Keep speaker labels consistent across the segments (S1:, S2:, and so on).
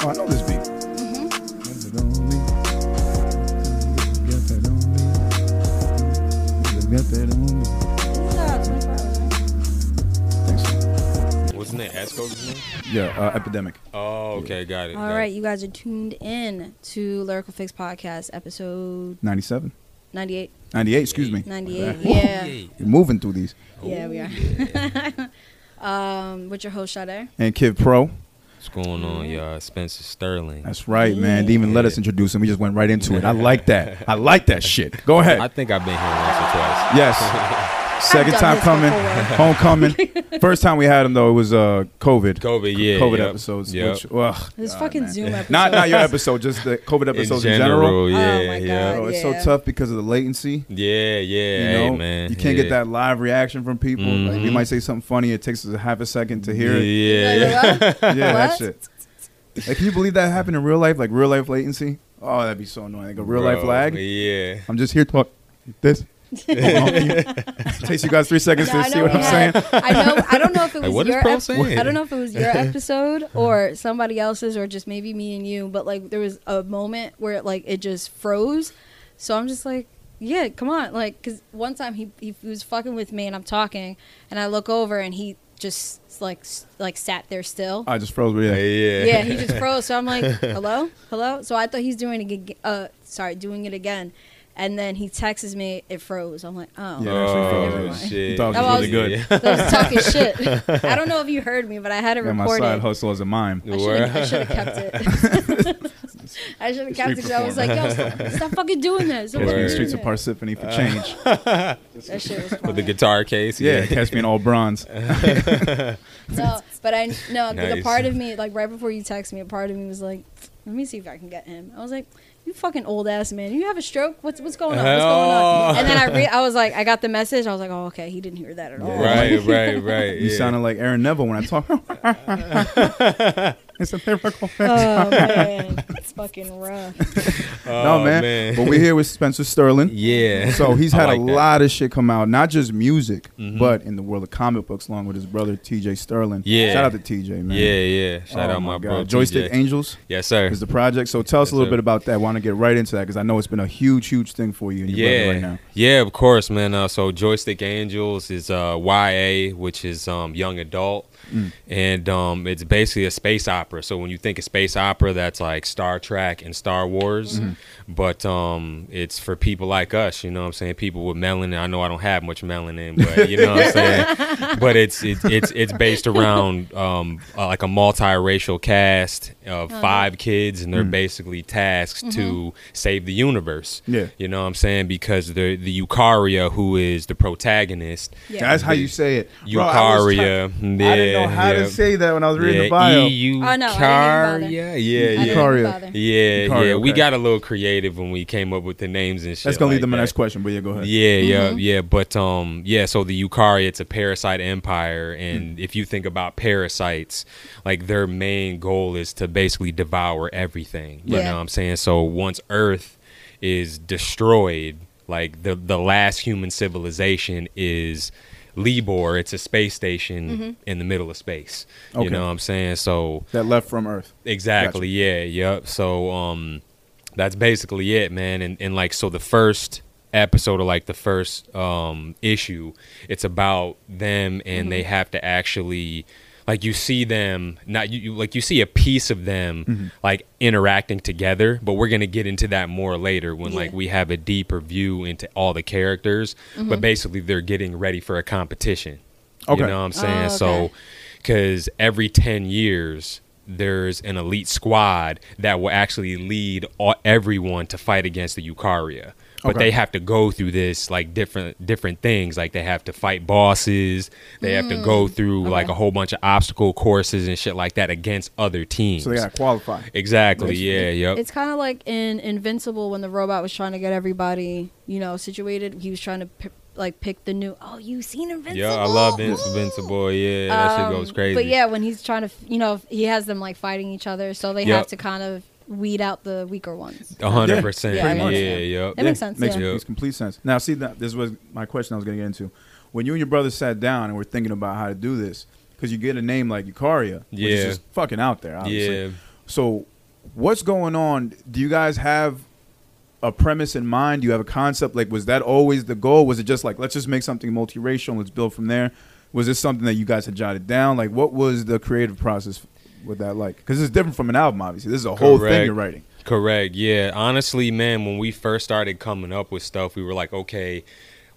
S1: Oh, I know this beat.
S2: What's his name? Esco's name?
S1: Yeah, uh, Epidemic.
S2: Oh, okay, got it.
S3: All right, you guys are tuned in to Lyrical Fix Podcast, episode
S1: 97.
S3: 98.
S1: 98, excuse me.
S3: 98,
S1: My bad.
S3: yeah.
S1: We're moving through these.
S3: Yeah, we are. um, with your host, Sade.
S1: And Kid Pro.
S2: What's going
S3: Mm-hmm.
S2: on, y'all? Spencer Sterling.
S1: That's right, man. They even let us introduce him. We just went right into it. I like that. I like that shit. Go ahead.
S2: I think I've been here once or twice.
S1: Yes. Second
S3: done
S1: time
S3: this
S1: coming,
S3: before.
S1: homecoming. First time we had him though, it was uh COVID.
S2: COVID, yeah,
S1: COVID
S2: yep,
S1: episodes.
S2: yep.
S1: Which, ugh,
S3: This fucking Zoom episode.
S1: not not your episode, just the COVID
S2: In
S1: episodes in general.
S2: general, yeah,
S3: Oh, my
S2: yeah.
S3: God.
S1: Bro, it's
S3: Yeah.
S1: so tough because of the latency.
S2: Yeah, yeah,
S1: You
S2: hey,
S1: know,
S2: man.
S1: you can't
S2: yeah.
S1: get that live reaction from people. Like, we
S2: Mhm.
S1: might say something funny. It takes us a half a second to hear it.
S2: Yeah, yeah.
S1: Yeah, that
S3: What?
S1: shit. Like, can you believe that happened in real life? Like real life latency. Oh, that'd be so annoying. Like a real life
S2: Bro,
S1: lag.
S2: Yeah.
S1: I'm just here to talk this. It takes you guys three seconds
S3: Yeah,
S1: to
S3: I
S1: see
S3: know
S1: what
S3: we
S1: I'm
S3: had-
S1: saying.
S3: I know. I don't know if it was
S2: Like, what is
S3: your.
S2: Pro
S3: ep-
S2: saying?
S3: I don't know if it was your episode or somebody else's or just maybe me and you. But like, there was a moment where it, like it just froze. So I'm just like, yeah, come on, like, because one time he he was fucking with me and I'm talking and I look over and he just like s- like sat there still.
S1: I just froze. Oh, Yeah.
S2: Yeah.
S3: yeah, he just froze. So I'm like, hello, hello. So I thought he's doing it. ag- Uh, sorry, doing it again. And then he texts me, it froze. I'm like, oh.
S1: Yeah,
S2: Oh,
S1: Never mind.
S2: shit.
S1: That was
S3: That really
S1: was-
S2: Yeah.
S3: I was talking shit. I don't know if you heard me, but I had it
S1: Yeah, my
S3: recorded.
S1: side hustle is a mime.
S3: I should've- I should have kept it. I should have kept it because I was like, yo, stop, stop fucking doing this. Don't
S1: Catch me in the
S3: fucking
S2: Word. Uh,
S1: streets of
S3: do
S1: Parsippany
S3: this.
S1: for change.
S3: That shit was
S2: With
S3: fire.
S2: the guitar case.
S1: Yeah, catch me in all bronze.
S3: No, but I no, the
S2: Nice.
S3: part of me, like right before you text me, a part of me was like, let me see if I can get him. I was like, you fucking old ass man, you have a stroke. What's what's going on? What's going on?
S2: Oh.
S3: And then I re- I was like, I got the message. I was like, oh okay, he didn't hear that at all.
S2: Right, right, right.
S1: You
S2: yeah.
S1: sounded like Aaron Neville when I talk. it's a miracle.
S3: Oh man, it's fucking rough.
S1: no
S2: Oh,
S1: man. But we're here with Spencer Sterling.
S2: Yeah.
S1: So he's
S2: I
S1: had
S2: like
S1: a
S2: that. Mm-hmm.
S1: lot of shit come out, not just music, but in the world of comic books, along with his brother TJ Sterling.
S2: Yeah.
S1: Shout out to TJ, man.
S2: Yeah, yeah. Shout
S1: Oh
S2: out my, bro.
S1: Joystick
S2: TJ.
S1: Angels
S2: Yes, sir.
S1: is the project. So tell us
S2: Yes,
S1: a little
S2: sir.
S1: bit about that. want to get right into that because I know it's been a huge, huge thing for you. And your brother
S2: yeah,
S1: right now.
S2: yeah, of course, man. Uh, so Joystick Angels is uh, YA, which is um, young adult,
S1: Mm.
S2: and um, it's basically a space opera. So when you think of space opera, that's like Star Trek and Star Wars,
S1: Mm-hmm.
S2: but um, it's for people like us. You know what I'm saying? People with melanin. I know I don't have much melanin, but you know what I'm saying. But it's it's it's, it's based around um, uh, like a multiracial cast of five kids, and they're
S1: Mm.
S2: basically tasked to save the universe.
S1: Yeah.
S2: You know what I'm saying? Because the the Eucharia, who is the protagonist,
S3: Yeah.
S1: That's how you say it. Bro, I was
S2: Eucharia.
S1: try- I didn't know
S2: yeah,
S1: how
S2: yeah.
S1: to say that when I was reading
S2: yeah,
S1: the bio.
S2: E-
S3: Oh, no, I didn't even bother.
S2: Eucharia.
S3: I
S2: Yeah,
S3: didn't
S2: yeah.
S1: Eucharia.
S3: bother.
S2: Yeah,
S1: Eucharia,
S2: yeah. We
S1: okay.
S2: got a little creative when we came up with the names and shit.
S1: That's gonna lead
S2: like
S1: to my
S2: that.
S1: next question, but yeah, go ahead.
S2: Yeah, yeah, yeah. But um, yeah. So the Yukari, it's a parasite empire, and
S1: Hmm.
S2: if you think about parasites, like their main goal is to basically devour everything. You
S3: Yeah.
S2: know what I'm saying? So once Earth is destroyed, like the the last human civilization is. Libor, it's a space station in the middle of space.
S1: Okay.
S2: You know what I'm saying? So
S1: That left from Earth.
S2: Exactly. Yeah. Yep. So um, that's basically it, man. And and like so the first episode or like the first um issue, it's about them and they
S3: Mm-hmm.
S2: have to actually like you see them not you, you like you see a piece of them
S3: Mm-hmm.
S2: like interacting together but we're going to get into that more later when like
S3: Yeah.
S2: we have a deeper view into all the characters
S3: Mm-hmm.
S2: but basically they're getting ready for a competition
S1: Okay.
S2: you know what i'm saying
S3: Oh,
S2: so
S3: okay.
S2: because every 10 years there's an elite squad that will actually lead all, everyone to fight against the Eucharia. But
S1: Okay.
S2: they have to go through this like different different things. Like they have to fight bosses. They have to go
S1: Mm,
S2: through like a whole bunch of obstacle courses and shit like that against other teams.
S1: So they gotta qualify.
S2: exactly. Yeah. Yep.
S3: It's kind of like in Invincible when the robot was trying to get everybody, you know, situated. He was trying to p- like pick the new. Oh, you seen Invincible?
S2: Yeah. I love
S3: Ooh.
S2: Invincible. Yeah. That shit goes crazy.
S3: But yeah, when he's trying to, f- you know, he has them like fighting each other, so they
S2: Yep.
S3: have to kind of weed out the weaker ones.
S2: A hundred
S1: Yeah,
S2: percent.
S3: pretty
S2: Yeah.
S3: much.
S2: Yep.
S3: That makes sense,
S1: Makes,
S3: yeah.
S1: makes complete sense. Now, see, that this was my question I was going to get into. When you and your brother sat down and were thinking about how to do this, because you get a name like Eucharia, which
S2: Yeah.
S1: is just fucking out there, obviously.
S2: Yeah.
S1: So what's going on? Do you guys have a premise in mind? Do you have a concept? Like, was that always the goal? Was it just like, let's just make something multiracial and let's build from there? Was this something that you guys had jotted down? Like, what was the creative process with that like? Because it's different from an album, obviously. This is a whole thing
S2: Correct.
S1: you're writing.
S2: Correct. Yeah. Honestly, man, when we first started coming up with stuff, we were like, okay,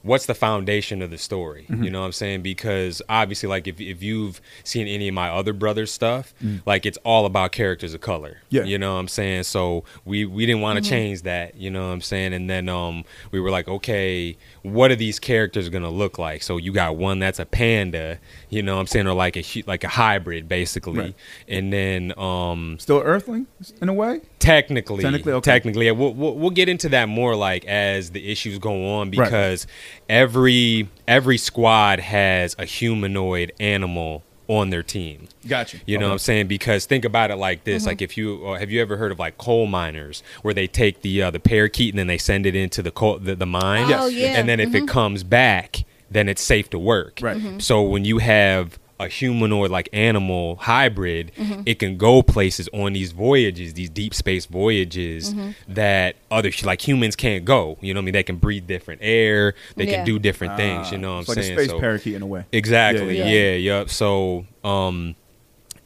S2: what's the foundation of the story?
S1: Mm-hmm.
S2: You know what I'm saying? Because obviously, like if if you've seen any of my other brothers' stuff, like it's all about characters of color.
S1: Mm. Yeah.
S2: You know what I'm saying? So we we didn't want to change that. You know what I'm saying? And then um we were like, okay, what are these characters gonna look like? So you got one that's a panda. You know what I'm saying? Or like a hu- like a hybrid basically.
S1: Right.
S2: And then um
S1: Still Earthling in a way.
S2: Technically,
S1: Technically,
S2: technically,
S1: okay.
S2: yeah, we'll, we'll we'll get into that more like as the issues go on because every every squad has a humanoid animal on their team.
S1: Gotcha.
S2: You know what I'm saying? Because think about it like this: like if you or have you ever heard of like coal miners, where they take the uh, the parakeet and then they send it into the coal, the, the mine,
S3: Oh, Yes. yeah.
S2: and then if it comes back, then it's safe to work.
S1: Right.
S3: Mm-hmm.
S1: Mhm.
S2: So when you have a humanoid like animal hybrid,
S3: Mm-hmm.
S2: it can go places on these voyages, these deep space voyages
S3: Mm-hmm.
S2: that other hu- like humans can't go. You know what I mean? They can breathe different air, they
S3: Yeah.
S2: can do different things. You know what I'm
S1: it's like
S2: saying?
S1: a Ah. space
S2: So-
S1: parakeet in a way.
S2: Exactly.
S1: Yeah,
S2: Yeah.
S3: yeah, yeah.
S2: Yep. So, um,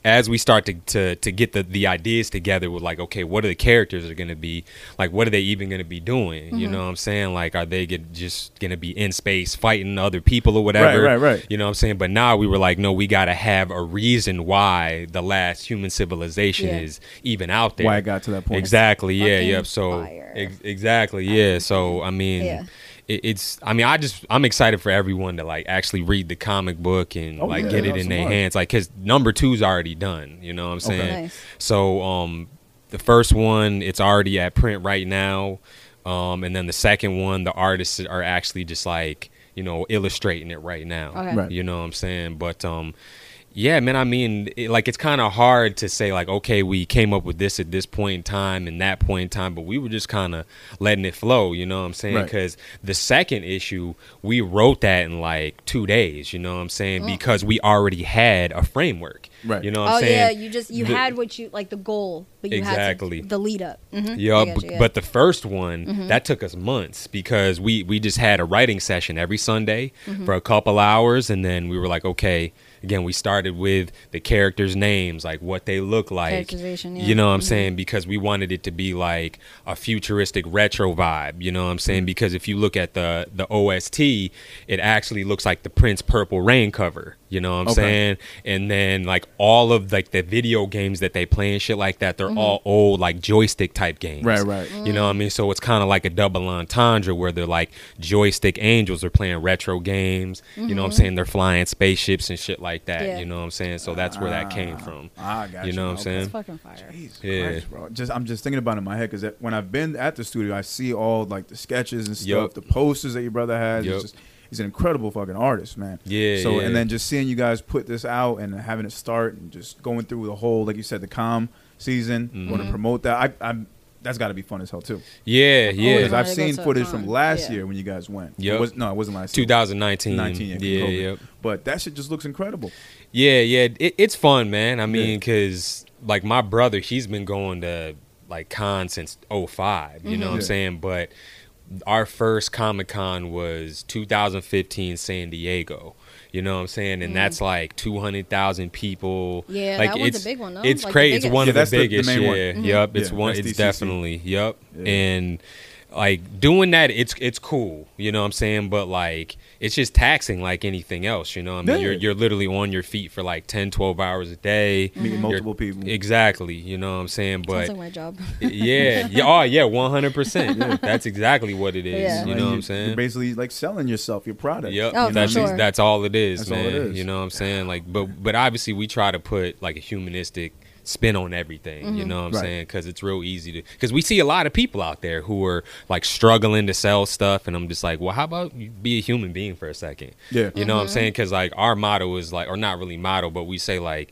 S2: as we start to, to to get the the ideas together, with like, okay, what are the characters are going to be? Like, what are they even going to be doing? You know what I'm saying? Like, are they get, just going to be in space fighting other people or whatever?
S1: right, right.
S2: You know what I'm saying? But now we were like, no, we got to have a reason why the last human civilization
S3: Yeah.
S2: is even out there.
S1: Why it got to that point.
S2: Exactly. Yeah.
S3: Fucking
S2: Yep. So
S3: fire.
S2: ex- exactly. Yeah. So I mean,
S3: Yeah.
S2: it, it's. I mean, I just I'm excited for everyone to like actually read the comic book and
S1: Oh,
S2: like
S1: yeah,
S2: get it
S1: that's
S2: in their
S1: smart.
S2: hands. Like, cause number two's already done. You know what I'm
S1: Okay.
S2: saying?
S3: Nice.
S2: So um, the first one it's already at print right now, um, and then the second one the artists are actually just like you know illustrating it right now.
S3: Okay.
S1: Right.
S2: You know what I'm saying? But um, yeah, man. I mean, it, like it's kind of hard to say like, okay, we came up with this at this point in time and that point in time, but we were just kind of letting it flow. You know what I'm saying?
S1: Right.
S2: Because the second issue, we wrote that in like two days. You know what I'm saying? Because we already had a framework.
S1: Oh. Right.
S2: You know what
S3: Oh
S2: I'm saying?
S3: yeah, you just you
S2: The-
S3: had what you like the goal, but you
S2: Exactly.
S3: had to, the lead up. Mm-hmm.
S2: yeah, b- but the first one that took us months because we we just had a writing session every Sunday
S3: Mm-hmm.
S2: for a couple hours, and then we were like, okay, again, we started with the characters' names, like what they look like,
S3: Characterization, yeah.
S2: you know what I'm
S1: Mm-hmm.
S2: saying, because we wanted it to be like a futuristic retro vibe, you know what I'm saying,
S1: Mm-hmm.
S2: because if you look at the the OST, it actually looks like the Prince Purple Rain cover, you know what I'm
S1: Okay.
S2: saying and then like all of like the video games that they play and shit like that they're all old like joystick type games
S1: Mm-hmm. Right, right.
S2: you know what i mean so it's kind of like a double entendre where they're like joystick angels are playing retro games you know
S1: Mm-hmm.
S2: what i'm saying they're flying spaceships and shit like that
S3: Yeah.
S2: you know what i'm saying so that's where that came from
S1: Ah, gotcha.
S2: you know what i'm
S1: Okay.
S2: saying
S3: It's fucking fire.
S1: Jesus
S2: Yeah.
S1: Christ, bro. Just I'm just thinking about it in my head because when I've been at the studio, I see all like the sketches and stuff,
S2: Yup.
S1: the posters that your brother has.
S2: Yup.
S1: It's just he's an incredible fucking artist, man.
S2: Yeah,
S1: So
S2: yeah.
S1: and then just seeing you guys put this out and having it start and just going through the whole, like you said, the calm season,
S2: Mm-hmm.
S1: going to promote that. I, I'm that's got to be fun as hell too.
S2: yeah
S3: always
S1: Because
S2: yeah
S3: wanted
S1: I've
S3: to go
S1: seen
S3: to a
S1: footage
S3: con.
S1: from last
S3: Yeah.
S1: year when you guys went.
S2: Yup.
S1: It was, no, it wasn't last year.
S2: 2019
S1: 2019. Yeah.
S2: yeah
S1: COVID.
S2: yep.
S1: But that shit just looks incredible.
S3: Mm-hmm.
S2: Yeah, yeah, it, it's fun, man. I mean, cause like my brother, he's been going to like con since '05. You know what
S1: Mm-hmm. Yeah.
S2: I'm saying? But our first Comic Con was 2015 San Diego. You know what I'm saying?
S1: Mm-hmm.
S2: And that's like 200,000 people.
S3: Yeah,
S2: like,
S3: that one's a
S2: it's,
S3: big one, no?
S2: It's
S3: Like, the
S2: crazy. It's
S3: biggest.
S2: one
S1: Yeah,
S2: of the
S1: that's the- the
S2: biggest.
S1: main one. Mm-hmm.
S2: yeah, yep. It's
S1: Yeah,
S2: one.
S1: that's
S2: It's
S1: DCC.
S2: definitely yep.
S1: Yeah.
S2: And like doing that, it's it's cool. You know what I'm saying? But like, it's just taxing like anything else. You know what I mean?
S1: Yeah.
S2: You're you're literally on your feet for like 10, 12 hours a day.
S1: Meeting
S2: You're-
S1: multiple people.
S2: Exactly. You know what I'm saying?
S3: Sounds
S2: But
S3: like my job.
S2: yeah, yeah, oh yeah, one hundred percent. That's exactly what it is.
S3: Yeah.
S2: You
S1: Like,
S2: know what I'm
S1: you're- You're
S2: saying?
S1: basically like selling yourself, your product.
S2: Yep.
S3: Oh, for
S2: that's
S3: sure.
S2: ex- that's all it is,
S1: That's all
S2: man.
S1: it is.
S2: You know what I'm saying? Like, but but obviously we try to put like a humanistic spin on everything. You know what I'm
S1: Right.
S2: saying? Because it's real easy to because we see a lot of people out there who are like struggling to sell stuff, and I'm just like, well, how about you be a human being for a second?
S1: Yeah.
S3: Mm-hmm.
S2: You know what I'm saying? Because like our motto is like, or not really motto, but we say like.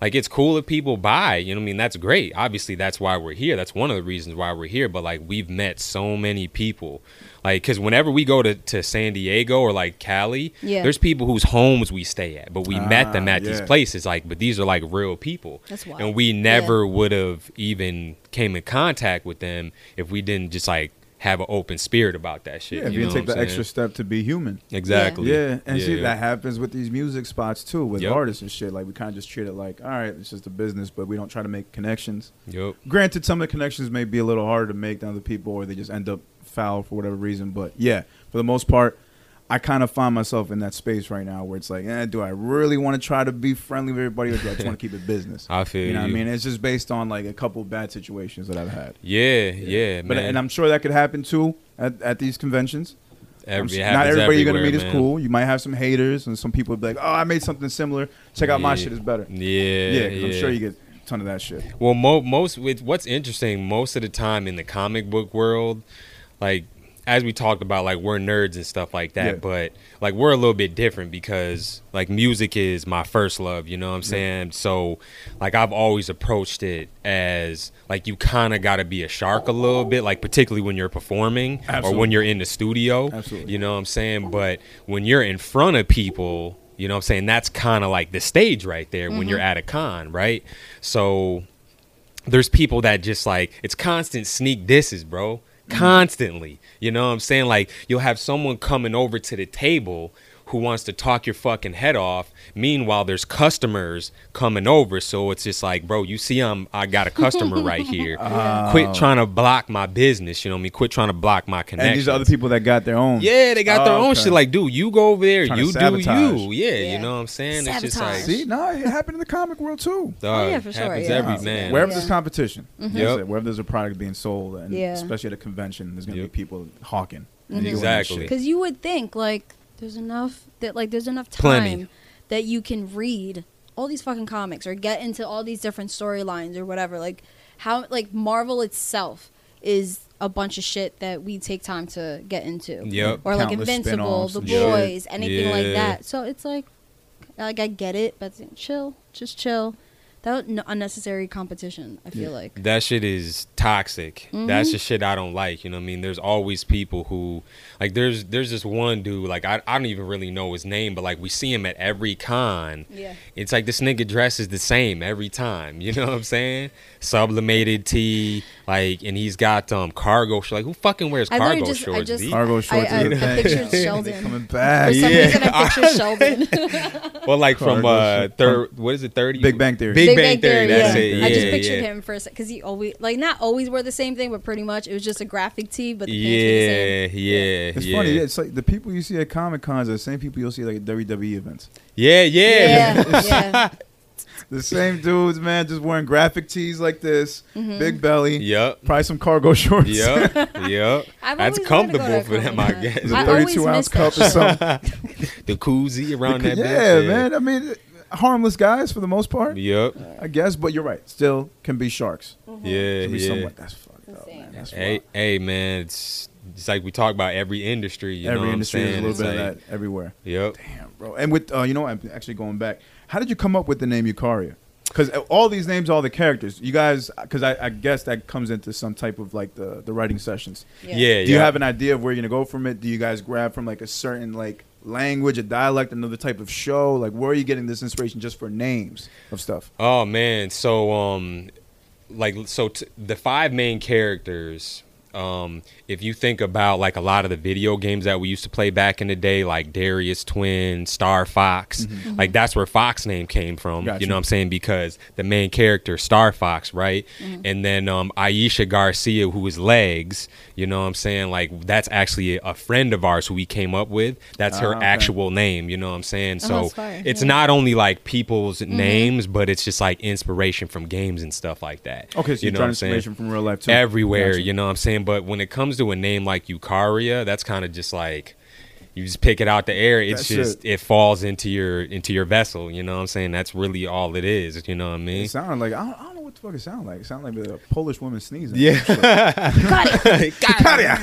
S2: like it's cool if people buy. You know what I mean? That's great. Obviously, that's why we're here. That's one of the reasons why we're here. But like we've met so many people. Like, cause whenever we go to, to San Diego or like Cali,
S3: Yeah.
S2: there's people whose homes we stay at, but we met them
S1: Ah,
S2: at these
S1: yeah.
S2: places. Like, but these are like real people,
S3: That's wild.
S2: and we never would have even came in contact with them if we didn't just like have an open spirit about that shit.
S1: Yeah, if
S2: you
S1: you
S2: know
S1: take
S2: what
S1: the
S2: I'm
S1: extra
S2: saying?
S1: step to be human.
S2: exactly.
S1: Yeah, and see that happens with these music spots too, with
S2: Yep.
S1: artists and shit. Like we kind of just treat it like, all right, it's just a business, but we don't try to make connections.
S2: Yep.
S1: Granted, some of the connections may be a little harder to make than other people, or they just end up foul for whatever reason. But yeah, for the most part, I kind of find myself in that space right now where it's like, eh, do I really want to try to be friendly with everybody, or do I just want to keep it business?
S2: I feel
S1: You know what I
S2: you.
S1: mean? It's just based on like a couple bad situations that I've had.
S2: Yeah, yeah, man.
S1: But and I'm sure that could happen too at, at these conventions. I'm
S2: Every,
S1: s-
S2: it
S1: not
S2: happens
S1: everybody you're gonna
S2: everywhere,
S1: meet is
S2: man.
S1: cool. You might have some haters, and some people be like, "Oh, I made something similar. Check out my
S2: Yeah.
S1: shit is better." Yeah,
S2: Yeah,
S1: 'cause I'm sure you get a ton of that shit.
S2: Well, mo- most with what's interesting, most of the time in the comic book world, like as we talked about, like we're nerds and stuff like that,
S1: Yeah.
S2: but like we're a little bit different because like music is my first love, you know what I'm saying? So like I've always approached it as like you kind of got to be a shark a little bit, like particularly when you're performing or
S1: Absolutely.
S2: when you're in the studio,
S1: Absolutely.
S2: you know what I'm saying? But when you're in front of people, you know what I'm saying? That's kind of like the stage right there when you're at a con, right? So there's people that just like it's constant sneak disses, bro.
S1: Mm-hmm.
S2: Constantly. You know what I'm saying? Like you'll have someone coming over to the table who wants to talk your fucking head off. Meanwhile, there's customers coming over, so it's just like, bro, you see I'm I got a customer right here. Quit trying to block my business, you know what I mean? Quit trying to block my connection.
S1: And these are other people that got their own.
S2: Yeah, they got
S1: Oh,
S2: their own
S1: okay.
S2: shit. Like, dude, you go over there,
S1: Tryna
S2: you do
S1: sabotage.
S2: you. Yeah,
S3: Yeah.
S2: you know what I'm saying? It's just like
S3: Sabotage. Oh,
S1: See, no, it happened in the comic world too.
S2: dog,
S3: yeah, for sure,
S2: happens
S3: yeah.
S2: every
S1: Uh,
S2: man.
S1: Wherever
S3: Yeah.
S1: there's competition, that's
S2: Yep.
S1: it. wherever there's a product being sold, and
S3: Mm-hmm. Yeah. Mm-hmm.
S1: especially at a convention, there's gonna
S2: Yep.
S1: be people hawking. and
S2: Mhm.
S1: doing that
S2: Exactly.
S1: shit.
S3: Because you would think like there's enough that like there's enough time
S2: Plenty.
S3: that you can read all these fucking comics or get into all these different storylines or whatever. Like how like Marvel itself is a bunch of shit that we take time to get into.
S2: Yep.
S3: Or like
S1: Countless
S3: Invincible,
S1: spin-offs
S3: The
S1: and shit.
S3: Boys, anything like
S2: Yeah.
S3: that. So it's like like I get it, but it's- chill, just chill. That no, unnecessary competition. I feel
S1: Yeah.
S3: like.
S2: That shit is toxic. That's
S3: Mm-hmm.
S2: the shit I don't like. You know what I mean? There's always people who like there's there's this one dude, like I, I don't even really know his name, but like we see him at every con.
S3: Yeah.
S2: It's like this nigga dresses the same every time. You know what I'm saying? Sublimated tee, like and he's got um cargo shorts. Like who fucking wears
S3: I literally
S2: cargo
S3: just- I
S2: shorts?
S3: just-
S2: B?
S1: Cargo shorts.
S3: I-
S1: is a thing.
S3: I pictured
S1: They
S3: Sheldon.
S1: coming
S3: For
S1: back.
S3: some
S2: Yeah.
S3: reason, I picture Sheldon.
S2: well like from
S1: Cargo
S2: uh
S1: shorts.
S2: third what is it, thirty
S1: Big Bang Theory.
S2: Big, Bang, Theory, that's
S1: yeah.
S2: it. Yeah,
S3: I just
S2: yeah.
S3: pictured him for a second because he always like not always wore the same thing, but pretty much it was just a graphic tee, but the pants were the same.
S2: Yeah, yeah,
S1: It's
S2: yeah.
S1: funny. It's like the people you see at Comic Cons are the same people you'll see like at WWE events.
S2: Yeah, yeah.
S3: Yeah, yeah.
S1: The same dudes, man, just wearing graphic tees like this,
S3: Mm-hmm.
S1: big belly,
S2: Yep.
S1: probably some cargo shorts.
S2: Yep. Yep.
S3: I've
S2: That's
S3: always wanted to go to
S2: comfortable
S3: a
S2: for them, I
S3: Comic-Con.
S2: guess.
S1: It's a
S3: I always
S1: 32 ounce
S3: miss that
S1: cup or
S3: shit.
S1: something.
S2: the koozie around that.
S1: yeah,
S2: bitch,
S1: man. I mean, harmless guys for the most part,
S2: Yep.
S1: I guess. But you're right. Still can be sharks.
S2: Yeah,
S1: Can be
S2: yeah.
S1: somewhat. That's fucked up,
S3: Insane.
S1: man. That's
S2: Hey,
S1: wild.
S2: hey, man. It's it's like we talk about every industry. You know
S1: Every
S2: what
S1: industry
S2: I'm
S1: is a
S2: saying?
S1: little bit
S2: It's
S1: of
S2: like-
S1: that everywhere.
S2: Yep.
S1: Damn, bro. And with uh, you know, I'm actually going back. How did you come up with the name Eukaria? Because all these names, all the characters, you guys. Because I, I guess that comes into some type of like the the writing sessions.
S2: Yeah. yeah.
S1: Do you have an idea of where you're gonna go from it? Do you guys grab from like a certain like language, a dialect, another type of show? Like, where are you getting this inspiration just for names of stuff?
S2: Oh man, so um, like so t- the five main characters. Um, if you think about like a lot of the video games that we used to play back in the day, like Darius Twin, Star Fox, like that's where Fox name came from.
S1: Mm-hmm. Gotcha.
S2: You know what I'm saying? Because the main character, Star Fox, right? And then um, Aisha Garcia, who is Legs. You know what I'm saying? Like that's actually a friend of ours who we came up with. That's her
S1: Ah, okay.
S2: actual name. You know what I'm saying?
S3: Oh,
S2: So
S3: that's fire.
S2: it's
S3: Yeah. Mm-hmm.
S2: not only like people's names, but it's just like inspiration from games and stuff like that.
S1: Okay, so you,
S2: know
S1: draw
S2: what I'm saying?
S1: inspiration from real life too.
S2: Everywhere,
S1: Gotcha.
S2: you know what I'm saying? But when it comes to a name like Eukaria, that's kind of just like you just pick it out the air. It's
S1: That's
S2: just it. falls into your into your vessel, you know what I'm saying? That's really all it is, you know what I mean?
S1: It sounded like I don't, I don't know what what the fuck it sound like? It sound like a Polish woman sneezing.
S2: Yeah.
S3: Got it.
S1: Katia.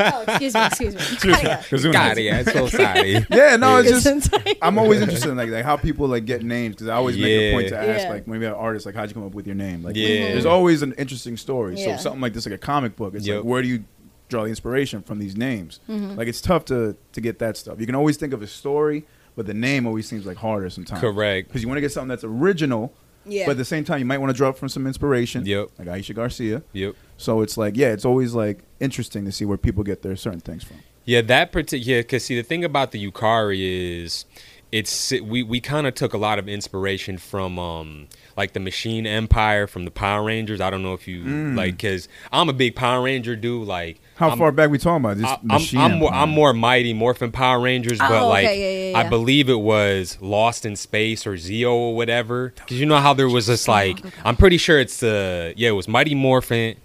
S3: Oh, excuse me. Excuse me. Got it.
S2: Got it. I'm so sorry.
S1: Yeah, no, it's
S3: It's
S1: just
S3: insane.
S1: I'm always interested in like, like how people like get names because I always make a point to
S2: Yeah.
S1: ask
S3: Yeah.
S1: like maybe an artist like how'd you come up with your name? Like
S2: Yeah.
S1: there's always an interesting story.
S3: Yeah.
S1: So something like this, like a comic book, it's
S2: Yep.
S1: like where do you draw the inspiration from these names?
S3: Mm-hmm.
S1: Like it's tough to to get that stuff. You can always think of a story, but the name always seems like harder sometimes.
S2: Correct.
S1: Because you want to get something that's original,
S3: Yeah.
S1: but at the same time you might want to draw from some inspiration.
S2: Yep.
S1: Like Aisha Garcia.
S2: Yep.
S1: So it's like yeah, it's always like interesting to see where people get their certain things from.
S2: Yeah, that particular. Because see, the thing about the Yukari is, it's we we kind of took a lot of inspiration from um like the Machine Empire from the Power Rangers. I don't know if you like because I'm a big Power Ranger dude. Like
S1: How
S2: I'm,
S1: far back we talking about? This
S2: I, am
S1: machine
S2: I'm more,
S1: empire.
S2: I'm more Mighty Morphin Power Rangers,
S3: Oh,
S2: but
S3: okay,
S2: like
S3: yeah, yeah,
S2: I
S3: yeah.
S2: believe it was Lost in Space or Zeo or whatever. Because you know how there was this like I'm pretty sure it's the yeah it was Mighty Morphin,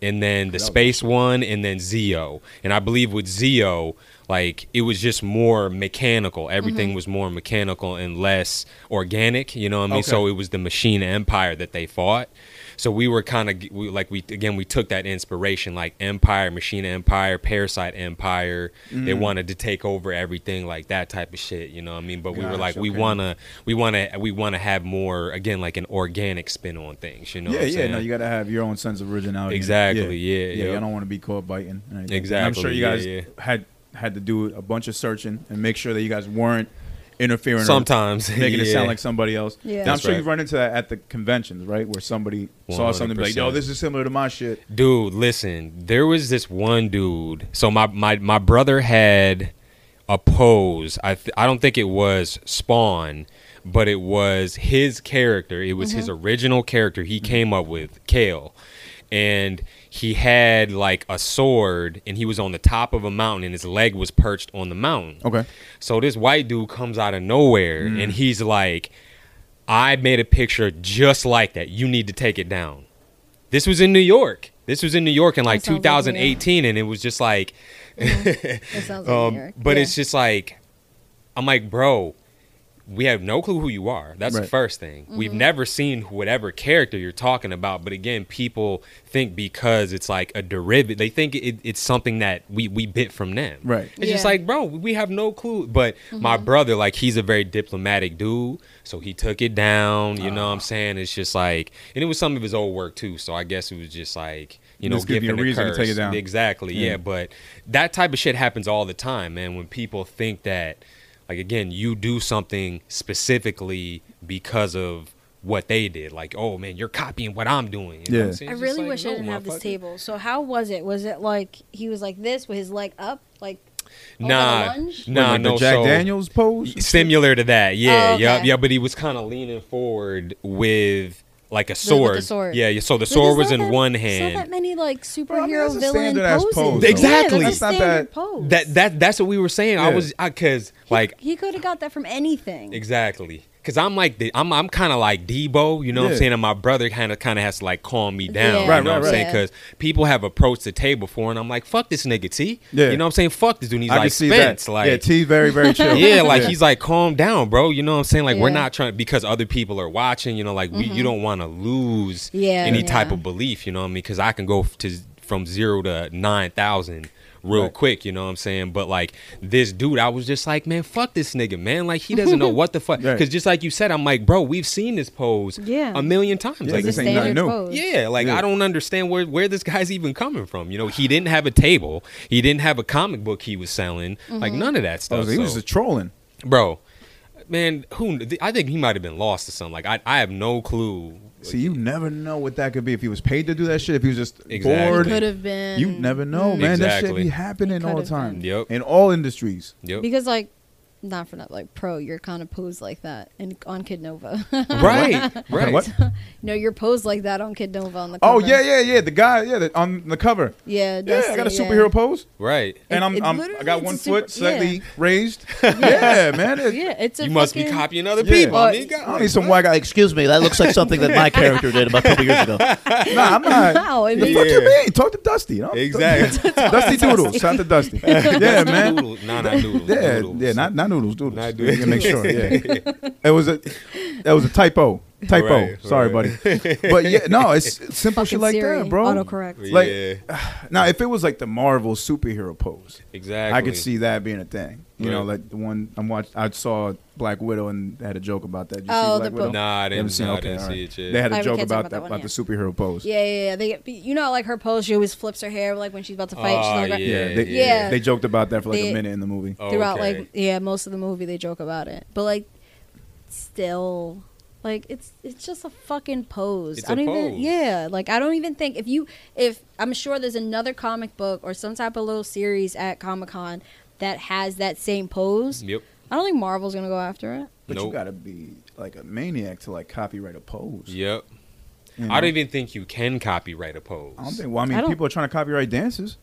S2: and then the
S1: was
S2: space one, and then Zeo. And I believe with Zeo, like it was just more mechanical. Everything
S3: Mm-hmm.
S2: was more mechanical and less organic. You know what I mean?
S1: Okay.
S2: So it was the machine empire that they fought. So we were kind of we, like we again we took that inspiration like Empire, Machine Empire, Parasite Empire.
S1: Mm.
S2: They wanted to take over everything like that type of shit. You know what I mean? But we were
S1: Gotcha,
S2: like we
S1: okay.
S2: wanna we wanna we wanna have more again like an organic spin on things. You know?
S1: yeah,
S2: what I'm
S1: yeah.
S2: Saying?
S1: No, you got to have your own sense of originality.
S2: Exactly, yeah,
S1: yeah.
S2: yeah.
S1: I don't want to be caught biting. or anything. And I'm
S2: Exactly,
S1: sure you
S2: yeah,
S1: guys
S2: yeah.
S1: had had to do a bunch of searching and make sure that you guys weren't interfering. or
S2: Sometimes
S1: making it sound
S2: yeah.
S1: like somebody else.
S3: Yeah.
S1: And I'm
S2: That's
S1: sure
S2: right.
S1: you've run into that at the conventions, right? Where somebody saw something and be like, "Yo,
S2: 100%.
S1: this is similar to my shit."
S2: Dude, listen, there was this one dude. So my my my brother had a pose. I th- I don't think it was Spawn, but it was his character. It was his original character he came up with, Kale. And he had like a sword and he was on the top of a mountain and his leg was perched on the mountain.
S1: Okay.
S2: So this white dude comes out of nowhere
S1: Mm.
S2: and he's like, I made a picture just like that. You need to take it down. This was in New York. This was in New York in like
S3: sounds like New York.
S2: 2018, and it was just like,
S3: It sounds like New
S2: um,
S3: York.
S2: but
S3: Yeah.
S2: it's just like, I'm like, bro, we have no clue who you are. That's the
S1: Right.
S2: first thing. We've never seen whatever character you're talking about. But again, people think because it's like a derivative, they think it, it's something that we we bit from them.
S1: Right.
S2: It's just
S3: Yeah. Mm-hmm.
S2: like, bro, we have no clue. But my brother, like, he's a very diplomatic dude, so he took it down. You
S3: Ah.
S2: know what I'm saying? It's just like, and it was some of his old work too. So I guess it was just like, you know,
S1: Just give you
S2: giving
S1: a reason to take it
S2: curse.
S1: down.
S2: Exactly.
S1: Yeah.
S2: yeah, but that type of shit happens all the time, man. When people think that, like, again, you do something specifically because of what they did. Like, oh man, you're copying what I'm doing. You know
S1: Yeah.
S2: what I'm saying?
S3: I
S2: It's just
S3: really
S2: like,
S3: wish I
S2: no,
S3: didn't have this
S2: motherfucker.
S3: table. So how was it? Was it like he was like this with his leg up, like over the
S2: Nah,
S3: lunge?
S2: nah,
S1: like
S2: no.
S1: the Jack
S2: so,
S1: Daniels pose.
S2: similar to that.
S3: Oh,
S2: Yeah, yeah,
S3: okay.
S2: yeah. But he was kind of leaning forward with like a
S3: the
S2: sword.
S3: sword.
S2: Yeah, yeah. So the
S3: Like, there's
S2: sword was
S3: not
S2: in
S3: that-
S2: one
S3: It's not that
S2: hand.
S3: many like
S1: I mean,
S3: superhero
S1: that's a
S3: villain
S1: standard-ass
S3: poses.
S1: pose,
S3: Yeah,
S2: Exactly.
S3: that's a
S2: That's
S1: not
S3: standard
S1: bad.
S3: pose.
S2: That that that's what we were saying. I
S1: Yeah.
S2: was I because like
S3: he could have got that from anything.
S2: exactly because I'm like the, I'm I'm kind of like Debo. You know what
S1: Yeah.
S2: I'm saying? And my brother kind of kind of has to like calm me down.
S3: Yeah.
S2: You
S1: Right,
S2: know
S1: right,
S2: what I'm saying?
S3: right.
S2: Because people have approached the table for, and I'm like, fuck this nigga T.
S1: Yeah.
S2: You know what I'm saying? Fuck this dude. And He's
S1: I can
S2: like
S1: see
S2: Spence.
S1: that.
S2: Like
S1: yeah, T very very chill.
S2: yeah, like he's like, calm down, bro. You know what I'm saying? Like we're
S3: Yeah.
S2: not trying because other people are watching. You know, like we, you
S1: Mm-hmm.
S2: don't want to lose
S3: Yeah,
S2: any
S3: yeah.
S2: type of belief. You know what I mean? Because I can go f- to from zero to nine thousand real
S1: Right.
S2: quick. You know what I'm saying? But like this dude, I was just like, man, fuck this nigga, man. Like he doesn't know what the fuck.
S1: Right.
S2: Because just like you said, I'm like, bro, we've seen this pose
S3: Yeah.
S2: a million times.
S1: Yeah,
S2: like
S3: It's
S1: this
S3: a
S1: ain't nothing
S3: standard
S1: new.
S3: pose.
S2: yeah, like
S1: Yeah.
S2: I don't understand where where this guy's even coming from. You know, he didn't have a table. He didn't have a comic book he was selling. Like none of that
S1: Oh,
S2: stuff.
S1: so he was
S2: so-
S1: just trolling.
S2: bro man who kn- i think he might have been lost to something like i, I have no clue
S1: See, you never know what that could be if he was paid to do that shit. If he was just
S2: Exactly.
S1: bored,
S3: Could have been.
S1: You never know, man. That shit
S2: Mm-hmm. Exactly.
S1: be happening all the
S3: Could've
S1: time.
S2: been. Yep.
S1: In all industries.
S2: yep.
S3: Because like, not for not like pro, you're kind of posed like that, and on Kid Nova.
S2: right
S1: Okay,
S2: right
S1: what?
S3: no, you're posed like that on Kid Nova on the.
S1: Oh
S3: cover.
S1: yeah, yeah, yeah. The guy, yeah, that on the cover.
S3: yeah. uh,
S1: Yeah,
S3: Dusty,
S1: I got a superhero pose,
S2: right
S1: and I'm,
S3: it
S1: I'm I
S3: literally
S1: got
S3: is a
S1: one
S3: super-
S1: foot slightly
S3: yeah.
S1: raised. Yeah, man. it-
S3: Yeah, it's a.
S2: you must be
S3: fucking-
S2: copying other
S1: Yeah.
S2: people
S3: Oh,
S2: nigga.
S1: I don't need some white guy. Excuse
S4: Excuse me, that looks like something that my character did about a couple years ago.
S1: me. Nah, I'm not.
S3: Wow, I
S1: The
S3: mean-
S1: fuck you
S2: Yeah.
S1: mean? Talk to Dusty. You know?
S2: exactly
S1: Dusty Doodles. Shout out to Dusty. Yeah, man.
S2: Noodles. nah, not noodles.
S1: Yeah,
S2: noodles.
S1: yeah, not not noodles, doodles.
S2: Not
S1: We can
S2: doodles.
S1: Make sure. Yeah, it was a that was a typo. Typo.
S2: Right,
S1: Sorry,
S2: right.
S1: buddy. But yeah, no, it's it's simple shit
S3: Fucking
S1: like
S3: Siri,
S1: that, bro.
S3: autocorrect.
S1: Like
S2: Yeah.
S1: now, if it was like the Marvel superhero pose,
S2: Exactly.
S1: I could see that being a thing. You know,
S2: Right.
S1: like the one I'm watch. I saw Black Widow and had a joke about that. Did you
S3: Oh,
S1: see Black
S3: the
S1: Widow?
S3: book.
S2: Nah, I
S1: You haven't
S2: didn't,
S1: seen it?
S2: nah, I
S1: Okay,
S2: didn't
S1: all right.
S2: see it yet.
S1: They had
S3: I
S1: a
S3: haven't
S1: joke
S3: catch up
S1: about
S3: about
S1: that
S3: that
S1: about
S3: one
S1: the
S3: yet.
S1: superhero pose.
S3: Yeah, yeah, yeah. They get, you know, like her pose. She always flips her hair, like when she's about to fight.
S2: Oh,
S3: she's like,
S2: yeah.
S1: Yeah, they,
S3: Ah, Yeah.
S1: they joked about that for like a
S3: They-
S1: minute in the movie.
S2: Oh,
S3: throughout,
S2: okay.
S3: like, yeah, most of the movie they joke about it, but like, still, like it's it's just a fucking pose.
S2: It's
S3: I
S2: a
S3: don't
S2: pose.
S3: even, yeah, like I don't even think if you if I'm sure there's another comic book or some type of little series at Comic Con that has that same pose.
S2: Yep.
S3: I don't think Marvel's gonna go after it.
S1: But you
S2: Nope.
S1: gotta be like a maniac to like copyright a pose.
S2: Yep.
S1: you know?
S2: I don't even think you can copyright a pose.
S1: Mm-hmm. I don't think. Well, I mean,
S3: I don't-
S1: people are trying to copyright dances,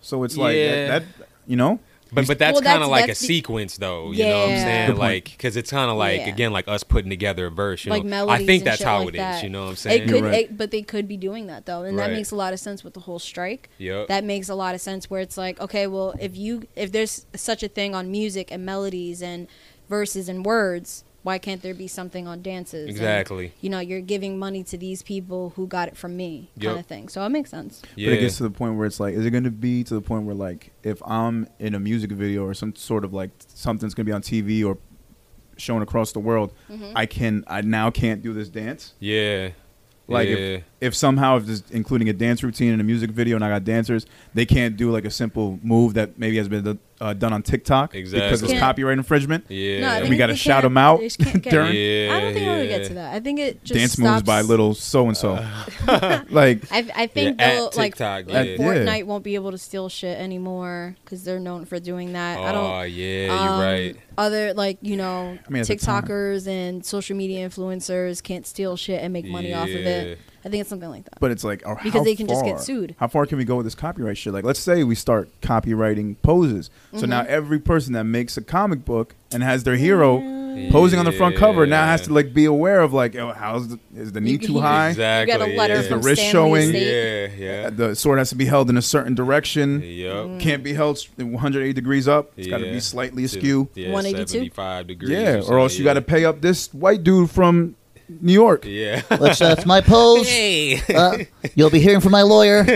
S1: so it's like
S2: Yeah.
S1: that, that. You know,
S2: But but that's
S3: Well,
S2: kind
S3: that's-
S2: of like
S3: that's
S2: a
S3: be-
S2: sequence, though. You know what I'm
S3: Yeah.
S2: saying?
S1: Good point.
S2: Like, because it's kind of like
S3: Yeah.
S2: again, like us putting together a verse. You
S3: Like
S2: know?
S3: melodies
S2: I think
S3: and
S2: that's
S3: shit
S2: how
S3: like
S2: it is.
S3: that.
S2: You know what I'm
S3: It
S2: saying?
S1: You're
S3: could,
S1: right.
S3: it- but they could be doing that though, and
S2: Right.
S3: that makes a lot of sense with the whole strike.
S2: Yep.
S3: that makes a lot of sense where it's like okay well if you if there's such a thing on music and melodies and verses and words why can't there be something on dances And,
S2: Exactly.
S3: you know you're giving money to these people who got it from me kind
S2: Yep.
S3: of thing so it makes sense
S2: yeah.
S1: but it gets to the point where it's like, is it going to be to the point where like, if I'm in a music video or some sort of like something's going to be on TV or shown across the world,
S3: Mm-hmm.
S1: I can I now can't do this dance.
S2: yeah.
S1: Like
S2: yeah.
S1: if, if somehow if this including a dance routine in a music video and I got dancers, they can't do like a simple move that maybe has been uh, done on TikTok because
S2: Exactly.
S1: it's
S3: Can't-
S1: copyright infringement.
S2: yeah.
S3: I think
S1: We gotta
S3: they
S1: shout
S3: can't-
S1: 'em out
S3: they just can't get-
S1: during-
S3: i don't think
S2: Yeah,
S3: it'll get
S2: yeah.
S3: to that i think it just
S1: Dance moves by
S3: stops-
S1: little so and so,
S2: Uh.
S1: like
S3: I, I think
S2: Yeah, at
S3: they'll, like,
S2: TikTok,
S3: like
S1: yeah.
S3: Fortnite won't be able to steal shit anymore because they're known for doing that. I don't.
S2: Oh yeah, you're
S3: Um,
S2: right.
S3: Other like you know
S1: I mean, at the time-
S3: TikTokers and social media influencers can't steal shit and make money off of it. I think it's something like that.
S1: But it's like, or
S3: Because
S1: how
S3: they can just get
S1: far-
S3: sued.
S1: How far can we go with this copyright shit? Like, let's say we start copywriting poses. So
S3: Mm-hmm.
S1: now every person that makes a comic book and has their hero
S3: Mm.
S1: posing on the front cover now has to like be aware of like, oh, how's the, is the knee too high?
S2: Exactly.
S3: You got a letter
S2: yeah.
S1: Is the
S3: from
S1: wrist
S3: Stanley
S1: showing?
S3: State.
S2: Yeah, yeah.
S1: The sword has to be held in a certain direction.
S3: Mm.
S2: Yep.
S1: Can't be held s- 180 degrees up. It's got to
S2: Yeah.
S1: be slightly askew.
S2: Yeah,
S3: 182?
S2: 75 degrees.
S1: Yeah, or else you got to
S2: something,
S1: pay up this white dude from New York.
S2: Yeah.
S4: Let's, uh, that's my pose.
S2: Hey.
S4: Uh, you'll be hearing from my lawyer.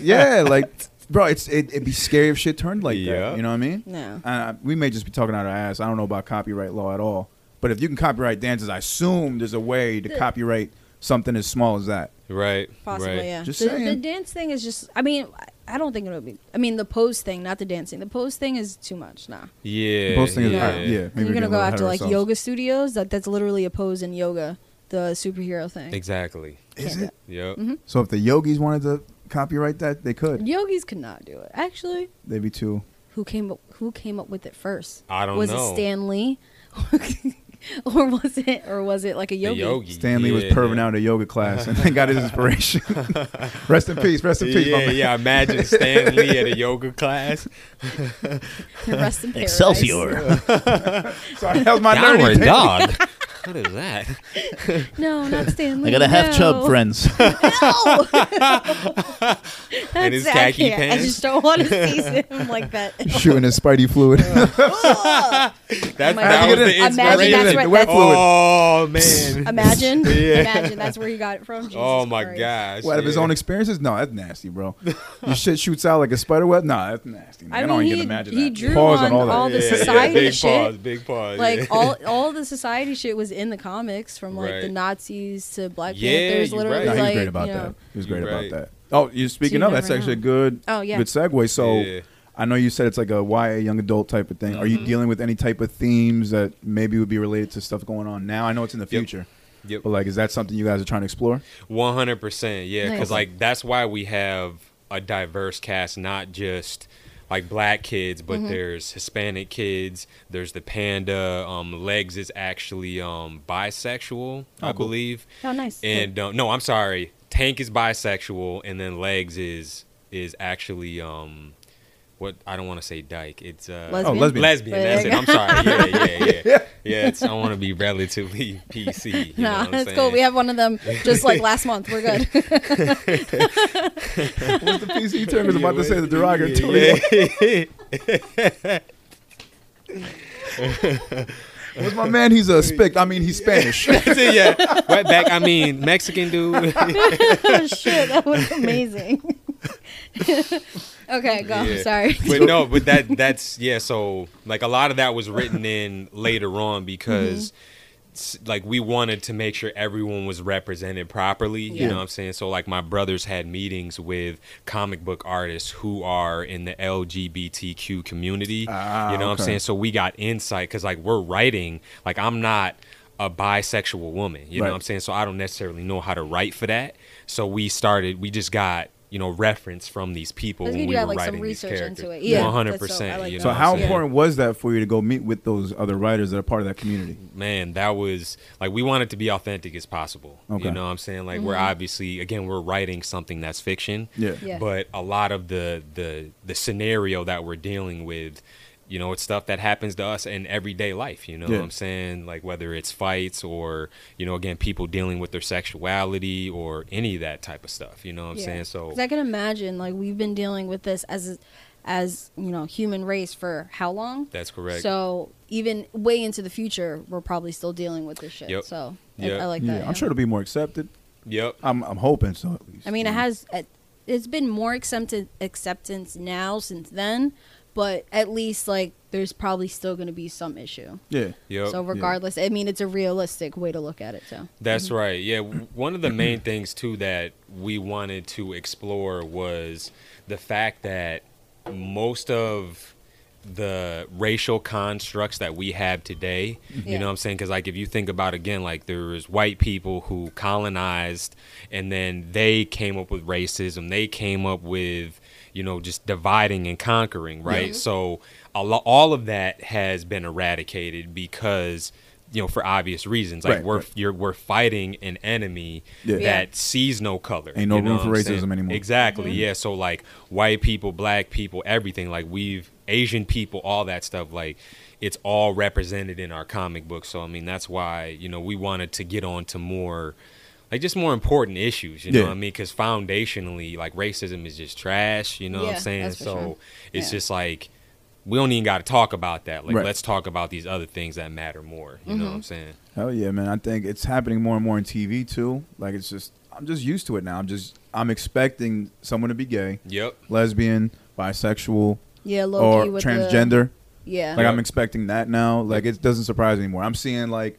S1: yeah, like, bro, it's it, it'd be scary if shit turned like
S2: Yeah.
S1: that. You know what I mean?
S3: No.
S1: Uh, we may just be talking out our ass. I don't know about copyright law at all. But if you can copyright dances, I assume there's a way to copyright something as small as that.
S2: Right.
S3: Possibly,
S2: right.
S3: yeah.
S1: Just
S3: the,
S1: saying.
S3: the dance thing is just. I mean, I- I don't think it'll be. I mean, the pose thing, not the dancing. The pose thing is too much. Nah.
S2: Yeah.
S1: Both things,
S2: yeah.
S1: yeah. yeah maybe
S3: You're
S1: we're
S3: gonna
S1: getting a
S3: go
S1: little ahead
S3: after
S1: of
S3: like
S1: ourselves.
S3: yoga studios. That that's literally a pose in yoga, the superhero thing.
S2: Exactly.
S1: Is
S3: Yeah.
S1: it?
S2: Yep.
S3: Mm-hmm.
S1: So if the yogis wanted to copyright that, they could.
S3: Yogis could not do it. Actually,
S1: They'd be too.
S3: who came up? Who came up with it first?
S2: I don't
S3: was
S2: know.
S3: it Stan Lee, or was it or was it like a
S2: The
S3: yogi?
S1: Stanley was
S2: yeah,
S1: perving
S2: yeah.
S1: out a yoga class and then got his inspiration. rest in peace. Rest in peace, my
S2: Yeah,
S1: man.
S2: yeah. Imagine Stan Lee at a yoga class.
S3: Rest in paradise.
S4: Excelsior.
S1: Sorry, that was my nerdy
S2: Downward
S1: thing.
S2: dog. What is that?
S3: No, not Stan Lee.
S4: I got a half chub
S3: no.
S4: friends.
S3: No.
S2: And his
S3: That's-
S2: khaki
S3: I can't. I
S2: pants.
S3: just don't want to see him like that.
S1: Shooting his spidey fluid.
S2: That's,
S3: my
S2: that
S3: God.
S2: was the
S1: Imagine
S2: inspiration.
S3: that's where-
S1: the wet
S3: that's-
S1: fluid.
S2: Oh man.
S3: Imagine,
S2: Yeah.
S3: imagine. That's where he got it from. Jesus
S2: oh my
S3: Christ.
S2: gosh.
S1: What, out of his
S2: yeah.
S1: own experiences? No, that's nasty, bro. Your shit shoots out like a spider web? Nah, that's nasty. Man. I,
S3: I
S1: don't
S3: mean,
S1: even
S3: he-
S1: imagine
S3: he
S1: that.
S3: drew
S1: Pause
S3: on
S1: all that.
S3: all the
S2: Yeah, yeah,
S3: society
S2: big
S3: shit.
S2: Pause, big pause.
S3: Like
S2: yeah.
S3: all, all the society shit was in the comics, from like the
S2: Right.
S3: Nazis to Black
S2: Yeah,
S3: Panthers.
S2: you're
S3: Literally,
S2: right.
S1: No, he was
S3: like
S1: great about
S3: you know,
S1: that. He was
S2: You're
S1: great
S2: right.
S1: about that. Oh, you speaking
S3: you
S1: of, that's
S3: never
S1: actually a
S3: know.
S1: good
S3: Oh, yeah.
S1: good segue. So
S2: Yeah.
S1: I know you said it's like a YA young adult type of thing. Are you dealing with any type of themes that maybe would be related to stuff going on now? I know it's in the future.
S2: Yep.
S1: But like is that something you guys are trying to explore?
S2: One hundred percent, yeah.
S3: Nice.
S2: Because like that's why we have a diverse cast, not just like black kids, but
S3: Mm-hmm.
S2: there's Hispanic kids. There's the panda. Um, Legs is actually um bisexual, I believe.
S3: Oh, nice.
S2: And uh, no, I'm sorry. Tank is bisexual, and then Legs is is actually um. What I don't want to say dyke. It's uh,
S3: Lesbian?
S1: Oh, lesbian.
S2: Lesbian. That's it. I'm sorry. Yeah, yeah, yeah. yeah. it's, I want to be relatively PC. You know
S3: nah,
S2: what I'm
S3: that's
S2: saying?
S3: cool. We have one of them just like last month. We're good.
S1: What's the PC term is about to say the derogatory.
S2: Yeah.
S1: With my man, he's a spick. I mean, he's Spanish.
S2: yeah, right back. I mean, Mexican dude.
S3: Shit, that was amazing. okay, go.
S2: Yeah.
S3: Sorry.
S2: but no, but that that's yeah. So like a lot of that was written in later on because
S1: Mm-hmm.
S2: s like we wanted to make sure everyone was represented properly. You
S3: Yeah.
S2: know what I'm saying? So like my brothers had meetings with comic book artists who are in the LGBTQ community.
S1: Ah,
S2: you know what I'm
S1: okay.
S2: saying? So we got insight because like we're writing. Like I'm not a bisexual woman. You
S1: Right.
S2: know what I'm saying? So I don't necessarily know how to write for that. So we started. We just got. You know, reference from these people
S3: That's
S2: when
S3: good
S2: we
S3: you
S2: were
S3: had, like, some
S2: writing these
S3: research
S2: characters.
S3: into it. Yeah,
S2: one hundred
S3: that's dope. I
S2: percent.
S3: like
S2: You
S3: that.
S2: know,
S1: so
S2: what I'm
S1: how
S2: saying?
S1: important was that for you to go meet with those other writers that are part of that community?
S2: man, that was like we wanted to be authentic as possible.
S1: Okay.
S2: You know what I'm saying? Like we're
S3: Mm-hmm.
S2: obviously again we're writing something that's fiction.
S1: Yeah.
S3: Yeah.
S2: But a lot of the the the scenario that we're dealing with, you know, it's stuff that happens to us in everyday life, you know
S1: Yeah.
S2: what I'm saying? Like whether it's fights or, you know, again people dealing with their sexuality or any of that type of stuff, you know what I'm
S3: Yeah.
S2: saying? So
S3: 'Cause I can imagine like we've been dealing with this as as you know human race for how long?
S2: that's correct.
S3: So even way into the future, we're probably still dealing with this shit.
S2: Yep.
S3: So
S2: Yep.
S3: I, I like
S1: yeah,
S3: that.
S1: I'm sure it'll be more accepted.
S2: yep.
S1: I'm, I'm hoping so. At least.
S3: I mean, it has. it- It's been more accepted acceptance now since then, but at least like there's probably still going to be some issue.
S1: Yeah.
S2: Yep.
S3: So regardless, I mean, it's a realistic way to look at it. So
S2: That's right. Yeah, w- one of the main things too that we wanted to explore was the fact that most of the racial constructs that we have today, you
S3: Yeah.
S2: know what I'm saying? Cuz like if you think about again like there's white people who colonized and then they came up with racism, they came up with you know just dividing and conquering, right? So a lo- all of that has been eradicated because you know for obvious reasons like
S1: Right,
S2: we're
S1: right.
S2: you're we're fighting an enemy
S1: Yeah. Yeah.
S2: that sees no color.
S1: Ain't no
S2: you know
S1: room
S2: what
S1: for
S2: I'm saying?
S1: racism anymore.
S2: Exactly. Yeah. So like white people, black people, everything. Like we've Asian people, all that stuff. Like it's all represented in our comic book. So I mean that's why you know we wanted to get on to more. Like just more important issues, you know
S1: Yeah.
S2: what I mean? Because foundationally, like racism is just trash, you know what
S3: Yeah,
S2: I'm saying?
S3: that's for
S2: So
S3: sure.
S2: it's
S3: Yeah.
S2: just like we don't even got to talk about that. Like
S1: Right.
S2: let's talk about these other things that matter more.
S3: Mm-hmm.
S2: You know what I'm saying?
S1: Hell yeah, man. I think it's happening more and more in TV too. Like it's just I'm just used to it now. I'm just I'm expecting someone to be gay,
S2: Yep.
S1: lesbian, bisexual,
S3: yeah, low
S1: or
S3: key with the-
S1: transgender.
S3: yeah,
S1: Like I'm expecting that now. Like it doesn't surprise me anymore. I'm seeing like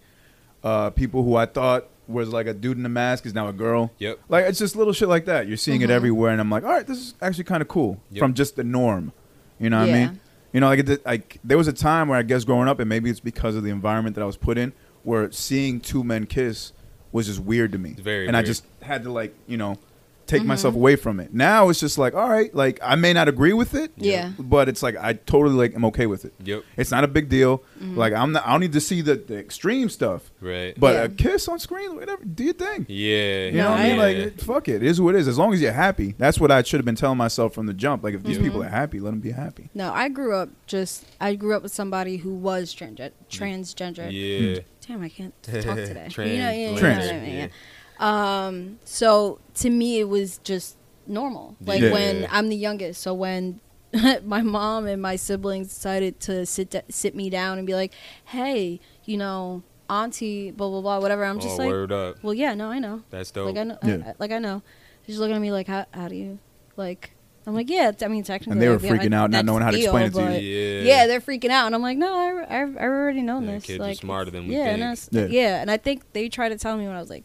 S1: uh, people who I thought was like a dude in a mask is now a girl.
S2: Yep.
S1: Like it's just little shit like that. You're seeing
S3: Mm-hmm.
S1: it everywhere, and I'm like, all right, this is actually kind of cool
S2: Yep.
S1: from just the norm. You know what I
S3: Yeah.
S1: mean? You know, like it, like there was a time where I guess growing up, and maybe it's because of the environment that I was put in, where seeing two men kiss was just weird to me,
S2: Very
S1: and I
S2: weird.
S1: just had to like you know take
S3: Mm-hmm.
S1: myself away from it. Now it's just like, all right, like I may not agree with it,
S3: Yeah.
S1: but it's like I totally like am okay with it.
S2: Yep.
S1: It's not a big deal.
S3: Mm-hmm.
S1: Like I'm not. I don't need to see the, the extreme stuff.
S2: Right.
S1: But
S3: Yeah.
S1: a kiss on screen, whatever, do your thing.
S2: Yeah.
S1: You know what I mean?
S2: yeah.
S1: Like, it- fuck it. It is what it is. As long as you're happy, that's what I should have been telling myself from the jump. Like, if these
S3: Mm-hmm.
S2: Yeah.
S1: people are happy, let them be happy.
S3: No, I grew up just I grew up with somebody who was transgen- transgender.
S2: yeah.
S1: Mm.
S3: Damn, I can't talk today. you know, yeah, you know what
S1: Trans.
S3: I mean, yeah. Um, So to me, it was just normal. Like
S1: Yeah.
S3: when I'm the youngest, so when my mom and my siblings decided to sit da- sit me down and be like, "Hey, you know, auntie, blah blah blah, whatever," I'm
S2: oh,
S3: just like,
S2: word up.
S3: "Well, yeah, no, I know."
S2: That's dope.
S3: Like I know,
S1: Yeah.
S3: I- I- like I know. She's looking at me like, "How, how do you like?" I'm like, "Yeah, I mean, technically."
S1: And they were
S3: like, yeah,
S1: freaking
S3: I-
S1: out, not
S3: that's
S1: knowing how to
S3: the
S1: explain
S3: deal,
S1: it to
S3: but-
S2: you. Yeah.
S3: Yeah. they're freaking out, and I'm like, "No, I, I, I've already known
S2: Yeah,
S3: this."
S2: kids are
S3: like,
S2: smarter than we
S3: yeah,
S2: think.
S3: And it's-
S1: Yeah.
S3: yeah. and I think they tried to tell me when I was like,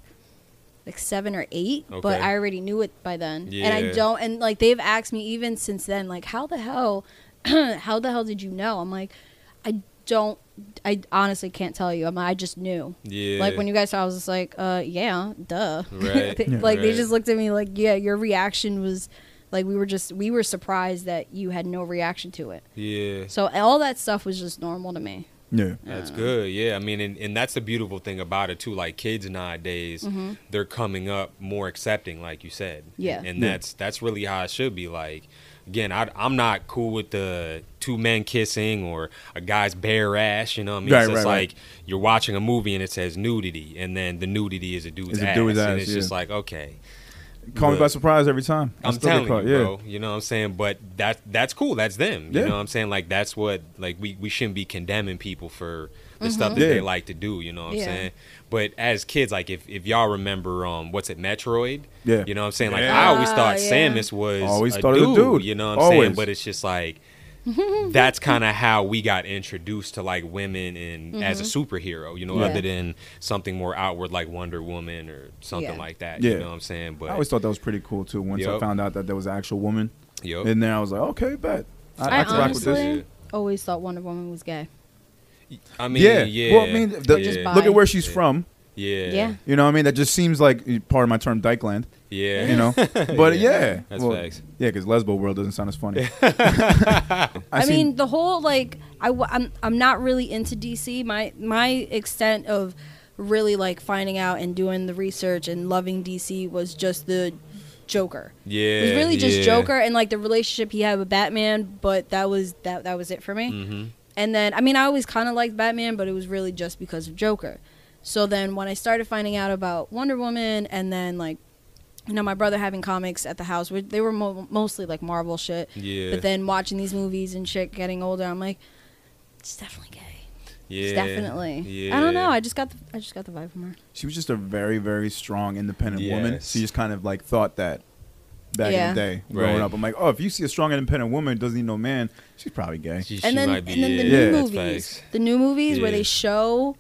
S3: like seven or eight,
S2: Okay.
S3: but I already knew it by then, and I
S2: Yeah.
S3: don't. And like they've asked me even since then, like, "How the hell, how the hell did you know?" I'm like, I don't. I honestly can't tell you. I'm. I just knew.
S2: Yeah.
S3: Like when you guys saw, I was just like, uh, yeah, duh.
S2: Right,
S3: They-
S2: Yeah.
S3: Like they
S2: right.
S3: just looked at me like, yeah, your reaction was like we were just we were surprised that you had no reaction to it.
S2: Yeah.
S3: So all that stuff was just normal to me.
S1: Yeah.
S2: That's
S3: Uh.
S2: good. Yeah. I mean, and, and that's the beautiful thing about it, too. Like, kids nowadays, they're coming up more accepting, like you said.
S3: Mm-hmm. Yeah.
S2: And that's that's really how it should be. Like, again, I, I'm not cool with the two men kissing or a guy's bare ass. You know what I mean?
S1: Right,
S2: so it's
S1: right, right.
S2: like you're watching a movie and it says nudity, and then the nudity is a dude's,
S1: It's a
S2: ass,
S1: dude's
S2: And
S1: ass,
S2: it's
S1: yeah.
S2: just like, okay.
S1: Call me
S2: Look.
S1: by surprise every time. I
S2: I'm
S1: still get
S2: telling
S1: caught,
S2: you, bro. You know what I'm saying? But that that's cool. That's them. You
S1: Yeah.
S2: know what I'm saying? Like that's what like we, we shouldn't be condemning people for the stuff that
S1: Yeah.
S2: they like to do. You know what
S3: Mm-hmm. Yeah.
S2: I'm saying? But as kids, like if, if y'all remember, um, what's it, Metroid?
S1: Yeah.
S2: You know what I'm saying? Like
S1: Yeah.
S2: I always thought
S3: Ah, yeah.
S2: Samus was
S1: Always
S2: a,
S1: thought it was
S2: dude,
S1: a dude.
S2: You know what I'm
S1: Always.
S2: saying? But it's just like that's kind of how we got introduced to like women and as a
S3: Mm-hmm.
S2: superhero. You know,
S3: Yeah.
S2: other than something more outward like Wonder Woman or something
S3: Yeah.
S2: like that.
S1: Yeah.
S2: You know what I'm saying? But
S1: I always thought that was pretty cool too. Once I
S2: Yup.
S1: found out that there was an actual woman
S2: Yup.
S1: in there, I was like, okay, bet.
S3: I,
S1: can rock with this.
S2: Yeah.
S3: honestly always thought Wonder Woman was gay.
S2: I mean,
S1: yeah.
S2: yeah.
S1: Well, I mean, the-
S3: Just
S2: yeah.
S3: bi.
S1: Look at where she's
S2: Yeah.
S1: from.
S2: yeah.
S3: Yeah.
S1: You know what I mean? That just seems like part of my term, Dykeland.
S2: Yeah.
S1: You know, but yeah,
S2: Yeah, that's facts.
S1: Yeah, because lesbo world doesn't sound as funny.
S3: I,
S1: seen-
S3: mean, the whole like I w- I'm I'm not really into DC. My my extent of really like finding out and doing the research and loving DC was just the Joker.
S2: Yeah.
S3: It was really just
S2: yeah.
S3: Joker and like the relationship he had with Batman, but that was that that was it for me.
S2: Mhm.
S3: And then I mean, I always kind of liked Batman, but it was really just because of Joker. So then when I started finding out about Wonder Woman and then like you know my brother having comics at the house, which they were mo- mostly like Marvel shit.
S2: Yeah.
S3: But then watching these movies and shit, getting older, I'm like, it's definitely gay.
S2: Yeah.
S3: It's definitely.
S2: Yeah.
S3: I don't know. I just got the I just got the vibe from her.
S1: she was just a very, very strong, independent woman.
S2: Yes.
S1: She just kind of like thought that back
S3: Yeah.
S1: in the day
S2: Right.
S1: growing up. I'm like, oh, if you see a strong, independent woman who doesn't need no man, she's probably gay.
S2: She, she
S3: and then
S2: might be,
S3: and then the
S2: yeah,
S3: new
S2: that's
S3: movies,
S2: facts.
S3: the new movies where
S2: Yeah.
S3: they show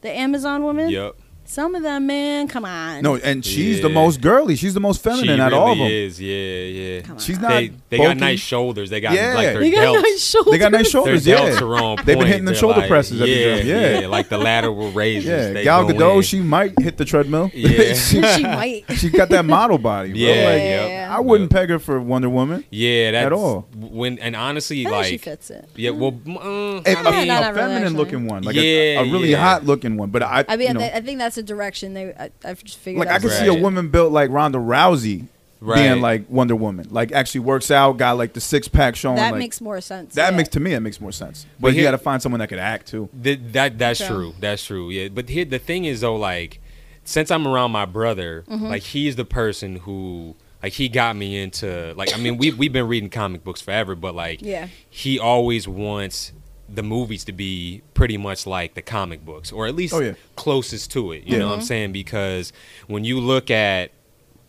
S3: the Amazon woman.
S2: Yep.
S3: Some of them, man, come on.
S1: no, and she's the
S2: Yeah.
S1: most girly. She's the most feminine
S2: she
S1: out of all of
S2: really
S1: them.
S2: Is. Yeah, yeah.
S3: Come on.
S1: She's not.
S2: They, they got
S1: bulky.
S2: nice shoulders. They got
S1: Yeah.
S2: like their
S3: They got
S2: delts.
S3: nice shoulders.
S1: They got nice
S2: Their
S1: shoulders.
S2: delts
S1: Yeah.
S2: are on point.
S1: They've been hitting them
S2: They're
S1: shoulder
S2: like,
S1: presses at the
S2: yeah,
S1: gym. Yeah.
S2: yeah, like the lateral raises.
S1: Yeah,
S2: they
S1: Gal
S2: go
S1: Gadot,
S2: in.
S1: she might hit the treadmill.
S2: Yeah.
S1: she,
S3: she might.
S1: she got that model body. Bro.
S2: yeah,
S1: Like,
S2: yep,
S3: Yeah.
S1: I wouldn't peg her for Wonder Woman.
S2: Yeah, that's
S1: all.
S2: When and honestly,
S3: I think she
S2: like,
S3: fits it.
S2: yeah, well,
S1: A,
S2: mm, I
S1: a-
S3: Yeah,
S2: mean,
S3: no,
S1: a
S3: not really,
S1: feminine
S3: actually.
S1: looking one, like
S2: Yeah,
S1: a, a really
S2: yeah.
S1: hot looking one. But I,
S3: I mean,
S1: you know,
S3: I, I think that's a direction they. I, I just figured.
S1: like I
S3: out
S1: could
S2: Right.
S1: see a woman built like Ronda Rousey
S2: Right.
S1: being like Wonder Woman, like actually works out, got like the six pack showing.
S3: that
S1: like-
S3: makes more sense.
S1: that
S3: yeah.
S1: makes to me that makes more sense. But,
S2: But
S1: you
S2: here-
S1: got to find someone that could act too.
S2: Th- that that's
S3: True.
S2: true. That's true. Yeah. But here the thing is though, like since I'm around my brother,
S3: Mm-hmm.
S2: like he's the person who like he got me into like I mean we we've been reading comic books forever, but like
S3: Yeah.
S2: he always wants the movies to be pretty much like the comic books, or at least
S1: Oh, yeah.
S2: closest to it. You
S1: Yeah.
S2: know
S3: Mm-hmm.
S2: what I'm saying? Because when you look at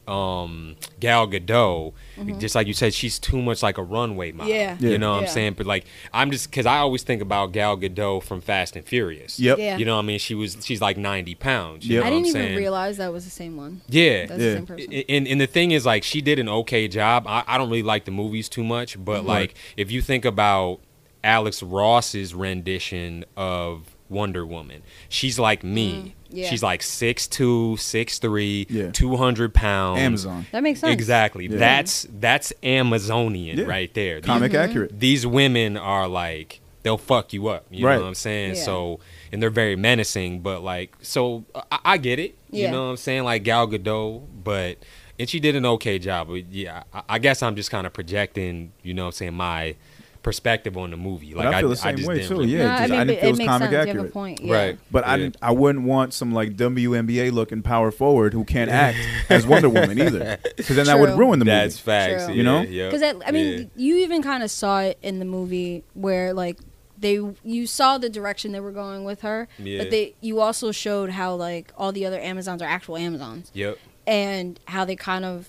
S2: um Gal Gadot, just like you said, she's too much like a runway model.
S3: Mm-hmm. Yeah.
S1: Yeah.
S2: You know what
S3: Yeah.
S2: I'm saying? But like I'm just cause I always think about Gal Gadot from Fast and Furious.
S1: Yep.
S3: Yeah.
S2: You know what I mean? She was she's like ninety pounds.
S1: Yep.
S2: You know
S3: I didn't
S2: what
S3: even
S2: I'm saying?
S3: realize that was the same one.
S2: Yeah.
S3: That's
S1: Yeah.
S3: the same person.
S2: A- and and the thing is like she did an okay job. I, I don't really like the movies too much, but like if you think about Alex Ross's rendition of Wonder Woman, she's like me.
S3: Mm, yeah.
S2: She's like 6'2", 6'3",
S1: Yeah.
S2: 200 pounds.
S1: Amazon
S3: that makes sense.
S2: Exactly.
S1: Yeah.
S2: That's that's Amazonian
S1: Yeah.
S2: right there. These-
S1: comic accurate.
S2: these women are like they'll fuck you up. You
S1: Right.
S2: know what I'm saying?
S3: Yeah.
S2: So and they're very menacing, but like so I, I get it.
S3: Yeah.
S2: You know what I'm saying? Like Gal Gadot, but and she did an okay job. But yeah, I, I guess I'm just kind of projecting. You know what I'm saying? My perspective on the movie.
S1: But
S2: Like
S1: I feel the same
S2: just
S1: way,
S2: didn't
S1: too,
S2: really-
S1: yeah,
S3: No,
S1: just-
S3: I mean,
S1: I didn't
S3: but
S1: feel it
S3: it
S1: was
S3: makes
S1: comic
S3: sense. You have
S1: accurate.
S3: a point. Yeah.
S2: Right.
S1: But I
S2: Yeah.
S1: didn't- I wouldn't want some like WNBA looking power forward who can't act as Wonder Woman either, because then that would
S3: True.
S1: ruin the movie.
S2: That's facts.
S3: True.
S1: You know?
S2: Yeah.
S3: Because I mean, you even kind of saw it in the movie where like they you saw the direction they were going with her,
S2: Yeah.
S3: but they you also showed how like all the other Amazons are actual Amazons
S2: Yep.
S3: and how they kind of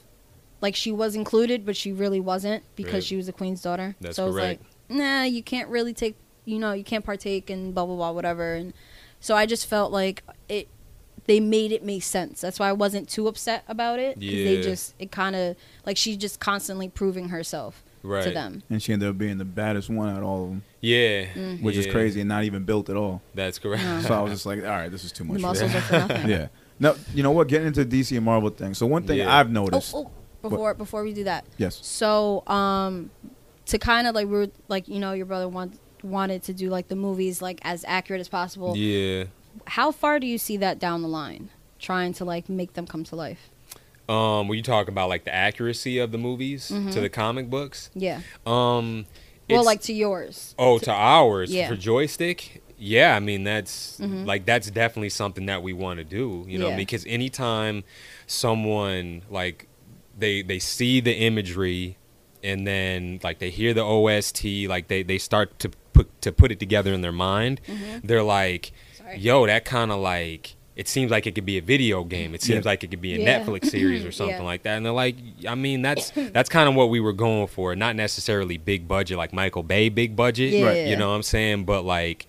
S3: like she was included, but she really wasn't because
S2: Right.
S3: she was the queen's daughter.
S2: That's
S3: so
S2: correct.
S3: it was like, nah, you can't really take, you know, you can't partake and blah blah blah whatever. And so I just felt like it, they made it make sense. That's why I wasn't too upset about it. 'cause They
S2: Yeah.
S3: just it kind of like she just constantly proving herself to
S2: Right.
S3: them.
S1: And she ended up being the baddest one out of all of them,
S2: Yeah.
S1: which is
S2: Yeah.
S1: crazy and not even built at all.
S2: That's correct.
S3: Uh,
S1: So I was just like, all right, this is too
S3: Uh-huh. The
S1: much. for
S3: muscles are for nothing.
S1: yeah. No, you know what? Getting into DC and Marvel thing. So one thing
S2: Yeah.
S1: I've
S3: Oh,
S1: noticed.
S3: oh, before before we do that,
S1: Yes.
S3: So, um, to kind of like we were like you know your brother want, wanted to do like the movies like as accurate as possible.
S2: yeah.
S3: How far do you see that down the line? Trying to like make them come to life.
S2: Um, were you talking about like the accuracy of the movies to the comic books?
S3: Yeah.
S2: Um,
S3: Mm-hmm. well,
S2: it's-
S3: like to yours.
S2: oh, to ours
S3: Yeah. Mm-hmm.
S2: for joystick. Yeah, I mean that's like that's definitely something that we want to do. You know,
S3: Yeah.
S2: because anytime someone like they they see the imagery and then like they hear the OST, like they they start to put to put it together in their mind,
S3: Mm-hmm.
S2: they're like,
S3: Sorry.
S2: "Yo, that kind of like." It seems like it could be a video game. It seems
S1: Yeah.
S2: like it could be a
S3: Yeah.
S2: Netflix series or
S3: Yeah.
S2: something like that. And they're like, I mean, that's that's kind of what we were going for. Not necessarily big budget, like Michael Bay big budget.
S3: Yeah.
S1: Right.
S2: You know what I'm saying? But like,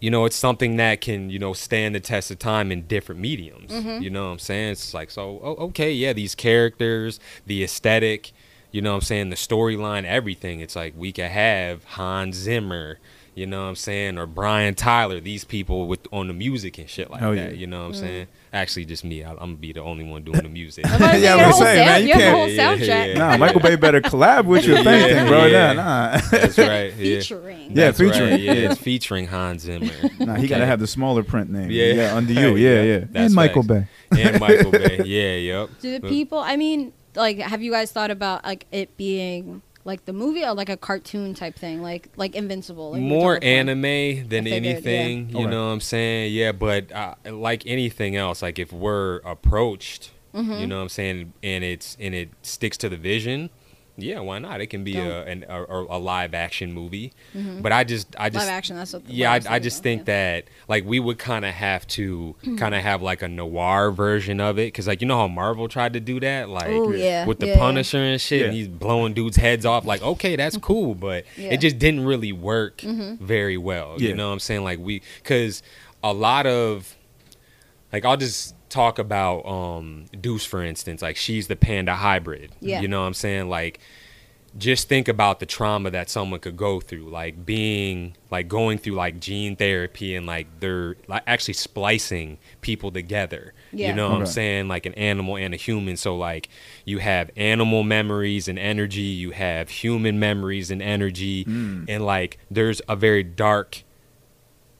S2: you know, it's something that can, you know, stand the test of time in different mediums.
S3: Mm-hmm.
S2: You know what I'm saying? It's like, so, oh, okay, yeah, these characters, the aesthetic, you know what I'm saying, the storyline, everything. It's like we could have Hans Zimmer, you know what I'm saying, or Brian Tyler, these people with on the music and shit like
S1: Hell
S2: that.
S1: Oh, yeah.
S2: You know
S3: Mm.
S2: what I'm saying? Actually, just me. I, I'm going to be the only one doing the music.
S3: I'm about to say,
S1: Yeah, I
S3: you had
S1: was
S3: a whole
S1: saying,
S3: sound-
S1: man, you
S3: you had a
S1: can't-
S3: whole
S2: Yeah, yeah,
S3: soundtrack.
S2: yeah.
S1: Nah, Michael Bay better collab with you, if
S2: Yeah,
S1: anything, bro.
S2: yeah.
S1: Nah, nah.
S2: That's right. Yeah.
S3: Featuring.
S1: Yeah,
S2: That's right,
S1: featuring.
S2: yeah, it's featuring Hans Zimmer.
S1: Nah, he gotta have the smaller print name.
S2: Yeah.
S1: Yeah, under you.
S2: Yeah,
S1: Yeah, yeah.
S2: that's
S1: and Michael
S2: facts.
S1: Bay.
S2: and Michael Bay. Yeah, yep.
S3: Do the
S2: But-
S3: people? I mean, like, have you guys thought about like it being like the movie or like a cartoon type thing, like like Invincible? Like we were
S2: more
S3: talking about.
S2: anime than
S3: figured, yeah.
S2: anything you
S1: Okay.
S2: know what i'm saying yeah but uh, like anything else like if we're approached
S3: Mm-hmm.
S2: you know what i'm saying and it's and it sticks to the vision yeah why not it can be a,
S3: Dope. Mm-hmm.
S2: an, a a live action movie but i just i just
S3: live action. That's what. the-
S2: yeah
S3: what
S2: I,
S3: was
S2: I just
S3: thinking
S2: think
S3: of,
S2: that like we would kind of have to kind of have like a noir version of it because like you know how marvel tried to do that like
S3: Ooh, yeah,
S2: with the
S3: yeah.
S2: punisher and shit and
S1: Yeah.
S2: he's blowing dudes heads off like okay that's cool but
S3: Yeah. Mm-hmm.
S2: it just didn't really work very well you
S1: Yeah.
S2: know what i'm saying like we because a lot of like i'll just talk about um deuce for instance like she's the panda hybrid
S3: Yeah.
S2: you know what i'm saying like just think about the trauma that someone could go through like being like going through like gene therapy and like they're like actually splicing people together you
S3: Yeah.
S2: know what i'm
S1: Okay.
S2: saying like an animal and a human so like you have animal memories and energy you have human memories and energy
S1: Hmm.
S2: and like there's a very dark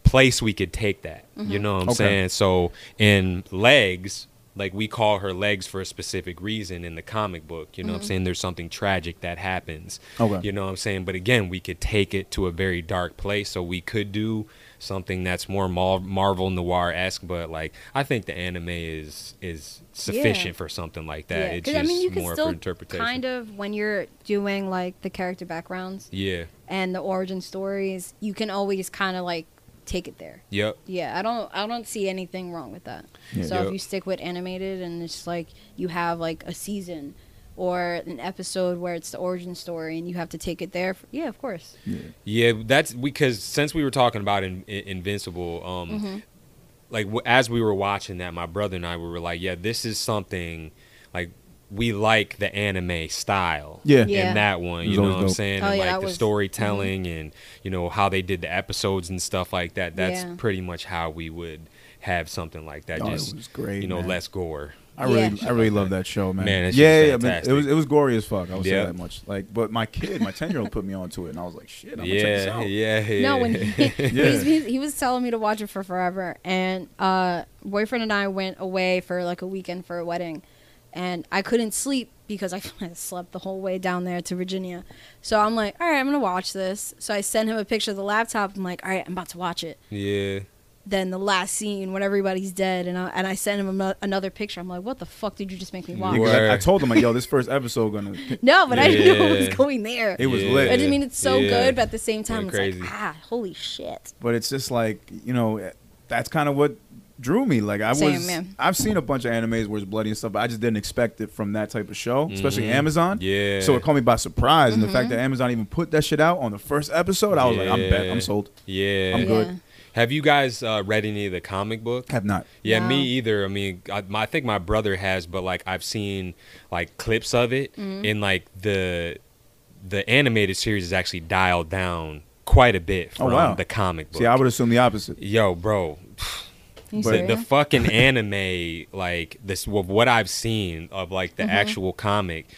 S2: place we could take that. You know what I'm
S1: Okay.
S2: saying? So in legs, like we call her legs for a specific reason in the comic book. You know
S3: Mm-hmm.
S2: what I'm saying? There's something tragic that happens.
S1: Okay.
S2: You know what I'm saying? But again, we could take it to a very dark place. So we could do something that's more Mar- Marvel noir esque. But like, I think the anime is is sufficient for something like that. It's
S3: 'cause,
S2: just
S3: I mean, you
S2: more
S3: can still
S2: for interpretation.
S3: kind of when you're doing like the character backgrounds
S2: yeah.
S3: and the origin stories, you can always kind of like take it there.
S2: Yep.
S3: Yeah, I don't I don't see anything wrong with that.
S1: Yeah.
S3: So
S2: Yeah.
S3: if you stick with animated and it's like you have like a season or an episode where it's the origin story and you have to take it there, for, yeah, of course.
S2: Yeah, that's because since we were talking about in, in- Invincible, um,
S3: Mm-hmm.
S2: like w- as we were watching that, my brother and I we were like, yeah, this is something like we like the anime style.
S1: Yeah.
S3: Yeah.
S2: In that one,
S1: It was
S2: you know
S1: always
S2: what I'm
S1: dope.
S2: saying?
S3: Oh,
S2: and
S3: yeah,
S2: like
S3: that
S2: the
S3: was- mm-hmm.
S2: storytelling and you know how they did the episodes and stuff like that. That's
S3: Yeah.
S2: pretty much how we would have something like that.
S1: Oh, it
S2: Just
S1: was great,
S2: you know,
S1: man.
S2: less gore.
S1: I really,
S3: Yeah.
S1: I really love that show, man.
S2: Man, that shit's
S1: yeah, yeah, yeah, but
S2: fantastic.
S1: it was it was gory as fuck. I will
S2: Yeah.
S1: say that much. Like, but my kid, my ten year old, put me onto it, and I was like, shit, I'm gonna check this
S2: Yeah,
S1: out.
S2: yeah, yeah.
S3: No, when he, he's,
S1: Yeah.
S3: he's, he was telling me to watch it for forever, and uh, boyfriend and I went away for like a weekend for a wedding, and I couldn't sleep because I slept the whole way down there to Virginia. So I'm like, all right, I'm gonna watch this. So I sent him a picture of the laptop. I'm like, all right, I'm about to watch it.
S2: yeah.
S3: Then the last scene when everybody's dead, and I, and I sent him ano- another picture. I'm like, what the fuck did you just make me watch?
S1: Yeah, 'cause I, I
S2: Word.
S1: told him like, yo, this first episode gonna,
S3: No, but I didn't know it
S2: Yeah.
S3: was going there.
S1: it was
S2: Yeah.
S1: lit.
S3: I just mean it's so
S2: Yeah.
S3: good, but at the same time,
S2: Went
S3: it's like
S2: crazy.
S3: ah, holy shit.
S1: but it's just like you know eh, that's kind of what drew me like i
S3: Same,
S1: was
S3: man.
S1: i've seen a bunch of animes where it's bloody and stuff but i just didn't expect it from that type of show especially amazon
S2: Mm-hmm. Yeah.
S1: so it caught me by surprise and the fact
S3: Mm-hmm.
S1: that amazon even put that shit out on the first episode i was like i'm bet
S2: Yeah.
S1: i'm sold
S2: Yeah.
S1: I'm good.
S2: Have you guys uh, read any of the comic book?
S1: have not
S2: Yeah, me
S3: No.
S2: either. I mean, I, my, I think my brother has, but like I've seen like clips of it,
S3: Mm-hmm.
S2: and like the the animated series is actually dialed down quite a bit
S1: Oh,
S2: from
S1: wow.
S2: the comic book.
S1: see i would assume the opposite
S2: Yo,
S3: You
S2: bro,
S1: But-
S2: the,
S3: serious?
S2: the fucking anime, like this, of what I've seen of like the
S3: Mm-hmm.
S2: actual comic,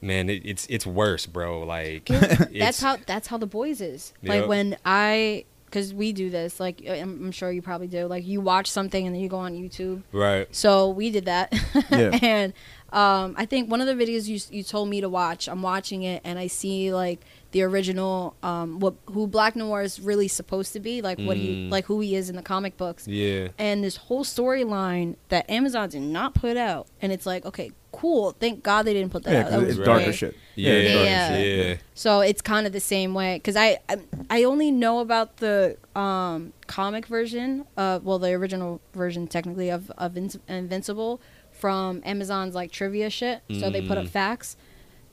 S2: man, it, it's it's worse, bro. Like
S3: that's
S2: it's-
S3: how that's how the boys is like
S2: Yep.
S3: when i because we do this like uh, I'm, I'm sure you probably do like you watch something and then you go on youtube
S2: right.
S3: so we did that
S1: Yeah.
S3: and um, i think one of the videos you, s- you told me to watch i'm watching it and i see like the original um, what who Black Noir is really supposed to be, like what he
S2: Mm.
S3: like who he is in the comic books.
S2: Yeah.
S3: And this whole storyline that Amazon did not put out, and it's like, okay, cool. Thank God they didn't put that
S1: Yeah,
S3: out.
S1: 'cause
S3: That was
S1: it's darker
S3: great.
S1: shit.
S2: Yeah.
S1: it's darker
S3: Yeah.
S1: shit.
S2: Yeah.
S3: So it's kind of the same way because I, I I only know about the um, comic version, uh, well the original version technically of of Invinci- Invincible from Amazon's like trivia shit. So they put up
S2: Mm.
S3: facts,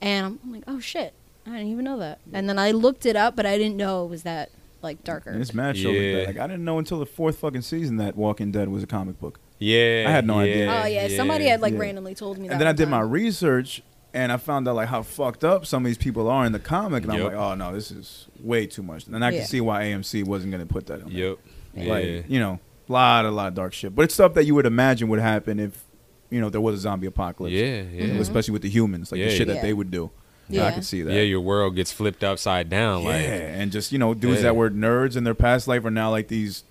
S3: and I'm like, oh shit, I didn't even know that. And then I looked it up, but I didn't know it was that like darker.
S1: And It's mad show like
S2: Yeah.
S1: that. Like I didn't know until the fourth fucking season that Walking Dead was a comic book.
S2: Yeah.
S1: I had no idea.
S3: oh yeah, somebody had like
S1: yeah.
S3: randomly told me that.
S1: and then I
S3: one
S1: did my
S3: time.
S1: research and I found out like how fucked up some of these people are in the comic, and I'm
S2: Yep.
S1: like, oh no, this is way too much. And I
S3: Yeah.
S1: can see why AMC wasn't gonna put that on. there.
S2: Yep. Yeah.
S1: Like you know, a lot a lot of dark shit, but it's stuff that you would imagine would happen if you know there was a zombie apocalypse.
S2: yeah.
S1: You know,
S2: Yeah.
S1: especially with the humans, like
S2: Yeah,
S1: the shit
S3: yeah.
S1: that they would do.
S3: Yeah.
S1: I can see that.
S2: Yeah. Your world gets flipped upside down.
S1: Yeah,
S2: Like.
S1: and just you know, dudes
S2: Yeah.
S1: that were nerds in their past life are now like these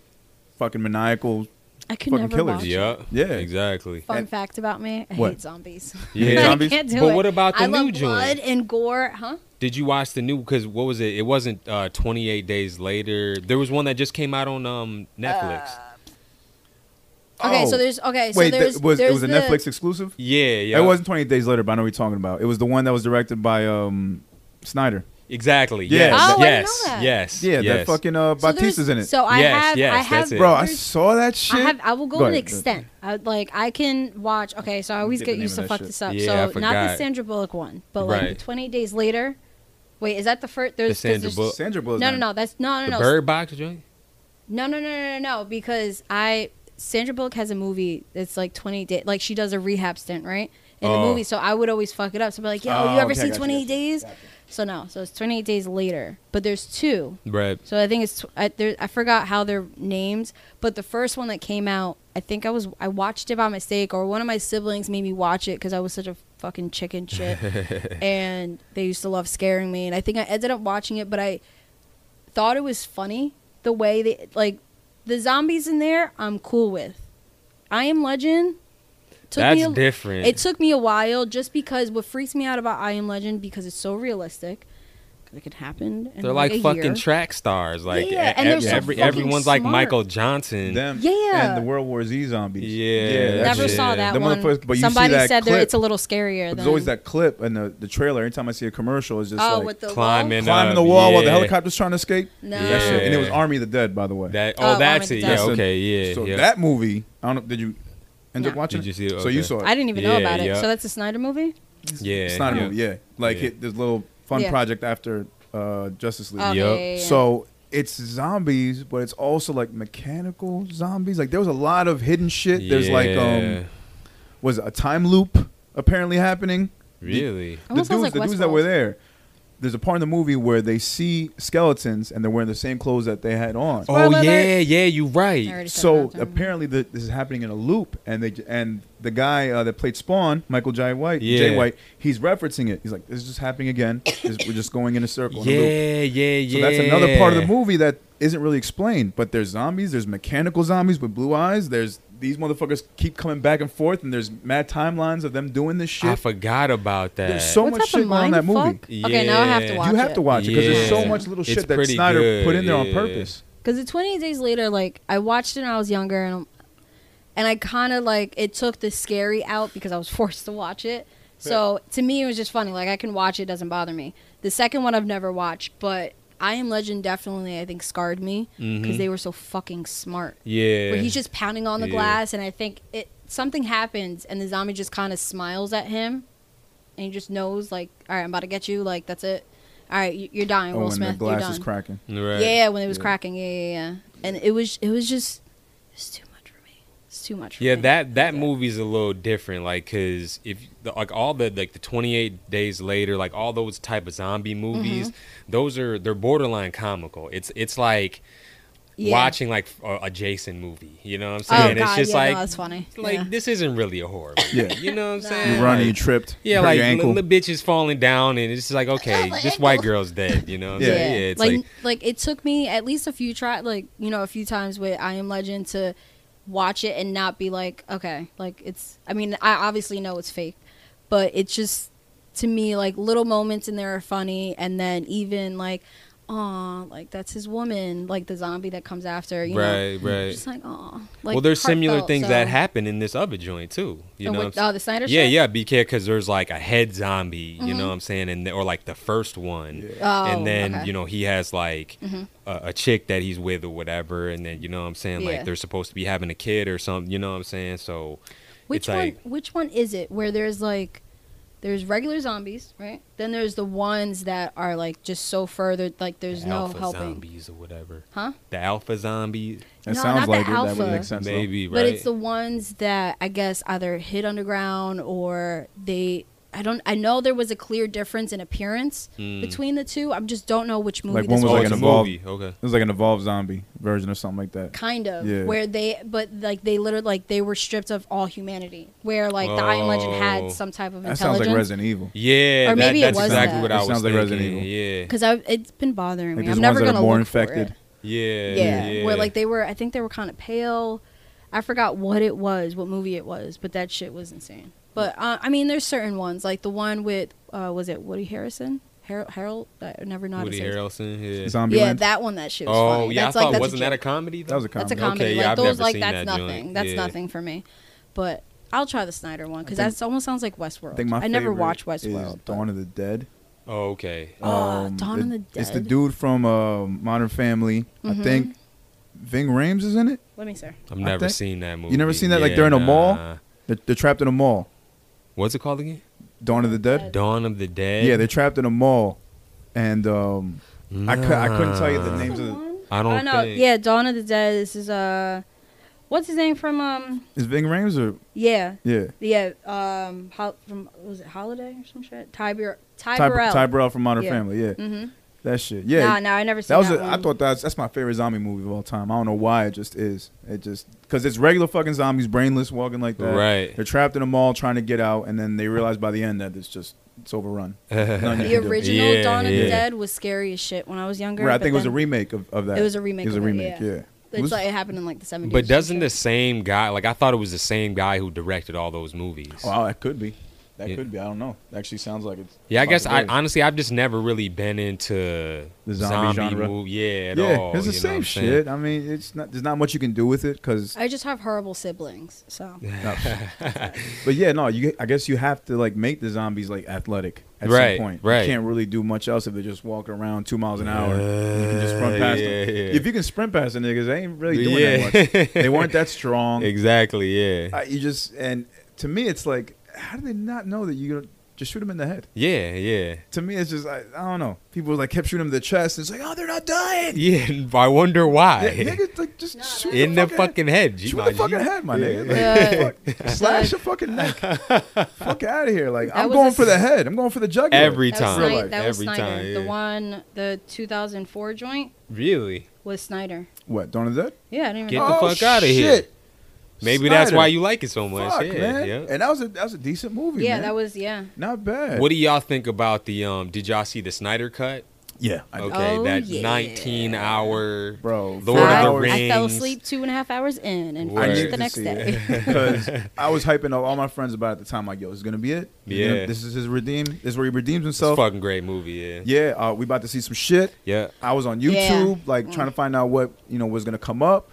S1: fucking maniacal.
S3: I could
S1: fucking
S3: never
S1: killers.
S3: watch. it.
S2: Yeah.
S1: Yeah.
S2: Exactly.
S3: Fun
S1: And-
S3: fact about me: I
S1: What?
S3: hate zombies.
S1: hate
S2: Yeah.
S3: I
S1: zombies?
S3: can't do
S2: But
S3: it.
S2: what about the
S3: I
S2: new
S3: love blood
S2: joint?
S3: and gore? Huh?
S2: Did you watch the new? Because what was it? It wasn't uh, 28 Days Later. There was one that just came out on um, Netflix.
S3: Uh. Okay,
S1: Oh.
S3: so there's okay, so
S1: Wait, that
S3: there's
S1: was
S3: there's
S1: it was a
S3: the-
S1: Netflix exclusive?
S2: yeah, yeah.
S1: It wasn't 28 Days Later, but I know what you're talking about. It was the one that was directed by um, Snyder.
S2: exactly.
S1: Yeah.
S2: Yes.
S1: Oh,
S3: I didn't know
S2: yes.
S3: that.
S2: Yes.
S1: Yeah,
S2: yes.
S1: that fucking uh,
S3: so there's-
S1: Batista's in it.
S3: So I
S2: Yes,
S3: have,
S2: yes,
S3: I have,
S2: that's it.
S1: Bro, I
S3: there's-
S1: saw that shit.
S3: I have, I will go,
S1: Go
S3: to the
S1: ahead.
S3: extent. I would, like I can watch. Okay, so I always
S1: Get
S3: get,
S1: the name
S3: used
S1: of that
S3: to fuck
S1: shit.
S3: this up.
S2: Yeah, I
S3: so not the
S2: forgot.
S3: Sandra Bullock one, but like
S2: Right.
S3: the 28 Days Later. Wait, is that the first? There's 'cause
S2: Sandra
S3: there's-
S2: Bullock.
S1: Sandra Bullock.
S3: No, no, no. That's no, no,
S2: The
S3: no.
S2: Bird Box joint.
S3: No, no, no, no, no, no. Because I Sandra Bullock has a movie that's like 28 days. Like she does a rehab stint, right? In the
S2: Oh.
S3: movie, so I would always fuck it up. So I'd be like, "Yo,
S1: Oh,
S3: you ever
S1: okay,
S3: see
S1: gotcha,
S3: 28
S1: gotcha,
S3: Days?" So no, so it's 28 days later. But there's two.
S2: Right.
S3: So I think it's tw- I, there, I forgot how they're named, but the first one that came out, I think I was I watched it by mistake, or one of my siblings made me watch it because I was such a fucking chicken shit, and they used to love scaring me. And I think I ended up watching it, but I thought it was funny the way they like the zombies in there. I'm cool with. I am Legend. Took
S2: That's
S3: me a-
S2: different.
S3: it took me a while just because what freaks me out about I Am Legend because it's so realistic. It could happen. In
S2: They're like,
S3: a
S2: fucking
S3: year.
S2: track stars. Like
S3: Yeah,
S2: e-
S3: and they're
S2: e-
S3: so
S2: every
S3: fucking
S2: everyone's like
S3: smart.
S2: Michael Johnson.
S1: Them
S3: Yeah.
S1: and the World War Z zombies.
S2: Yeah,
S1: that
S2: That's
S3: Never
S1: shit.
S3: saw
S2: it.
S3: that
S1: Them
S3: one.
S1: motherfuckers- but you
S3: Somebody
S1: see that
S3: said there
S1: clip,
S3: it's a little scarier.
S1: But there's
S3: than-
S1: always that clip and the, the trailer. Anytime I see a commercial, it's just
S3: oh,
S1: like
S3: with the
S2: climbing
S3: wall?
S1: climbing
S2: up,
S1: the wall while the
S2: uh, yeah.
S1: helicopter's trying to escape.
S3: No.
S1: That shit. And it was
S2: Yeah.
S1: Army of the Dead, by the way.
S2: That
S3: Oh,
S2: oh,
S3: I'm
S2: that's
S3: into that.
S2: it. Yeah,
S1: That's the-
S2: okay, yeah.
S1: So
S2: yeah.
S1: that movie, I don't know. Did you end up
S3: No.
S1: watching?
S2: Did you see it?
S1: So you
S2: Okay.
S1: saw it.
S3: I didn't even know
S2: Yeah,
S3: about it.
S2: yeah.
S3: So that's a Snyder movie.
S2: yeah,
S1: It's not a movie. Yeah, like
S2: Yeah.
S1: It, this little fun
S3: Yeah. Oh,
S1: project after uh, Justice League.
S3: Okay,
S2: Yup.
S3: yeah, yeah.
S1: So it's zombies, but it's also like mechanical zombies. Like there was a lot of hidden shit. There's like
S2: Yeah.
S1: um, was it a time loop apparently happening.
S2: really.
S1: The
S3: Almost
S1: dudes,
S3: sounds
S1: the
S3: like
S1: dudes that were
S3: Westworld.
S1: there. There's a part in the movie where they see skeletons and they're wearing the same clothes that they had on.
S2: Oh
S3: Spoiler
S2: yeah, yeah. You
S3: I
S2: right.
S3: already said
S1: So
S3: that, sorry.
S1: apparently, the, this is happening in a loop, and they and the guy uh, that played Spawn, Michael J. White,
S2: Yeah.
S1: J. White, he's referencing it. He's like, "This is just happening again. This- we're just going in a circle." in a loop."
S2: Yeah, yeah, yeah.
S1: So that's another part of the movie that isn't really explained. But there's zombies. There's mechanical zombies with blue eyes. There's these motherfuckers keep coming back and forth, and there's mad timelines of them doing this
S2: I
S1: shit.
S2: forgot about that.
S1: There's so
S3: What
S1: much
S3: type of
S1: shit going on in that movie.
S3: mindfuck? Okay, now I have
S2: Yeah.
S3: to
S2: You
S3: watch
S1: you have to watch it because there's so
S2: Yeah.
S1: much little
S2: It's
S1: shit that
S2: pretty
S1: Snyder
S2: good,
S1: put in there on
S2: yeah.
S1: purpose.
S3: Because the 28 Days Later, like, I watched it when I was younger, and, I'm- and I kind of, like, it took the scary out because I was forced to watch it. So to me, it was just funny. Like, I can watch it, doesn't bother me. The second one I've never watched, but I Am Legend definitely, I think, scarred me because
S2: Mhm.
S3: they were so fucking smart.
S2: Yeah.
S3: where he's just pounding on the
S2: Yeah.
S3: glass and i think it something happens and the zombie just kind of smiles at him and he just knows like all right i'm about to get you like that's it all right you- you're dying
S1: Oh,
S3: will
S1: and
S3: smith
S1: the glass
S3: you're
S1: is
S3: done
S1: cracking.
S2: right.
S3: yeah when it was
S1: Yeah.
S3: cracking yeah yeah yeah and it was it was just it's too much for me it's too much for
S2: Yeah,
S3: me.
S2: that that
S3: Yeah.
S2: movie's a little different, like because if the, like all the like the twenty eight days later, like all those type of zombie
S3: Mm-hmm.
S2: movies, those are they're borderline comical. It's it's like
S3: Yeah.
S2: watching like a, a Jason movie. You know what I'm
S3: oh
S2: saying?
S3: god
S2: it's just
S3: yeah,
S2: like
S3: no, that's funny
S2: like
S3: yeah.
S2: this isn't really a horror.
S1: Yeah.
S2: Movie, you know what I'm
S3: Nah.
S2: saying?
S1: You run,
S2: Like,
S1: and you tripped.
S2: yeah,
S1: hurt
S2: like
S1: your ankle.
S2: the bitch is falling down, and it's just like okay, this white girl's dead. You know? What I'm
S1: Yeah.
S2: saying? yeah. It's
S3: like,
S2: like,
S3: like it took me at least a few try like you know a few times with I Am Legend to watch it and not be like okay like it's I mean I obviously know it's fake but it's just to me like little moments in there are funny and then even like aw like that's his woman like the zombie that comes after you know
S2: right, right.
S3: just like aw like
S2: well, there's similar
S3: heartfelt,
S2: things
S3: so-
S2: that happen in this other joint too. You
S3: And with-
S2: know, what I'm saying?
S3: oh, the Snyder
S2: yeah,
S3: shit?
S2: yeah. Be careful because there's like a head zombie. You know what I'm saying, and the- or like the first one,
S3: Mm-hmm. Oh,
S2: and then
S3: okay. Mm-hmm.
S2: you know he has like a, a chick that he's with or whatever, and then you know what I'm saying,
S3: Yeah.
S2: like they're supposed to be having a kid or something. You know what I'm saying? So
S3: Which
S2: it's
S3: one?
S2: like
S3: which one is it? Where there's like, there's regular zombies, right? Then there's the ones that are like just so further, like there's
S2: the
S3: no
S2: alpha
S3: helping,
S2: zombies or whatever.
S3: huh?
S2: The alpha zombies,
S1: That
S3: No,
S1: sounds
S3: not the
S1: like it. That would
S3: alpha.
S1: make sense. though.
S2: maybe. Right?
S3: But it's the ones that I guess either hid underground or they. I don't. I know there was a clear difference in appearance
S2: Mm.
S3: between the two. I just don't know which movie.
S1: Like,
S3: this
S1: one
S2: oh,
S1: was like
S2: it's
S1: an
S2: a
S1: evolved-
S2: movie. Okay.
S1: It was like an evolved zombie version or something like that.
S3: kind of
S1: Yeah.
S3: where they but like they literally like they were stripped of all humanity where like the i am legend
S2: Oh.
S3: had some type of
S1: That
S3: intelligence
S1: sounds like Resident Evil.
S2: Yeah,
S3: Or
S2: that-
S3: maybe it
S2: that's
S3: was
S2: exactly
S3: that.
S2: what
S1: It
S2: I was
S1: sounds like
S2: thinking.
S1: Resident Evil.
S2: Yeah,
S3: because it's been bothering
S1: Like
S3: me.
S1: there's ones
S3: I'm never
S1: that
S3: gonna
S1: are more
S3: look for
S1: infected.
S3: it.
S2: yeah,
S3: Yeah,
S2: yeah.
S3: where like they were. I think they were kind of pale. I forgot what it was, what movie it was, but that shit was insane. But uh, I mean, there's certain ones like the one with uh, was it Woody Harrison, Harold? Harold? I never know. how to
S2: Woody
S3: say his-
S2: Harrelson. Yeah.
S1: Zombie
S3: Yeah,
S1: Land.
S3: that one. That shit was
S2: Oh
S3: funny.
S2: yeah,
S3: that's
S2: I
S3: like,
S2: thought
S3: that's
S2: wasn't that a
S3: joke.
S2: comedy?
S1: That was a
S3: That's
S1: comedy.
S3: a comedy.
S2: Okay, yeah,
S3: like
S2: I've
S3: those,
S2: never
S3: like
S2: seen
S3: that's
S2: that joint.
S3: nothing. That's
S2: Yeah.
S3: nothing for me. But I'll try the Snyder one because
S1: I think-
S3: that's almost sounds like Westworld.
S1: I
S3: I,
S1: think my
S3: never
S1: favorite
S3: watched
S1: is
S3: Westworld. but-
S1: Dawn of the Dead.
S2: oh okay.
S3: Ah, Dawn of the
S1: Um, It's the
S3: Dead.
S1: dude from uh, Modern Family. I
S3: Mhm.
S1: think Ving Rhames is in it.
S3: Let me see.
S2: I've
S1: I
S2: never
S1: think-
S2: seen that movie.
S1: You never seen that, like, they're in a mall? They're, they're trapped in a mall.
S2: What's it called again?
S1: Dawn of the Dead.
S2: Dawn of the Dead.
S1: Yeah, they're trapped in a mall, and um, I, cou- I couldn't tell you the
S2: Nah.
S1: names of. The-
S2: I don't
S3: I know.
S2: think.
S3: Yeah, Dawn of the Dead. This is uh, what's his name from um?
S1: is Ving Rhames or
S3: Yeah,
S1: yeah?
S3: yeah. Um, Hol- from was it Holiday or some shit? Tiber Ty
S1: Ty,
S3: Burrell.
S1: Ty Burrell from Modern
S3: Yeah.
S1: Family. Yeah,
S3: Mm-hmm.
S1: that shit.
S3: Yeah.
S1: Yeah,
S3: Nah, nah. I never seen
S1: That
S3: that.
S1: was. a- I
S3: one.
S1: thought that's that's my favorite zombie movie of all time. I don't know why it just is. It just because it's regular fucking zombies, brainless, walking like that.
S2: Right.
S1: They're trapped in a mall trying to get out, and then they realize by the end that it's just it's overrun. None you
S3: the
S1: can do.
S3: original
S2: Yeah,
S3: Dawn of
S2: yeah.
S3: the Dead was scary as shit when I was younger.
S1: Right, I
S3: but
S1: think it was a
S3: then
S1: remake of, of that.
S3: It was a remake
S1: It was a
S3: of it,
S1: remake.
S3: yeah.
S1: yeah.
S3: It's
S1: Was-
S3: like it happened in like the seventies.
S2: But doesn't the same guy? Like I thought it was the same guy who directed all those movies.
S1: Wow, that could be. That
S2: Yeah.
S1: could be. I don't know. Actually, sounds like it's.
S2: yeah, I guess I
S1: possibility.
S2: honestly I've just never really been into
S1: The zombie genre.
S2: movie. Yeah, at
S1: yeah,
S2: all.
S1: it's the same
S2: you know what I'm saying?
S1: shit. I mean, it's not. There's not much you can do with it because.
S3: I just have horrible siblings, so
S1: But yeah, no. You. I guess you have to like make the zombies like athletic at
S2: Right,
S1: some point.
S2: right.
S1: You can't really do much else if they just walk around two miles an hour. you can just sprint
S2: Yeah,
S1: past
S2: yeah,
S1: them.
S2: yeah.
S1: If you can sprint past the niggas, they ain't really doing
S2: Yeah.
S1: that much. They weren't that strong.
S2: Exactly. Yeah.
S1: I, you just and to me, it's like, how do they not know that you gonna just shoot them in the head?
S2: Yeah. Yeah.
S1: To me, it's just I, I don't know. People like kept shooting them in the chest. It's like, oh, they're not dying.
S2: Yeah. I wonder
S1: Yeah,
S2: why.
S1: niggas like just
S3: Nah,
S1: shoot
S2: in the
S1: head.
S2: fucking head. G,
S1: Shoot
S2: my
S1: the fucking
S2: G.
S1: head, my nigga.
S3: Yeah.
S1: Like, fuck, slash your fucking neck. Fuck out of here. Like
S3: That
S1: I'm
S3: was
S1: going
S3: a
S1: for the head. I'm going for the jugular.
S2: Every
S3: that was
S2: time.
S1: Real
S3: Snyder,
S1: life.
S3: that was
S2: Every
S3: Snyder.
S2: time,
S3: The
S2: yeah.
S3: one, the 2004 joint
S2: Really?
S3: was Snyder.
S1: what? Dawn of the Dead?
S3: Yeah, I didn't
S2: Get
S3: even know.
S2: the
S1: Oh,
S2: fuck outta here.
S1: shit.
S2: Maybe that's
S1: Snyder.
S2: why you like it so much.
S1: Fuck,
S2: yeah.
S1: man.
S2: yeah.
S1: And that was a that was a decent movie.
S3: yeah,
S1: man.
S3: that was yeah.
S1: not bad.
S2: What do y'all think about the um? Did y'all see the Snyder cut?
S1: Yeah, I did.
S2: Okay,
S3: Oh,
S2: that
S3: yeah.
S2: 19 hour.
S1: bro.
S2: Lord of the
S3: I,
S2: Rings.
S3: I fell asleep two and a half hours in and
S2: I
S3: finished
S2: need
S3: the
S2: to
S3: next
S1: see
S3: day.
S1: because I was hyping up all my friends about it at the time. Like, yo, this is gonna be it. This is gonna-
S2: Yeah.
S1: this is his redeem. This is where he redeems
S2: It's a
S1: himself.
S2: fucking great movie. Yeah.
S1: Yeah, uh, we about to see some shit.
S2: Yeah.
S1: I was on
S3: Yeah. Mm.
S1: YouTube, like trying to find out what you know was gonna come up.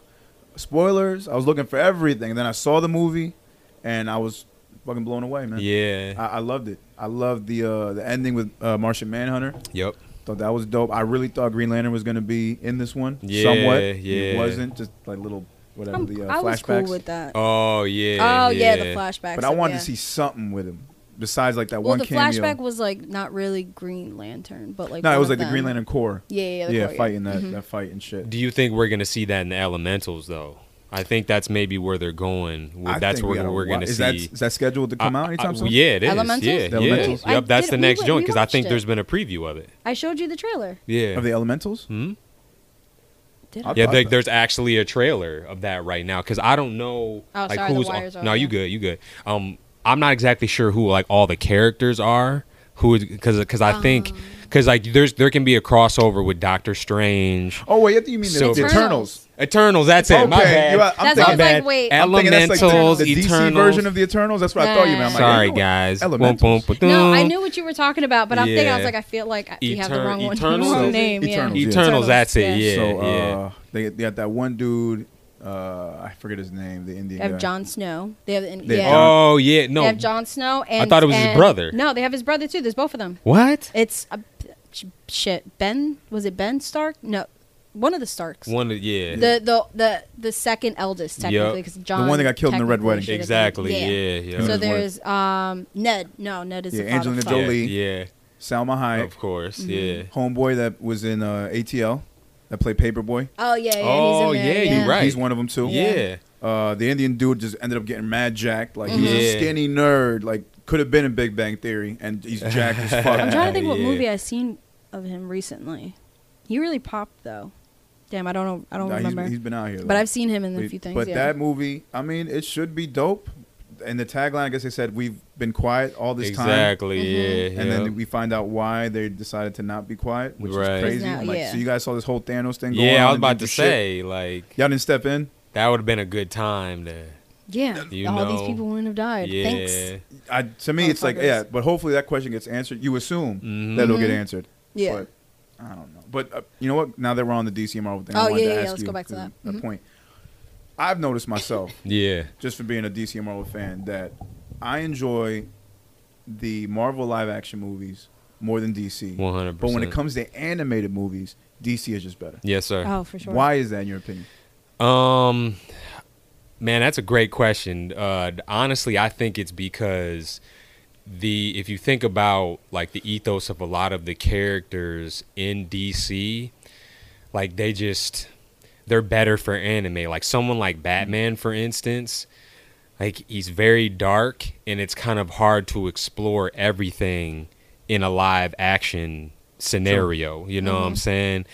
S1: Spoilers. I was looking for everything. then I saw the movie, and I was fucking blown away, man.
S2: Yeah.
S1: Uh, I, I loved it. I loved the uh, the ending with uh, Martian Manhunter.
S2: yep.
S1: Thought that was dope. I really thought Green Lantern was gonna be in this one.
S2: Yeah,
S1: somewhat.
S2: yeah.
S1: It wasn't just like little whatever
S3: I'm-
S1: the uh,
S3: I was cool
S1: flashbacks.
S3: with that.
S2: Oh yeah.
S3: oh yeah, the flashback.
S1: but I wanted to see something with him besides like that
S3: Well,
S1: one
S3: the
S1: cameo.
S3: flashback was like not really Green Lantern, but like
S1: no,
S3: one
S1: it was
S3: of
S1: like the Green
S3: them.
S1: Lantern Corps.
S3: Yeah, yeah, Mm-hmm.
S1: Yeah,
S3: the court,
S1: fighting that that fight and shit.
S2: Do you think we're gonna see that in the Elementals though? I think that's maybe where they're going.
S1: I
S2: That's
S1: think we
S2: where
S1: gotta
S2: we're, gonna
S1: watch- is
S2: see.
S1: That, is that scheduled to come out anytime
S2: I- I-
S1: soon?
S2: Yeah, it is.
S3: Elementals?
S2: Yeah,
S1: The
S2: yeah.
S1: Elementals?
S3: I
S2: Yep, that's
S3: did-
S2: the
S3: we
S2: next
S3: wa-
S2: joint
S3: we
S2: because I think
S3: watched it.
S2: there's been a preview of it.
S3: I showed you the trailer.
S2: Yeah.
S1: Of the Elementals?
S2: Hmm?
S3: Did
S1: I
S3: I?
S2: Yeah,
S1: thought
S2: there,
S1: that-
S2: there's actually a trailer of that right now because I don't know
S3: Oh,
S2: like
S3: sorry, the
S2: who's.
S3: wires are
S2: no,
S3: on.
S2: you good, you good. Um, I'm not exactly sure who like all the characters are, who would because because I think
S3: Um.
S2: because like there's there can be a crossover with Doctor Strange,
S1: Oh wait, I think you mean
S2: So-
S1: the, the Eternals.
S2: Eternals. That's it. My
S1: Okay,
S2: bad.
S1: you're right. I'm
S3: That's
S1: thinking-
S3: what I was like, wait.
S1: I'm thinking that's
S2: Elementals,
S1: like the, the DC
S2: Eternals.
S1: version of the Eternals. That's what I thought you meant. I'm like,
S2: Sorry,
S1: you know what?
S2: guys.
S1: Elementals.
S3: No, I knew what you were talking about, but I'm thinking I was
S2: Yeah.
S3: like, I feel like I- you have the
S2: Etern-
S3: wrong one,
S2: Eternals?
S3: wrong name.
S1: Eternals,
S3: yeah.
S1: yeah.
S2: Eternals, that's it, yeah.
S1: so uh, they they got that one dude. Uh, I forget his name. The Indian
S3: They have
S1: guy.
S3: Jon Snow. They have
S1: They
S3: the,
S1: have
S3: yeah.
S1: Jon-
S2: Oh yeah, no.
S3: They have Jon Snow and
S2: thought it was his
S3: and-
S2: brother.
S3: No, they have his brother too. There's both of them.
S2: What?
S3: It's uh, sh- shit. Ben was it Ben Stark? No, one of the Starks.
S2: One. of- Yeah.
S3: The the the the second eldest
S2: Yup.
S3: technically because John
S1: one that got killed in the Red
S3: technically
S1: Wedding.
S3: should have been-
S2: exactly. Yeah. Yeah.
S1: It
S3: So
S1: was one-
S3: there's um Ned. No, Ned is
S1: Yeah,
S3: the father.
S1: Angelina
S3: Fuck.
S2: yeah,
S1: Jolie.
S2: Yeah.
S1: Salma Hayek,
S2: Of course.
S1: Mm-hmm.
S2: Yeah.
S1: homeboy that was in uh, ATL, that played Paperboy.
S3: Oh yeah, yeah.
S2: Oh,
S3: he's in there,
S2: yeah, you're right.
S1: He's one of them too.
S2: Yeah.
S1: Uh, the Indian dude just ended up getting mad jacked. Like he was a
S2: Mm-hmm. Yeah.
S1: skinny nerd. Like could have been in Big Bang Theory, and he's jacked as fuck.
S3: I'm trying to think what
S2: Yeah.
S3: movie I've seen of him recently. He really popped though. Damn, I don't know. I don't
S1: Nah, he's-
S3: remember.
S1: he's been out here.
S3: but
S1: though.
S3: I've seen him in a
S1: We-
S3: few things.
S1: But
S3: yeah.
S1: that movie, I mean, it should be dope. And the tagline, I guess they said, "We've been quiet all this time."
S2: Exactly. Yeah.
S1: And
S2: yeah.
S1: then we find out why they decided to not be quiet, which
S2: Right.
S1: is crazy.
S3: Now,
S1: Like,
S3: yeah.
S1: So you guys saw this whole Thanos thing going on.
S2: yeah, I was
S1: and
S2: about
S1: didn't
S2: to
S1: do shit?
S2: say like
S1: y'all didn't step in.
S2: that would have been a good time to.
S3: yeah,
S2: You
S3: all
S2: know.
S3: these people wouldn't have died.
S2: Yeah.
S3: Thanks.
S1: I, to me, it's like
S3: Motherfuckers.
S1: yeah, but hopefully that question gets answered. You assume
S2: Mhm.
S1: that it'll
S3: Mm-hmm.
S1: get answered.
S3: Yeah.
S1: But I don't know. But uh, you know what? Now that we're on the DC and Marvel thing,
S3: Oh,
S1: I wanted
S3: yeah,
S1: to
S3: yeah,
S1: ask
S3: let's
S1: you
S3: go back to that. Mhm.
S1: point. I've noticed myself
S2: Yeah.
S1: just for being a DC and Marvel fan, that I enjoy the Marvel live action movies more than DC.
S2: 100%.
S1: But when it comes to animated movies, DC is just better.
S2: Yes, sir.
S3: Oh, for sure.
S1: Why is that, in your opinion?
S2: Um, man, that's a great question. Uh, honestly, I think it's because the if you think about like the ethos of a lot of the characters in DC, like they just they're better for anime. Like someone like Batman, for instance, like he's very dark, and it's kind of hard to explore everything in a live action scenario. You know
S1: Mm-hmm.
S2: what I'm saying?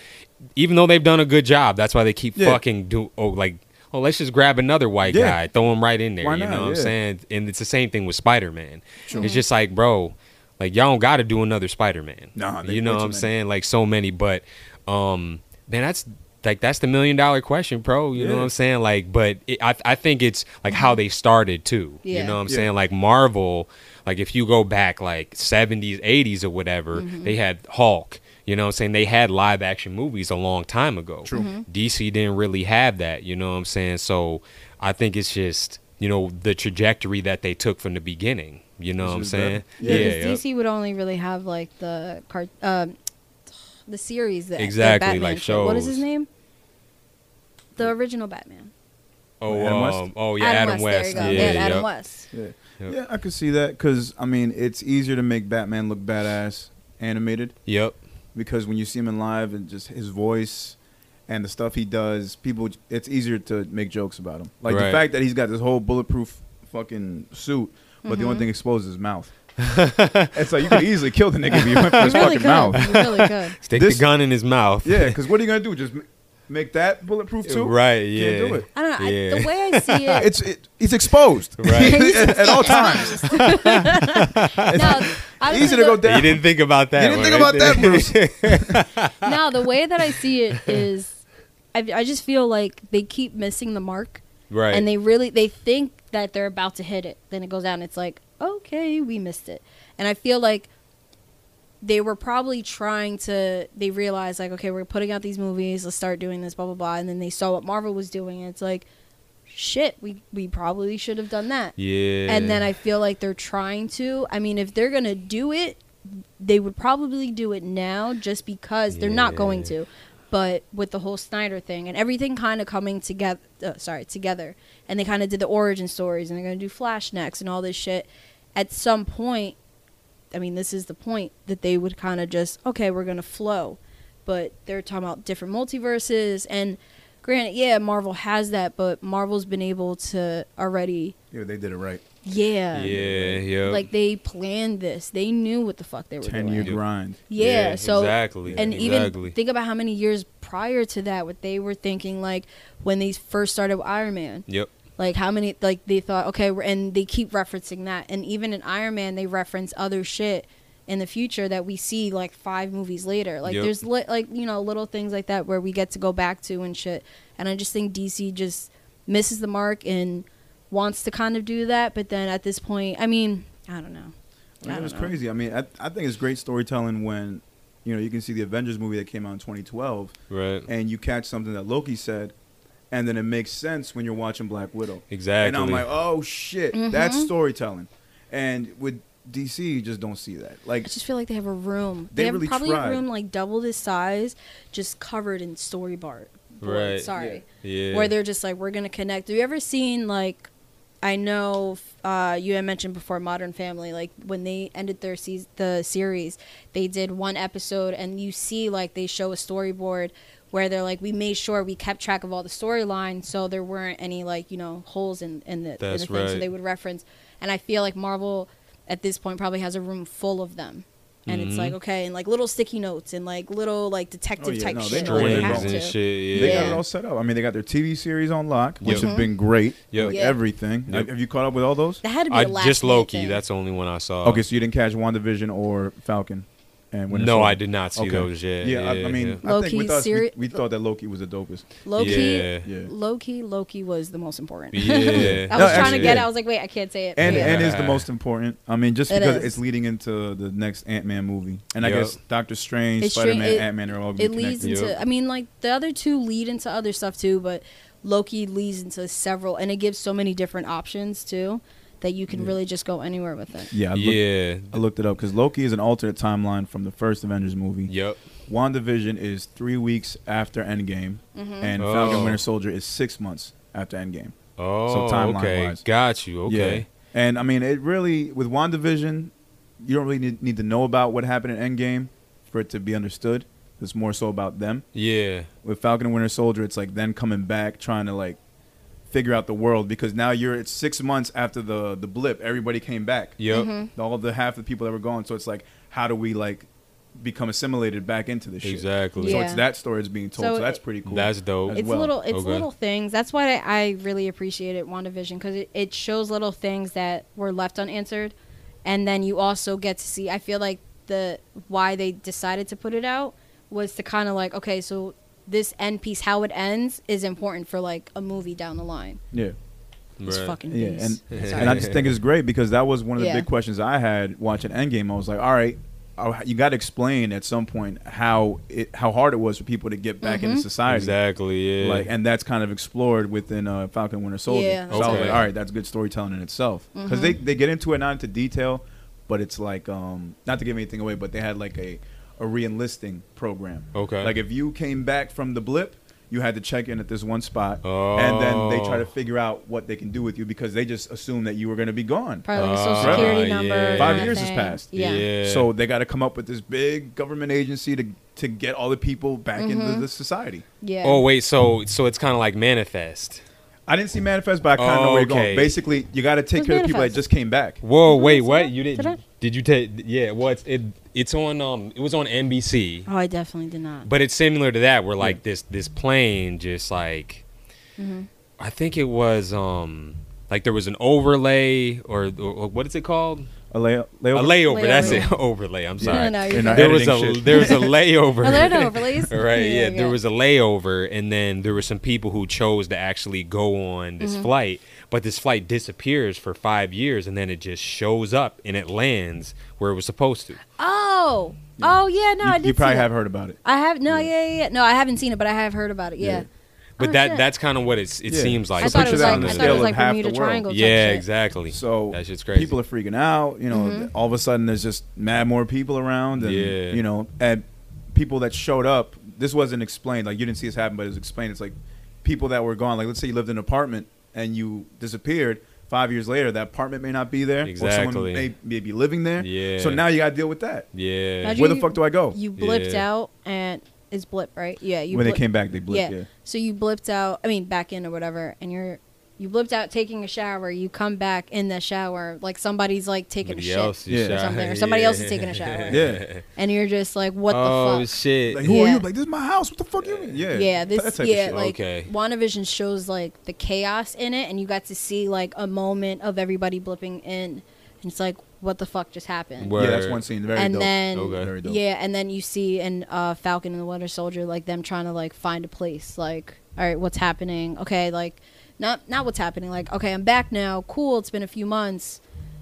S2: Even though they've done a good job, that's why they keep
S1: Yeah.
S2: fucking do. Oh, like oh, let's just grab another white
S1: Yeah.
S2: guy, throw him right in there.
S1: Why
S2: you
S1: not?
S2: know what I'm
S1: Yeah.
S2: saying? And it's the same thing with Spider Man. It's just like, bro, like y'all don't got to do another Spider Man.
S1: Nah, they-
S2: you know
S1: way
S2: what
S1: too
S2: I'm
S1: many.
S2: saying? Like so many, but um, man, that's like that's the million dollar question, bro. You know what
S1: Yeah.
S2: I'm saying? Like, but it, I I think it's like how they started too.
S3: Yeah.
S2: You know what I'm
S1: Yeah.
S2: saying? Like Marvel, like if you go back like 70s, 80s or whatever, they had Hulk. You know what I'm saying? They had live action movies a long time ago. True. DC didn't really have that, you know what I'm saying? So I think it's just, you know, the trajectory that they took from the beginning. You know
S1: This
S2: what I'm
S1: is better.
S2: saying?
S3: Yeah,
S2: yeah.
S3: because DC would only really have like the cart, um, the series that
S2: Exactly,
S3: that Batman
S2: like
S3: shit. What is
S2: shows.
S3: his name? The original Batman.
S2: Oh,
S1: Adam West?
S2: um, oh yeah, Adam, West.
S3: There you go.
S2: Yeah,
S3: Yeah, Adam
S2: yep.
S3: West.
S1: Yeah,
S2: Yep.
S1: yeah I could see that because, I mean, it's easier to make Batman look badass animated
S2: Yep.
S1: because when you see him in live and just his voice and the stuff he does, people, it's easier to make jokes about him. Like the
S2: Right.
S1: fact that he's got this whole bulletproof fucking suit, but
S3: Mm-hmm.
S1: the only thing exposed is his mouth. it's like you could easily kill the nigga if you went for
S3: You
S1: his
S3: really
S1: fucking
S3: could.
S1: mouth.
S3: You really could.
S2: Stick
S1: This-
S2: the gun in his mouth.
S1: Yeah, because what are you gonna do? Just m- make that bulletproof too?
S2: Right, yeah.
S1: Can't do it.
S3: I don't know. I,
S2: Yeah.
S3: the way I see it,
S1: It's it, he's exposed
S2: Right.
S1: at, at all times.
S3: no, honestly,
S1: Easy to go
S3: the-
S1: down.
S2: You didn't think about that.
S1: You didn't
S2: one
S1: think about
S2: right
S1: that,
S2: there.
S1: Bruce.
S3: no, the way that I see it is, I, I just feel like they keep missing the mark,
S2: right.
S3: and they really they think that they're about to hit it. Then it goes down. It's like, okay, we missed it, and I feel like they were probably trying to. They realized like, okay, we're putting out these movies. Let's start doing this, blah blah blah, and then they saw what Marvel was doing, and it's like, shit, we we probably should have done that.
S2: yeah.
S3: And then I feel like they're trying to. I mean, if they're going to do it, they would probably do it now just because they're not going to. But with the whole Snyder thing and everything kind of coming together, uh, sorry, together, and they kind of did the origin stories and they're going to do Flash next and all this shit. At some point, I mean, this is the point that they would kind of just, okay, we're going to flow. But they're talking about different multiverses. And granted, yeah, Marvel has that, but Marvel's been able to already
S1: yeah, they did it right.
S3: yeah.
S2: Yeah. Yeah.
S3: Like they planned this. They knew what the fuck they were
S1: Ten
S3: doing.
S1: year grind.
S3: Yeah, So
S2: exactly.
S3: and
S2: exactly.
S3: even think about how many years prior to that what they were thinking like when they first started with Iron Man.
S2: Yep.
S3: Like how many like they thought okay, we're, and they keep referencing that and even in Iron Man they reference other shit in the future that we see like five movies later. Like
S2: Yep.
S3: there's li- like you know little things like that where we get to go back to and shit. And I just think DC just misses the mark and wants to kind of do that, but then at this point, I mean, I don't know.
S1: I mean,
S3: I
S1: it was
S3: don't know.
S1: crazy. I mean, I, I think it's great storytelling when, you know, you can see the Avengers movie that came out in 2012,
S2: Right.
S1: and you catch something that Loki said, and then it makes sense when you're watching Black Widow.
S2: Exactly.
S1: And I'm like, oh shit, that's
S3: Mm-hmm.
S1: storytelling. And with DC, you just don't see that. Like,
S3: I just feel like they have a room. They,
S1: They
S3: have
S1: really
S3: probably
S1: tried.
S3: a room like double this size, just covered in story bar. board,
S2: Right.
S3: Sorry.
S2: yeah.
S3: Where they're just like, we're gonna connect. Have you ever seen like? I know uh, you had mentioned before Modern Family, like when they ended their se- the series, they did one episode, and you see like they show a storyboard where they're like, we made sure we kept track of all the storyline, so there weren't any like you know holes in in the, in the
S2: That's
S3: thing. So
S2: right.
S3: they would reference, and I feel like Marvel at this point probably has a room full of them. And it's
S2: Mhm.
S3: like okay, and like little sticky notes and like little like detective
S1: Oh, yeah,
S3: type
S1: no, they
S3: shit.
S1: know where
S3: They
S1: they're
S3: have
S2: Strings
S1: going.
S2: and
S3: to.
S2: shit.
S1: They
S2: Yeah.
S1: got it all set up. I mean, they got their TV series on lock, which
S2: Yep.
S1: have been great.
S2: Yep.
S1: Like
S3: Mm-hmm. Yeah.
S1: everything.
S2: Yep.
S1: Like, have you caught up with all those?
S3: That had to be
S2: I,
S3: the last
S2: just
S3: minute
S2: Loki.
S3: thing.
S2: That's the only one I saw.
S1: okay, so you didn't catch WandaVision or Falcon, and Winter
S2: No,
S1: Soldier.
S2: I did not see
S1: Okay.
S2: those yet.
S1: Yeah, I, I mean,
S2: yeah.
S1: I
S3: Loki
S1: think with us,
S3: seri-
S1: we, we thought that Loki was the dopest.
S3: Loki.
S2: Yeah.
S1: Yeah.
S3: Loki. Loki was the most important.
S2: Yeah.
S3: I was trying
S1: actually,
S3: to get.
S1: yeah.
S3: it. I was like, wait, I can't say it.
S1: and
S3: Yeah.
S1: and is the most important. I mean, just
S3: It
S1: because
S3: is.
S1: it's leading into the next Ant Man movie, and I
S2: Yep.
S1: guess Doctor Strange,
S3: It's
S1: Spider
S3: strange-
S1: Man,
S3: it-
S1: Ant Man are all gonna
S3: it
S1: be
S3: leads
S1: connected.
S2: Yeah.
S3: into. I mean, like the other two lead into other stuff too, but Loki leads into several, and it gives so many different options too that you can
S1: Yeah.
S3: really just go anywhere with it.
S1: yeah, I looked,
S2: yeah.
S1: I looked it up because Loki is an alternate timeline from the first Avengers movie.
S2: Yep.
S1: WandaVision is three weeks after Endgame,
S3: Mm-hmm.
S1: and
S2: Oh.
S1: Falcon Winter Soldier is six months after Endgame.
S2: Oh,
S1: timeline
S2: okay.
S1: wise.
S2: Got you. Okay.
S1: And I mean, it really with WandaVision, you don't really need, need to know about what happened in Endgame for it to be understood. It's more so about them.
S2: Yeah.
S1: With Falcon and Winter Soldier, it's like them coming back trying to like figure out the world because now you're it's six months after the the blip. Everybody came back.
S2: Yep.
S3: Mm-hmm.
S1: All the half the people that were gone. So it's like, how do we like become assimilated back into this shit?
S2: Exactly.
S1: So
S3: Yeah.
S1: it's that story is being told. So,
S3: So
S1: that's
S3: it-
S1: pretty cool.
S2: That's dope.
S1: as
S3: It's
S1: well.
S3: little, it's
S2: Okay.
S3: little things. That's why I, I really appreciate it, WandaVision, because it, it shows little things that were left unanswered, and then you also get to see. I feel like the why they decided to put it out was to kind of like, okay, so this end piece, how it ends, is important for like a movie down the line.
S1: yeah.
S3: It's
S2: Right.
S3: fucking
S1: Yeah,
S3: beast.
S1: And I just think it's great because that was one of the
S3: Yeah.
S1: big questions I had watching Endgame. I was like, all right, I- you got to explain at some point how it how hard it was for people to get back
S3: Mm-hmm.
S1: into society.
S2: Exactly. Yeah.
S1: Like, and that's kind of explored within uh, Falcon Winter Soldier.
S3: Yeah, Mm-hmm.
S1: so I was
S2: Okay.
S1: like, all right, that's good storytelling in itself because they they get into it not into detail, but it's like um not to give anything away, but they had like a a reenlisting program.
S2: Okay.
S1: Like if you came back from the blip. You had to check in at this one spot, and then they try to
S2: Oh.
S1: figure out what they can do with you because they just assumed that you were going to be gone.
S3: Probably like a social
S1: Uh,
S3: security
S2: Ah, yeah.
S3: number.
S2: Five
S3: kinda
S1: years has
S3: thing.
S1: passed.
S3: Yeah.
S2: Yeah.
S1: So they got to come up with this big government agency to to get all the people back into
S3: Mm-hmm.
S1: the society.
S3: Yeah.
S2: Oh wait, so so it's kind of like manifest.
S1: I didn't see manifest, but I kind of know where you're
S2: Okay.
S1: going. Basically, you got to take
S3: Who's
S1: care of the people that
S3: Manifest?
S1: just came back.
S2: Whoa,
S3: Did I
S2: wait,
S3: see
S2: what?
S3: that?
S2: You
S3: Did I?
S2: didn't? Did you take? Yeah, well, it's it it's on um it was on NBC,
S3: Oh, I definitely did not.
S2: but it's similar to that where like
S1: Yeah.
S2: this this plane just like
S3: Mm-hmm.
S2: I think it was um like there was an overlay or, or what is it called
S1: A, lay-
S2: a
S1: layover?
S2: layover. That's it,
S3: Layover.
S2: overlay. I'm
S3: no,
S2: sorry.
S3: no,
S1: You're
S3: you're
S1: not
S3: not.
S2: there was
S1: editing
S2: a
S1: shit.
S2: there was a layover.
S3: Are there overlays?
S2: right yeah,
S3: okay.
S2: there was a layover and then there were some people who chose to actually go on this
S3: Mm-hmm.
S2: flight but this flight disappears for five years and then it just shows up and it lands where it was supposed to
S3: Oh. Oh yeah, no,
S1: you,
S3: I
S1: you
S3: did. see
S1: probably
S3: that.
S1: have heard about it.
S3: I have no, yeah. yeah, yeah. No, I haven't seen it, but I have heard about it. Yeah.
S1: Yeah.
S2: but
S3: Oh,
S2: that
S3: shit.
S2: that's kind of what it's, it
S1: Yeah.
S2: seems like
S3: I thought
S1: picture
S3: it was
S1: that
S3: like
S1: on the
S3: I thought it
S1: scale
S3: was
S1: of
S3: like
S1: half the
S3: Bermuda
S1: world.
S3: Triangle. type
S2: yeah
S3: shit.
S2: exactly
S1: So
S2: that shit's crazy
S1: people are freaking out. You know,
S3: Mm-hmm.
S1: all of a sudden there's just mad more people around, and
S2: Yeah.
S1: you know, and people that showed up. This wasn't explained. Like you didn't see this happen, but it was explained. It's like people that were gone. Like let's say you lived in an apartment and you disappeared. Five years later, that apartment may not be there. Or someone
S2: Exactly.
S1: may, may be living there.
S2: Yeah.
S1: So now you got to deal with that.
S2: yeah
S3: How'd
S1: Where the
S3: you-
S1: fuck do I go?
S3: You blipped
S2: Yeah.
S3: out and it's blip, right? Yeah. You
S1: when they
S3: blip-
S1: came back, they blipped. Yeah.
S3: So you blipped out. I mean, back in or whatever, and you're you blipped out taking a shower. You come back in the shower, like somebody's like taking
S2: Somebody
S3: a
S2: else
S3: shit
S2: is
S1: Yeah.
S3: or
S2: shower-
S3: something, or somebody else is
S2: yeah.
S3: taking a shower,
S1: Yeah.
S3: and you're just like, what
S2: oh
S3: the fuck?
S2: shit
S1: Like who are
S3: Yeah.
S1: you? Like this is my house. What the fuck you mean? Yeah.
S3: yeah,
S1: That
S3: this
S1: type of
S3: yeah,
S1: shit.
S3: like
S2: Okay.
S3: WandaVision shows like the chaos in it, and you got to see like a moment of everybody blipping in And it's like, what the fuck just happened?
S2: Word.
S1: Yeah, that's one scene. Very
S3: and
S1: dope.
S3: then
S2: Okay.
S1: Very dope.
S3: yeah, and then you see in uh, Falcon and the Winter Soldier like them trying to like find a place. Like, all right, what's happening? Okay, like not not what's happening. Like, okay, I'm back now. Cool. It's been a few months.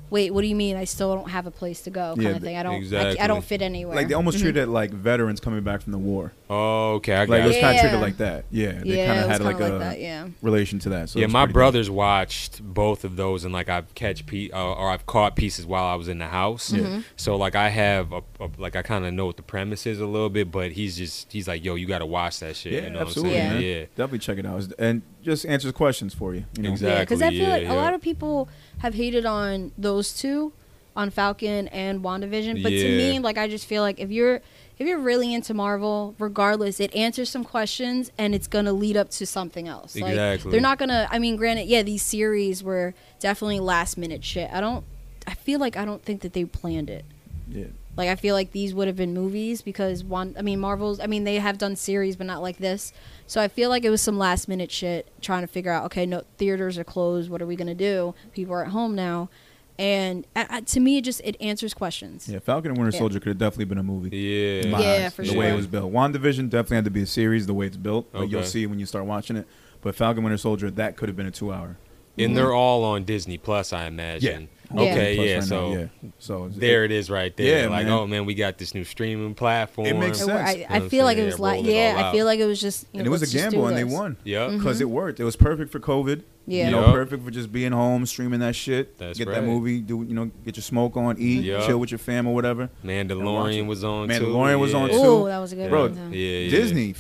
S3: Wait, what do you mean? I still don't have a place to go, kind
S1: Yeah,
S3: of thing. I don't, I- I,
S2: exactly.
S3: don't fit anywhere.
S1: Like they almost treated
S3: Mm-hmm.
S1: it like veterans coming back from the war.
S2: Oh, okay, I got
S1: Like it was
S2: it.
S1: kind of treated
S3: Yeah.
S1: like that. Yeah, they
S3: yeah,
S1: kind
S3: it
S1: of
S3: was
S1: had
S3: kinda
S1: like a
S3: that. Yeah,
S1: relation to that. So
S2: yeah,
S1: it's
S2: my
S1: pretty dope.
S2: brothers watched both of those, and like I've catch pe- uh, or I've caught pieces while I was in the house.
S1: Yeah.
S3: Mm-hmm.
S1: Mhm.
S2: So like I have a, a- like I kind of know what the premise is a little bit, but he's just he's like, yo, you got to watch that shit.
S1: Yeah,
S2: you know
S1: absolutely.
S2: What I'm
S1: man.
S2: saying? Yeah.
S1: definitely check it out and just answers questions for you. you know?
S2: Exactly.
S3: yeah, because I feel
S2: yeah,
S3: like
S2: yeah.
S3: a lot of people have hated on those two, on Falcon and WandaVision. But to
S2: Yeah.
S3: me, like I just feel like if you're if you're really into Marvel, regardless, it answers some questions and it's gonna lead up to something else. Like
S2: Exactly.
S3: they're not gonna. I mean, granted, yeah, these series were definitely last minute shit. I don't. I feel like I don't think that they planned it.
S1: Yeah.
S3: Like I feel like these would have been movies because one I mean Marvel's I mean they have done series but not like this. So I feel like it was some last minute shit trying to figure out okay no theaters are closed what are we going to do? People are at home now. And I, I, to me it just it answers questions.
S1: Yeah, Falcon and Winter
S3: Yeah.
S1: Soldier could have definitely been a movie.
S2: Yeah.
S1: in my
S3: Yeah,
S1: eyes,
S3: for
S1: the
S3: sure.
S1: way it was built. WandaVision definitely had to be a series the way it's built. Like you'll
S2: Okay.
S1: see when you start watching it. But Falcon Winter Soldier, that could have been a two hour.
S2: And they're all on Disney Plus, I imagine.
S3: Yeah.
S2: Okay,
S1: Plus
S2: yeah.
S1: right now,
S2: so
S1: yeah. so it's-
S2: there it is right there.
S1: Yeah,
S2: like,
S1: man.
S2: oh man, we got this new streaming platform.
S1: It makes
S3: It
S1: sense.
S3: were- I,
S1: You
S3: I
S2: know what
S3: feel
S2: I'm
S3: like it
S2: saying?
S3: was
S2: Yeah,
S3: like
S2: roll it
S3: yeah
S2: all
S3: I
S2: out.
S3: feel like it was just you
S1: and
S3: know,
S1: it was a
S3: let's just do
S1: gamble, and they
S3: this.
S1: won.
S2: Yep.
S1: because it worked. It was perfect for COVID.
S3: Yeah.
S1: you know,
S2: Yup.
S1: perfect for just being home, streaming that shit.
S2: That's
S1: get that
S2: right.
S1: movie, do you know, get your smoke on, eat,
S2: Yup.
S1: chill with your fam or whatever.
S2: Mandalorian was on. too.
S1: Mandalorian was on
S2: Yeah.
S1: too.
S3: Ooh, that was a good
S1: Bro,
S3: one.
S2: Yeah,
S3: though.
S2: yeah.
S1: Disney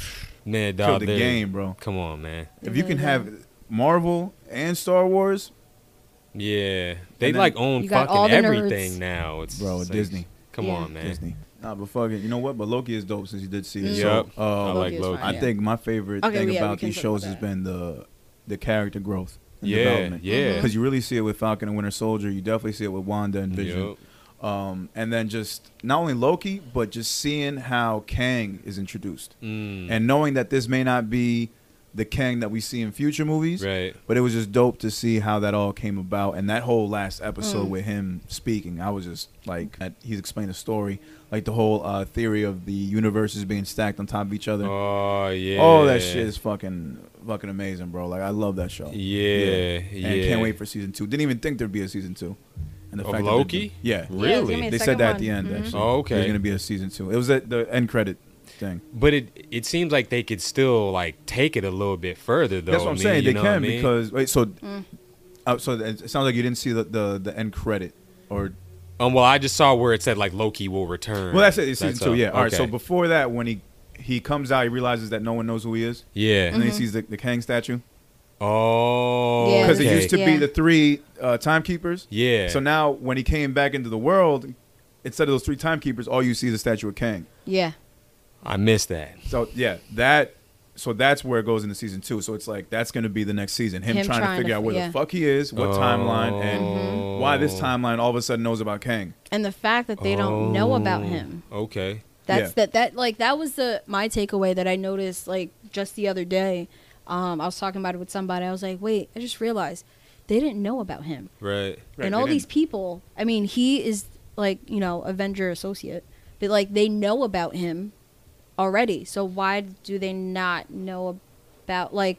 S2: Man, dog,
S1: killed the
S2: they-
S1: game, bro.
S2: Come on, man.
S1: If you
S3: really
S1: can
S3: did.
S1: have Marvel and Star Wars,
S2: Yeah, they
S1: then
S2: like own
S3: you got
S2: fucking
S3: all the nerds.
S2: everything now. It's
S1: Bro,
S2: it's like-
S1: Disney.
S2: Come
S3: Yeah.
S2: on, man.
S1: Disney. Nah, but fuck it. You know what? But Loki is dope since you did see it.
S2: Yep.
S1: So, uh,
S2: I
S3: Loki
S2: like
S3: is
S2: Loki.
S3: fine.
S1: I
S3: Yeah.
S1: think my favorite
S3: Okay,
S1: thing
S3: yeah, we
S1: about
S3: can
S1: these
S3: talk
S1: shows
S3: about
S1: has
S3: that.
S1: been the the character growth and
S2: Yeah, Mm-hmm.
S1: development.
S2: yeah.
S1: Because you really see it with Falcon and Winter Soldier. You definitely see it with Wanda and Vision. Um, and then just not only Loki, but just seeing how Kang is introduced
S2: Mm,
S1: and knowing that this may not be the Kang that we see in future movies.
S2: right.
S1: But it was just dope to see how that all came about, and that whole last episode
S3: Mm.
S1: with him speaking, I was just like, at- he's explained the story, like the whole uh, theory of the universes being stacked on top of each other. Oh,
S2: Oh yeah.
S1: that shit is fucking fucking amazing, bro. Like I love that show.
S2: Yeah, yeah.
S1: and can't wait for season two. Didn't even think there'd be a season two. And
S2: Of
S1: that they
S2: Loki?
S1: did- yeah,
S3: Yeah, it's gonna
S2: Really?
S3: be a
S1: they
S3: second
S1: said that at
S3: one.
S1: the end.
S3: Mhm.
S1: Actually,
S2: Oh, okay.
S1: there's gonna be a season two. It was at the end credit thing.
S2: But it it seems like they could still like take it a little bit further though.
S1: That's what
S2: I
S1: I'm
S2: mean,
S1: saying.
S2: you
S1: They
S2: know
S1: can
S2: what I mean?
S1: because wait, so
S3: Mm.
S1: uh, so it it sounds like you didn't see the, the, the end credit or
S2: um. Well, I just saw where it said like Loki will return.
S1: well that's it. It's season two.
S2: all.
S1: Yeah. All right. So
S2: Okay.
S1: before that, when he he comes out, he realizes that no one knows who he is,
S2: yeah.
S3: Mm-hmm.
S1: and then he sees the, the Kang statue
S2: Oh.
S3: Yeah,
S1: because
S2: Because
S3: okay.
S1: it used to be
S3: Yeah.
S1: the three uh, timekeepers.
S2: Yeah.
S1: So now when he came back into the world, instead of those three timekeepers, all you see is a statue of Kang.
S3: Yeah.
S2: I missed that.
S1: So yeah, that. So that's where it goes into season two. So it's like that's going to be the next season. Him,
S3: Him
S1: trying,
S3: trying
S1: to
S3: to
S1: figure
S3: f-
S1: out where
S3: yeah.
S1: the fuck he is,
S2: Oh.
S1: what timeline, and
S2: Mhm.
S1: why this timeline all of a sudden knows about Kang.
S3: And the fact that they don't know about
S2: Oh,
S3: him.
S2: Okay.
S3: That's
S1: Yeah.
S3: that that like that was the my takeaway that I noticed like just the other day. Um, I was talking about it with somebody. I was like, wait, I just realized they didn't know about him.
S2: Right.
S3: and all these people, I mean, he is like you know Avenger associate, but like they know about him already. So why do they not know about like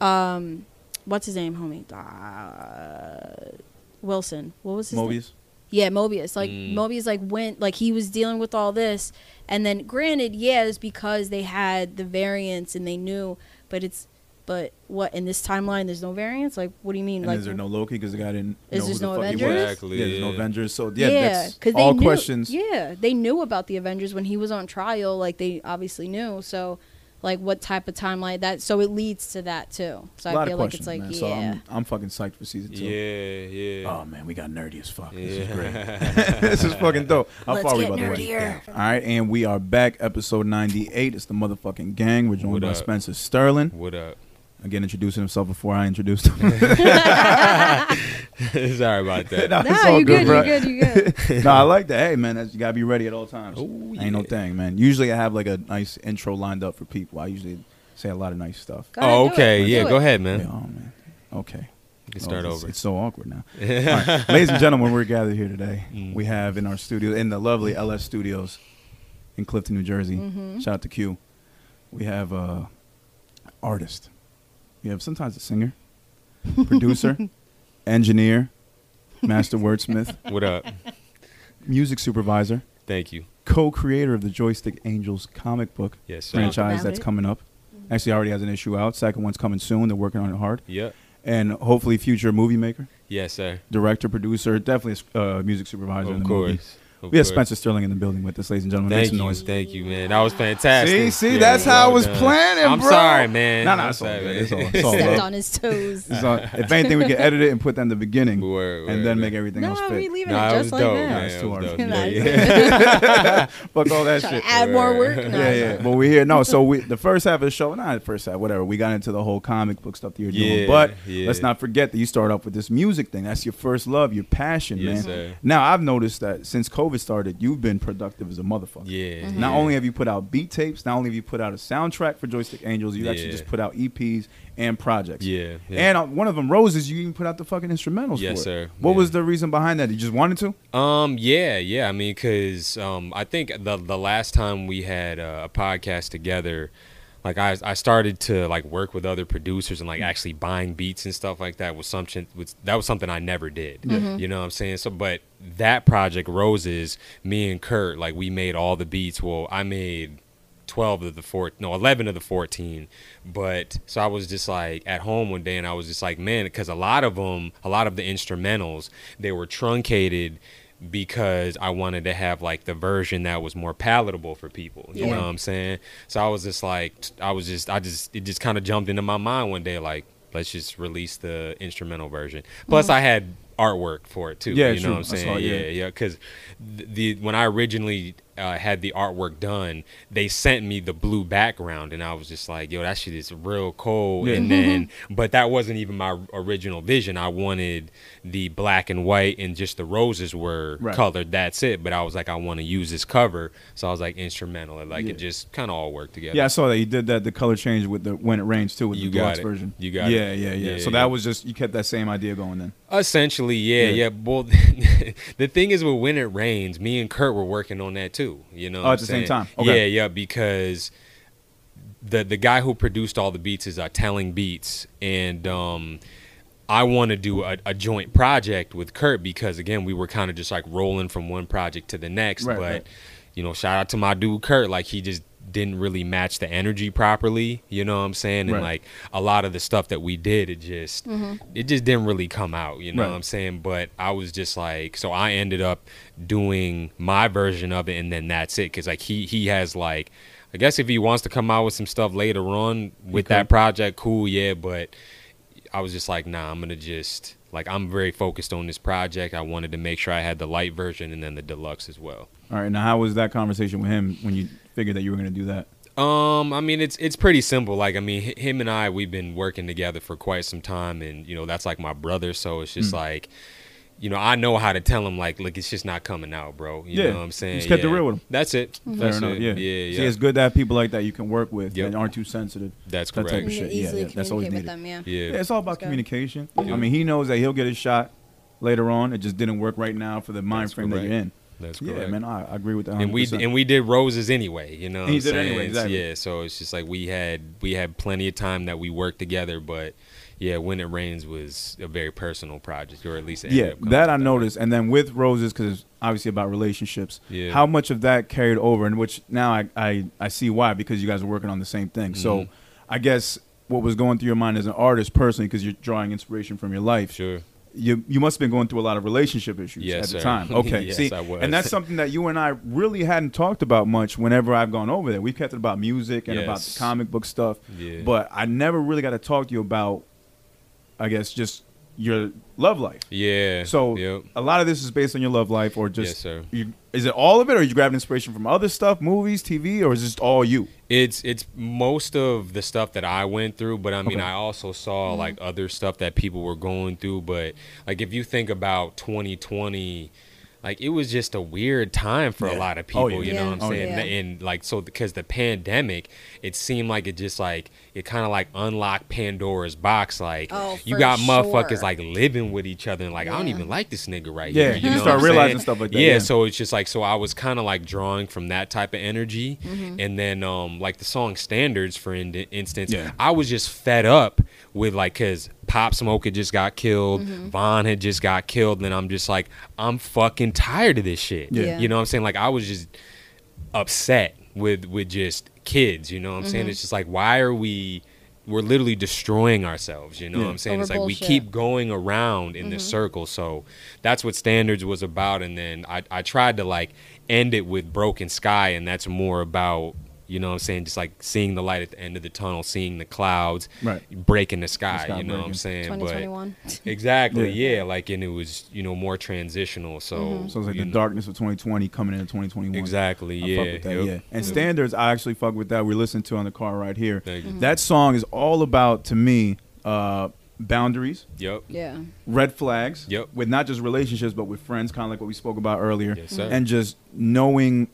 S3: um, what's his name, homie? Uh, Wilson. What was his name?
S1: Mobius.
S3: Yeah, Mobius. Like
S2: Mm.
S3: Mobius, like went like he was dealing with all this, and then granted, yeah, it's because they had the variants and they knew, but it's but what in this timeline there's no variants. Like, what do you mean?
S1: And
S3: like,
S1: is there no Loki because the guy didn't
S3: Is
S1: know who
S3: there's
S1: the
S3: no
S1: fuck he was.
S3: Avengers?
S2: Exactly,
S1: Yeah, there's no
S2: yeah.
S1: Avengers. So yeah, that's
S3: 'cause
S1: all
S3: knew,
S1: questions.
S3: Yeah, they knew about the Avengers when he was on trial. Like they obviously knew. So, like what type of timeline that? So it leads to that too. So
S1: A
S3: I
S1: lot
S3: feel
S1: of
S3: like
S1: questions,
S3: it's like
S1: man.
S3: yeah,
S1: So I'm, I'm fucking psyched for season two.
S2: Yeah. Yeah.
S1: Oh man, we got nerdy as fuck. This is great.
S2: yeah.
S1: this is fucking dope. How
S3: Let's
S1: far we
S3: get
S1: about to
S3: nerdier.
S1: All right, and we are back, episode 98. It's the motherfucking gang. We're joined
S2: What
S1: by
S2: up?
S1: Spencer Sterling.
S2: what up?
S1: Again, introducing himself before I introduced him.
S2: Sorry about that.
S1: Nah, it's
S3: Nah,
S1: all
S3: you
S1: good,
S3: good,
S1: bro.
S3: you good, you good.
S1: no, I like that. Hey, man, that's, you gotta be ready at all times.
S2: Ooh,
S1: Ain't no
S2: Oh, yeah.
S1: thing, man. Usually, I have like a nice intro lined up for people. I usually say a lot of nice stuff.
S3: Go ahead,
S2: Oh,
S3: do it.
S2: okay.
S3: Do
S2: Yeah,
S3: it.
S2: go ahead,
S1: Yeah,
S2: man.
S1: oh man, okay.
S2: can start
S1: Oh, it's-
S2: over.
S1: It's so awkward now. All right. Ladies and gentlemen, we're gathered here today.
S2: Mm.
S1: We have in our studio, in the lovely LS Studios in Clifton, New Jersey.
S3: Mm-hmm.
S1: Shout out to Q. We have uh, artist. We have sometimes a singer, producer, engineer, master wordsmith,
S2: what up?
S1: music supervisor,
S2: Thank you.
S1: co-creator of the Joystick Angels comic book
S2: Yes, sir.
S1: franchise that's
S3: About it. Mm-hmm.
S1: coming up. Actually, already has an issue out. Second one's coming soon. They're working on it hard,
S2: Yep.
S1: and hopefully, future movie maker.
S2: Yes, sir.
S1: director, producer, definitely a uh, music supervisor. in
S2: Of
S1: the movie.
S2: course. Of
S1: We have
S2: course.
S1: Spencer Sterling in the building with us, ladies and gentlemen.
S2: Thank
S1: Make some
S2: you,
S1: noise.
S2: thank you, man. That was fantastic.
S1: See, see, that's how I
S2: well
S1: was
S2: done.
S1: planning,
S2: I'm
S1: bro.
S2: sorry, man.
S1: No, no,
S2: I'm
S1: it's all
S2: sorry,
S1: good.
S2: man.
S1: It's all- it's all
S3: Stepped
S1: love.
S3: on his toes.
S1: So, if anything, we can edit it and put that in the beginning,
S2: Word, word,
S1: and then
S2: word.
S1: make everything else
S3: no,
S1: fit.
S3: we leaving
S2: Nah,
S3: it
S2: it
S3: just
S2: was
S3: like
S2: dope,
S1: Nah,
S2: man.
S1: it's
S2: It
S1: too
S2: was
S1: hard.
S2: dope.
S3: Nah,
S2: Yeah,
S3: it's
S2: yeah.
S1: Fuck all that
S3: that.
S1: shit.
S3: Trying to add more work.
S2: Yeah,
S3: Nah,
S1: Yeah, yeah.
S3: nah.
S1: But we're here. No, so we the first half of the show, not the first half, whatever. We got into the whole comic book stuff that you're doing.
S2: Yeah,
S1: but
S2: yeah.
S1: let's not forget that you start off with this music thing. That's your first love, your passion, man.
S2: Yes, sir.
S1: Now I've noticed that since COVID started, you've been productive as a motherfucker.
S2: Yeah.
S3: Mm-hmm.
S1: Not
S2: yeah.
S1: only have you put out beat tapes, not only have you put out a soundtrack for Joystick Angels, you actually
S2: Yeah.
S1: just put out EPs and projects.
S2: Yeah. yeah.
S1: And uh, one of them, Roses, you even put out the fucking instrumentals
S2: Yes,
S1: for it.
S2: sir.
S1: What
S2: Yeah.
S1: was the reason behind that? You just wanted to?
S2: Um. Yeah. Yeah. I mean, cause um, I think the the last time we had uh, a podcast together, like I I started to like work with other producers and like actually buying beats and stuff like that was something was that was something I never did. You know what I'm saying? So, but that project Roses, me and Kurt, like we made all the beats. Well, I made 12 of the four no 11 of the 14 but so i was just like at home one day and i was just like man because a lot of them a lot of the instrumentals they were truncated because i wanted to have like the version that was more palatable for people you
S3: Yeah.
S2: know what i'm saying so i was just like i was just i just it just kind of jumped into my mind one day like let's just release the instrumental version plus i had artwork for it too
S1: Mm. Yeah,
S2: you know
S1: true.
S2: what i'm
S1: I saw
S2: saying
S1: it,
S2: yeah
S1: yeah.
S2: yeah yeah, because the when I originally uh, had the artwork done, they sent me the blue background, and I was just like, "Yo, that shit is real cold."
S1: Yeah. Mm-hmm.
S2: And then, but that wasn't even my original vision. I wanted the black and white, and just the roses were
S1: Right.
S2: colored. That's it. But I was like, I want to use this cover, so I was like instrumental. and, Like
S1: Yeah.
S2: it just kind of all worked together.
S1: Yeah, I saw that you did that. The color change with the when it rains too with
S2: You
S1: the
S2: got
S1: deluxe
S2: it.
S1: version.
S2: You got
S1: yeah,
S2: it.
S1: Yeah, yeah,
S2: Yeah,
S1: So
S2: yeah.
S1: that was just you kept that same idea going then.
S2: Essentially, yeah,
S1: Yeah.
S2: yeah. Well, the thing is, with when it rains, me and Kurt were working on that too. You know,
S1: Oh,
S2: what
S1: at
S2: I'm
S1: the same
S2: saying?
S1: time. Okay.
S2: Yeah, yeah, because the the guy who produced all the beats is uh, Telling Beats, and um, I want to do a, a joint project with Kurt because again, we were kind of just like rolling from one project to the next,
S1: Right,
S2: but
S1: right.
S2: you know, shout out to my dude Kurt. Like he just didn't really match the energy properly. You know what I'm saying? And
S1: Right.
S2: like a lot of the stuff that we did, it just it just didn't really come out. You know
S1: Right.
S2: what I'm saying? But I was just like, so I ended up doing my version of it, and then that's it. Cause like he he has like. I guess if he wants to come out with some stuff later on with that project, cool, yeah. But I was just like, nah, I'm gonna just like I'm very focused on this project. I wanted to make sure I had the light version and then the deluxe as well.
S1: All right. Now, how was that conversation with him when you figured that you were going to do that?
S2: Um, I mean, it's it's pretty simple. Like, I mean, hi- him and I, we've been working together for quite some time, and you know, that's like my brother. So it's
S1: Mm.
S2: just like, you know, I know how to tell him, like, look, it's just not coming out, bro. You
S1: Yeah.
S2: know what I'm saying?
S1: You just kept it
S2: Yeah.
S1: real with him.
S2: That's it.
S3: Mm-hmm.
S1: Fair
S2: That's
S1: enough.
S2: it.
S1: Yeah.
S2: yeah,
S1: See,
S2: yeah.
S1: it's good to have people like that you can work with
S2: Yep.
S1: and aren't too sensitive.
S2: That's
S1: that type of
S2: correct.
S1: shit.
S3: Yeah,
S1: Yeah,
S3: easily
S1: yeah, that's always
S3: communicate with
S1: needed.
S3: them. Yeah.
S2: Yeah.
S1: Yeah, it's all about
S3: That's good.
S1: communication.
S2: Yeah.
S1: I mean, he knows that he'll get his shot later on. It just didn't work right now for the mind
S2: That's
S1: frame that
S2: correct.
S1: you're in.
S2: That's
S1: yeah,
S2: correct.
S1: man, I, I agree with that. 100%.
S2: and we and we did roses anyway, you know.
S1: And you
S2: what I'm
S1: did it anyway,
S2: saying?
S1: exactly.
S2: Yeah, so it's just like we had we had plenty of time that we worked together, but yeah, when it rains was a very personal project, or at least it
S1: yeah,
S2: ended up coming
S1: that I
S2: out way.
S1: noticed. And then with roses, because it's obviously about relationships.
S2: Yeah.
S1: How much of that carried over, and which now I, I I see why because you guys are working on the same thing. So,
S2: Mhm.
S1: I guess what was going through your mind as an artist personally, because you're drawing inspiration from your life.
S2: Sure.
S1: you you must have been going through a lot of relationship issues
S2: Yes,
S1: at the
S2: sir.
S1: time. Okay,
S2: Yes,
S1: see,
S2: I was.
S1: and that's something that you and I really hadn't talked about much. Whenever I've gone over there, we kept it about music and about the
S2: Yes.
S1: comic book stuff,
S2: Yeah.
S1: but I never really got to talk to you about, I guess, just your love life.
S2: Yeah.
S1: So
S2: yep.
S1: a lot of this is based on your love life, or just
S2: Yes, sir.
S1: You, is it all of it, or you grabbing inspiration from other stuff, movies, TV, or is it just all you?
S2: It's it's most of the stuff that I went through, but I mean,
S1: Okay.
S2: I also saw
S3: Mm-hmm.
S2: like other stuff that people were going through. But like, if you think about 2020, like it was just a weird time for a
S1: Yeah.
S2: lot of people
S1: Oh, yeah.
S2: you know
S3: Yeah.
S2: what
S3: Oh,
S2: i'm saying
S3: yeah.
S2: and like so because the pandemic it seemed like it just like it kind of like unlocked pandora's box like
S3: Oh,
S2: you
S3: for
S2: got motherfuckers
S3: sure.
S2: like living with each other and like i don't
S3: Yeah.
S2: even like this nigga right
S1: Yeah,
S2: here
S1: you
S2: know
S1: start
S2: what I'm saying?
S1: realizing stuff like that,
S2: yeah,
S1: yeah.
S2: so it's just like so i was kind of like drawing from that type of energy
S3: Mm-hmm.
S2: and then um like the song standards for in- instance
S1: Yeah.
S2: I was just fed up with like because Pop Smoke had just got killed,
S3: Mm-hmm.
S2: Von had just got killed, and I'm just like, I'm fucking tired of this shit.
S1: Yeah.
S3: Yeah.
S2: You know what I'm saying? Like I was just upset with with just kids, you know what I'm
S3: Mm-hmm.
S2: saying? It's just like why are we we're literally destroying ourselves, you know
S1: Yeah.
S2: what I'm saying?
S3: Over
S2: it's like we
S3: bullshit.
S2: keep going around in
S1: Mm-hmm.
S2: this circle. So that's what standards was about and then I, I tried to like end it with broken sky and that's more about you know what I'm saying? Just like seeing the light at the end of the tunnel, seeing the clouds
S1: Right.
S2: breaking the sky,
S1: sky
S2: you know what
S1: breaking.
S2: I'm saying? But
S3: 2021.
S1: Yeah.
S2: exactly,
S1: Mm-hmm.
S2: yeah. Like and it was, you know, more transitional. So
S1: So it's like
S2: you
S1: the
S2: know,
S1: darkness of 2020 coming into 2021.
S2: Exactly,
S1: I
S2: yeah.
S1: fuck with that,
S2: yep.
S1: yeah. And
S2: Yep.
S1: standards, I actually fuck with that. We're listening to on the car right here.
S2: Thank you.
S1: That song is all about to me uh, boundaries,
S2: Yep.
S3: Yeah.
S1: red flags.
S2: Yep.
S1: With not just relationships, but with friends, kind of like what we spoke about earlier.
S2: Yes, sir.
S1: And just knowing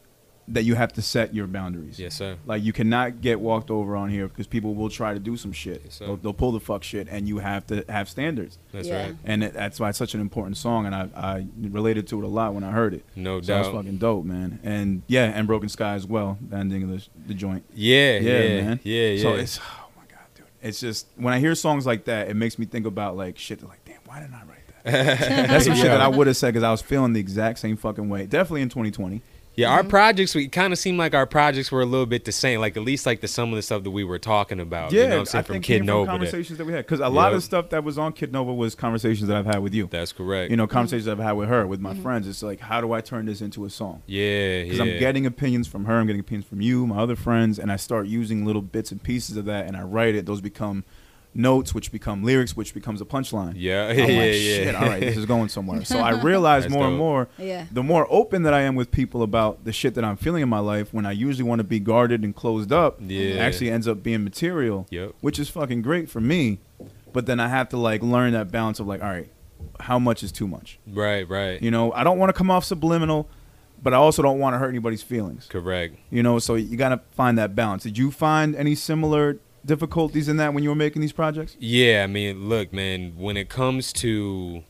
S1: that you have to set your boundaries.
S2: Yes, sir.
S1: Like you cannot get walked over on here because people will try to do some shit.
S2: Yes, sir.
S1: they'll, theyll pull the fuck shit, and you have to have standards.
S2: That's
S3: Yeah.
S2: right.
S1: And it, that's why it's such an important song, and I, I related to it a lot when I heard it.
S2: No
S1: So that's
S2: doubt.
S1: fucking dope, man. And yeah, and Broken Sky as well. The ending of the, the joint.
S2: Yeah, yeah, yeah,
S1: man.
S2: yeah, yeah.
S1: So it's oh my god, dude. It's just when I hear songs like that, it makes me think about like shit. Like, damn, why didn't I write that? that's some shit that I would have said because I was feeling the exact same fucking way. Definitely in 2020.
S2: yeah.
S1: Mm-hmm.
S2: Our projects, we kind of seemed like our projects were a little bit the same. Like at least like the some of the stuff that we were talking about.
S1: Yeah,
S2: Oh, you know what I'm saying
S1: I
S2: from
S1: think
S2: Kid
S1: came
S2: Nova. to-
S1: conversations that we had because a lot
S2: Yep.
S1: of stuff that was on Kid Nova was conversations that I've had with you.
S2: that's correct.
S1: you know, conversations I've had with her, with my friends. It's like, how do I turn this into a song?
S2: yeah, yeah.
S1: because I'm getting opinions from her, I'm getting opinions from you, my other friends, and I start using little bits and pieces of that, and I write it. Those become notes, which become lyrics, which becomes a punchline.
S2: Yeah,
S1: I'm
S2: yeah,
S1: like,
S2: yeah.
S1: shit, all right, this is going somewhere. So I realize
S2: That's
S1: more and
S2: dope.
S1: more,
S3: Yeah.
S1: the more open that I am with people about the shit that I'm feeling in my life, when I usually want to be guarded and closed up,
S2: Yeah.
S1: actually ends up being material,
S2: Yep.
S1: which is fucking great for me. But then I have to like learn that balance of like, all right, how much is too much?
S2: Right, right.
S1: You know, I don't want to come off subliminal, but I also don't want to hurt anybody's feelings.
S2: Correct.
S1: You know, so you got to find that balance. Did you find any similar difficulties in that when you were making these projects?
S2: Yeah, I mean, look, man, when it comes to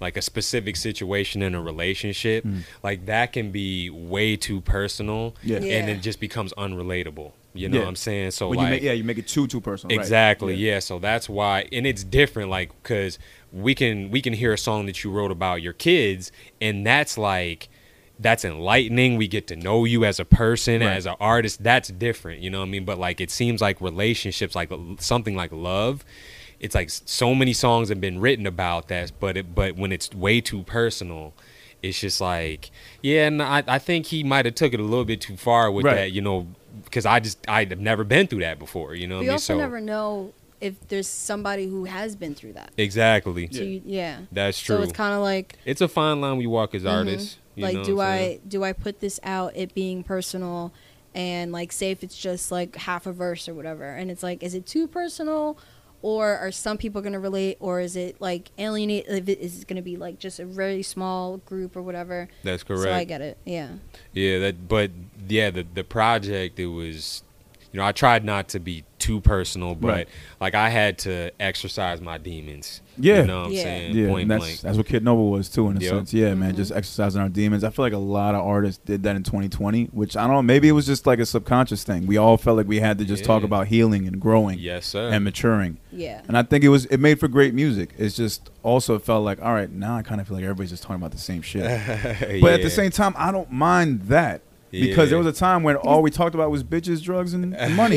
S2: like a specific situation in a relationship, like that can be way too personal
S1: Mm. Yeah.
S3: Yeah.
S2: and it just becomes unrelatable. You know
S1: Yeah.
S2: what I'm saying? So
S1: When
S2: like
S1: you make, yeah, you make it too too personal. right.
S2: Exactly. Yeah. So that's why, and it's different. Like, cause we can we can hear a song that you wrote about your kids, and that's like that's enlightening. We get to know you as a person,
S1: Right.
S2: as an artist. That's different. You know what I mean? But like, it seems like relationships, like l- something like love. It's like s- so many songs have been written about that, but it, but when it's way too personal, it's just like yeah. And I, I think he might have took it a little bit too far with
S1: Right.
S2: that. You know, because I just I've never been through that before. You know, what I
S3: We
S2: mean?
S3: also
S2: so,
S3: never know if there's somebody who has been through that.
S2: Exactly.
S3: So you, yeah.
S2: That's true.
S3: So it's
S2: it's,
S3: kind of like
S2: a fine line we walk as artists. you know
S3: Mm-hmm. like
S2: what
S3: do
S2: I'm
S3: I
S2: saying?
S3: do I put this out it being personal and like say if it's just like half a verse or whatever and it's like is it too personal or are some people going to relate or is it like alienate if it is going to be like just a very small group or whatever
S2: That's correct.
S3: so I get it yeah
S2: Yeah, that but yeah, the the project it was you know, I tried not to be too personal, but
S1: Right.
S2: like I had to exercise my demons.
S1: Yeah.
S2: You know what
S3: Yeah.
S2: I'm saying?
S1: Yeah,
S2: Point
S1: and that's
S2: blank.
S1: that's what Kid Nova was too, in a
S2: Yep.
S1: sense. Yeah, man, just exercising our demons. I feel like a lot of artists did that in 2020, which I don't know. Maybe it was just like a subconscious thing. We all felt like we had to just talk
S2: Yeah.
S1: about healing and growing
S2: yes, sir.
S1: and maturing.
S3: yeah
S1: And I think it was it made for great music. It's just also felt like all right now I kind of feel like everybody's just talking about the same shit.
S2: but
S1: But at the same time, I don't mind that because there
S2: Yeah.
S1: was a time when all we talked about was bitches, drugs, and and money.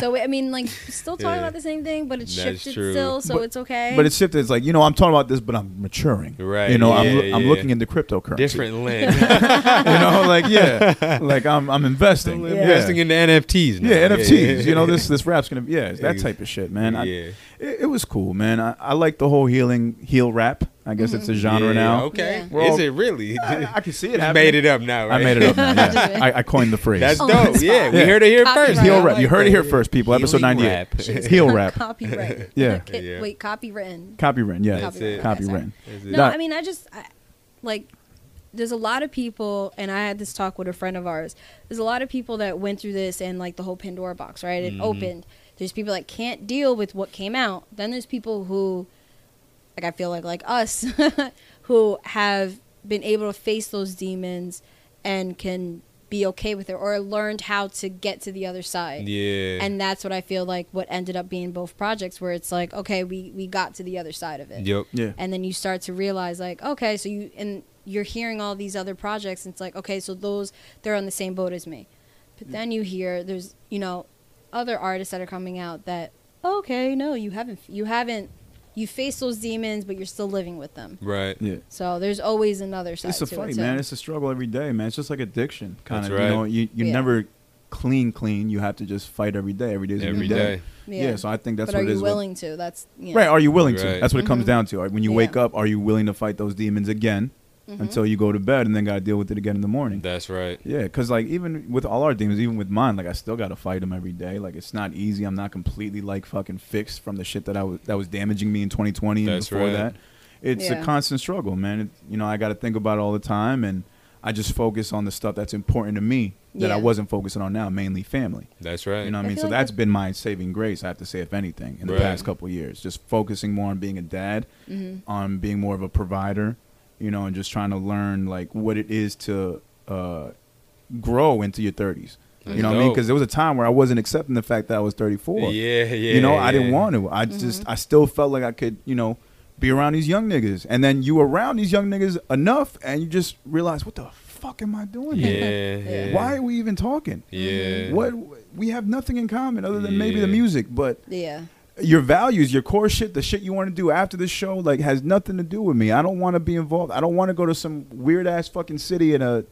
S3: so I mean like still talking
S2: Yeah.
S3: about the same thing but it's
S2: That's
S3: shifted
S2: true.
S3: still so
S1: But-
S3: it's okay
S1: But it shifted. It's like you know I'm talking about this, but I'm maturing.
S2: Right,
S1: You know I'm,
S2: yeah,
S1: loo- I'm
S2: yeah.
S1: looking into cryptocurrency.
S2: different lens.
S1: you know, like yeah, like I'm I'm investing. yeah.
S2: Investing in the NFTs now.
S1: Yeah, NFTs.
S2: yeah.
S1: You know this this rap's gonna yeah it's that
S2: Ex-
S1: type of shit, man. I,
S2: Yeah.
S1: it, it was cool, man. I, I like the whole healing heel rap. I guess it's a genre
S2: Mm-hmm. Yeah,
S1: now.
S2: Okay.
S1: We're all-
S2: Is it really?
S1: I, I can see it.
S2: You
S1: happening.
S2: made it up now, right?
S1: I made it up. now, yeah. I, I coined the phrase.
S2: That's
S3: Oh,
S2: dope.
S3: that's
S2: Yeah,
S3: fine.
S2: we
S1: Yeah.
S2: heard it here
S3: Copyright.
S2: first.
S1: heel
S3: I
S1: rap.
S2: like
S1: you heard it
S2: that.
S1: here first, people. Episode
S2: Healing
S1: 98.
S2: rap.
S3: She's
S1: heel
S3: not
S1: rap.
S3: copyright
S1: Yeah.
S3: Ca-
S2: Yeah.
S3: wait copywritten
S1: Copywritten. Yeah.
S2: That's it.
S3: Copywritten, okay, sorry.
S1: Copywritten.
S2: Is it-
S3: No,
S1: That-
S3: I mean, I just I, like there's a lot of people, and I had this talk with a friend of ours. There's a lot of people that went through this and like the whole Pandora box, right? It
S2: Mhm.
S3: opened. There's people that can't deal with what came out. Then there's people who, like I feel like like us, who have been able to face those demons and can be okay with it or learned how to get to the other side.
S2: Yeah.
S3: And that's what I feel like what ended up being both projects where it's like, okay, we we got to the other side of it
S2: yep.
S1: Yeah.
S3: and then you start to realize like okay so you and you're hearing all these other projects and it's like okay so those they're on the same boat as me but then you hear there's you know other artists that are coming out that okay no you haven't you haven't you face those demons but you're still living with them
S2: Right.
S1: Yeah.
S3: so there's always another side
S1: It's a
S3: to
S1: fight,
S3: it
S1: man.
S3: too.
S1: It's a struggle every day, man. It's just like addiction, kind
S2: That's
S1: of.
S2: right.
S1: You know, you you
S3: Yeah.
S1: never clean, clean. You have to just fight every day. Every day is a
S2: Every
S1: new day.
S2: day.
S1: Yeah. So I think that's
S3: but
S1: what
S3: are
S1: it is.
S3: you
S1: with-
S3: willing to that's yeah.
S1: Right? Are you willing to?
S2: Right.
S1: That's what it comes
S3: Mhm.
S1: down to. Like, When you
S3: Yeah.
S1: wake up, are you willing to fight those demons again
S3: Mhm.
S1: until you go to bed, and then got to deal with it again in the morning?
S2: That's right.
S1: Yeah, because like even with all our demons, even with mine, like I still gotta fight them every day. Like it's not easy. I'm not completely like fucking fixed from the shit that I was that was damaging me in 2020
S2: That's
S1: and before
S2: right.
S1: that. It's
S3: Yeah.
S1: a constant struggle, man. It, you know, I gotta think about it all the time, and I just focus on the stuff that's important to me that I
S3: Yeah.
S1: wasn't focusing on now, mainly family.
S2: That's right.
S1: You know what
S3: I
S1: I mean?
S3: feel
S1: so
S3: like
S1: that's
S3: that-
S1: been my saving grace, I have to say, if anything, in the
S2: Right.
S1: past couple years. Just focusing more on being a dad,
S3: Mhm.
S1: on being more of a provider, you know, and just trying to learn like what it is to uh, grow into your 30s.
S2: That's
S1: you know what I mean?
S2: dope.
S1: Because there was a time where I wasn't accepting the fact that I was 34.
S2: Yeah, yeah.
S1: you know, I didn't
S2: yeah.
S1: want to. I just,
S3: Mm-hmm.
S1: I still felt like I could, you know, be around these young niggas. And then you around these young niggas enough and you just realize, what the fuck am I doing?
S2: Yeah,
S1: here?
S2: yeah.
S1: Why are we even talking?
S2: Yeah.
S1: What we have nothing in common other than maybe the
S2: Yeah.
S1: music, but
S3: yeah
S1: your values, your core shit, the shit you want to do after the show, like has nothing to do with me. I don't want to be involved. I don't want to go to some weird ass fucking city in a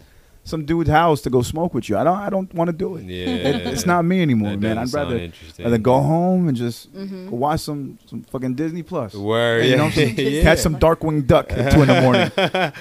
S1: some dude's house to go smoke with you. I don't. I don't want to do it.
S2: Yeah.
S1: It- it's not me anymore,
S2: That
S1: man.
S2: doesn't
S1: I'd
S2: sound
S1: rather
S2: interesting.
S1: rather go home and just
S3: Mhm.
S1: watch some some fucking Disney Plus.
S2: Word.
S1: You know, what I'm saying? catch some Darkwing Duck at two in the morning.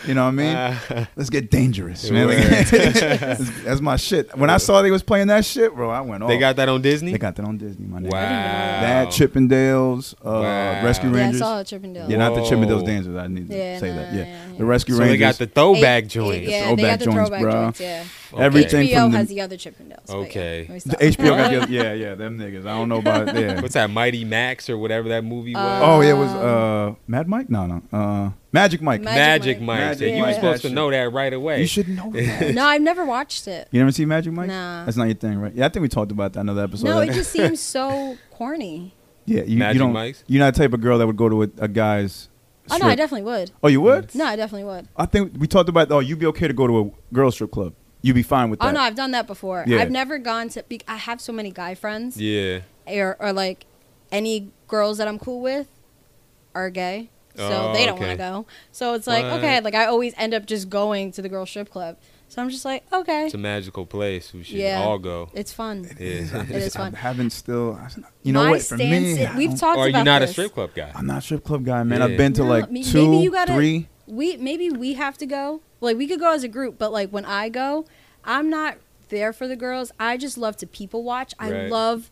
S1: You know what I mean?
S2: Ah.
S1: Let's get dangerous, man. Like,
S2: Word.
S1: that's, that's my shit. When I saw they was playing that shit, bro, I went off.
S2: They got that on Disney.
S1: They got that on Disney, my nigga.
S2: wow.
S1: That Chippendales, uh,
S2: Wow.
S1: Rescue
S3: yeah i
S1: Rangers.
S3: saw chippendale
S1: yeah, not the
S2: Whoa.
S1: Chippendales dancers. I need to
S3: Yeah,
S1: say
S3: nah,
S1: that. Yeah.
S3: yeah, yeah.
S1: the Rescue
S2: So
S1: Rangers.
S2: they got the throwback
S3: Eight- yeah
S2: joints.
S3: they
S1: Throwback
S3: got the
S1: joints,
S3: throwback
S1: bro.
S3: joints yeah
S2: Okay.
S1: everything-
S3: HBO
S1: from the-
S3: has the other Chippendales. but yeah,
S2: Okay.
S3: let me
S1: the
S3: stop.
S1: HBO got the yeah, yeah, them niggas. I don't know about yeah.
S2: What's that? Mighty Max or whatever that movie was.
S1: oh, yeah, it was uh, Mad Mike. No, no, uh, Magic Mike.
S3: Mag-
S2: Magic
S3: Um, Magic
S2: Mike.
S1: Mike.
S2: Yeah, you
S1: Magic
S2: were
S1: Mike.
S2: supposed
S1: That
S2: to know that right away.
S1: you should know that.
S3: no, I've never watched it.
S1: You never seen Magic Mike?
S3: Nah.
S1: That's not your thing, right? Yeah, I think we talked about that another episode.
S3: No, it just seems so corny.
S1: yeah, you,
S2: Magic
S1: you don't.
S2: Mike's?
S1: You're not the type of girl that would go to a, a guy's.
S3: Oh
S1: Strip.
S3: no, I definitely would.
S1: Oh, you would?
S3: No, I definitely would.
S1: I think we talked about. Oh, you'd be okay to go to a girl strip club. You'd be fine with that.
S3: Oh no, I've done that before.
S1: Yeah.
S3: I've never gone to. Be- I have so many guy friends,
S2: Yeah.
S3: or, or like any girls that I'm cool with are gay, so
S2: Oh,
S3: they don't
S2: okay.
S3: want to go. So it's like
S2: What?
S3: okay, like I always end up just going to the girl strip club. So I'm just like okay,
S2: It's a magical place. We should
S3: Yeah.
S2: all go.
S3: it's fun.
S2: Yeah.
S3: It is fun.
S1: I haven't still. You know
S3: My
S1: what? For
S3: stance
S1: me,
S3: is-
S1: I
S3: we've
S1: don't-
S3: talked
S2: Or are
S3: about
S2: you not
S3: this.
S2: a strip club guy?
S1: I'm not a strip club guy, man.
S2: Yeah.
S1: I've been to
S3: No,
S1: like
S3: may-
S1: two,
S3: maybe you gotta-
S1: three.
S3: we maybe we have to go like we could go as a group but like when i go i'm not there for the girls i just love to people watch i
S2: Right.
S3: love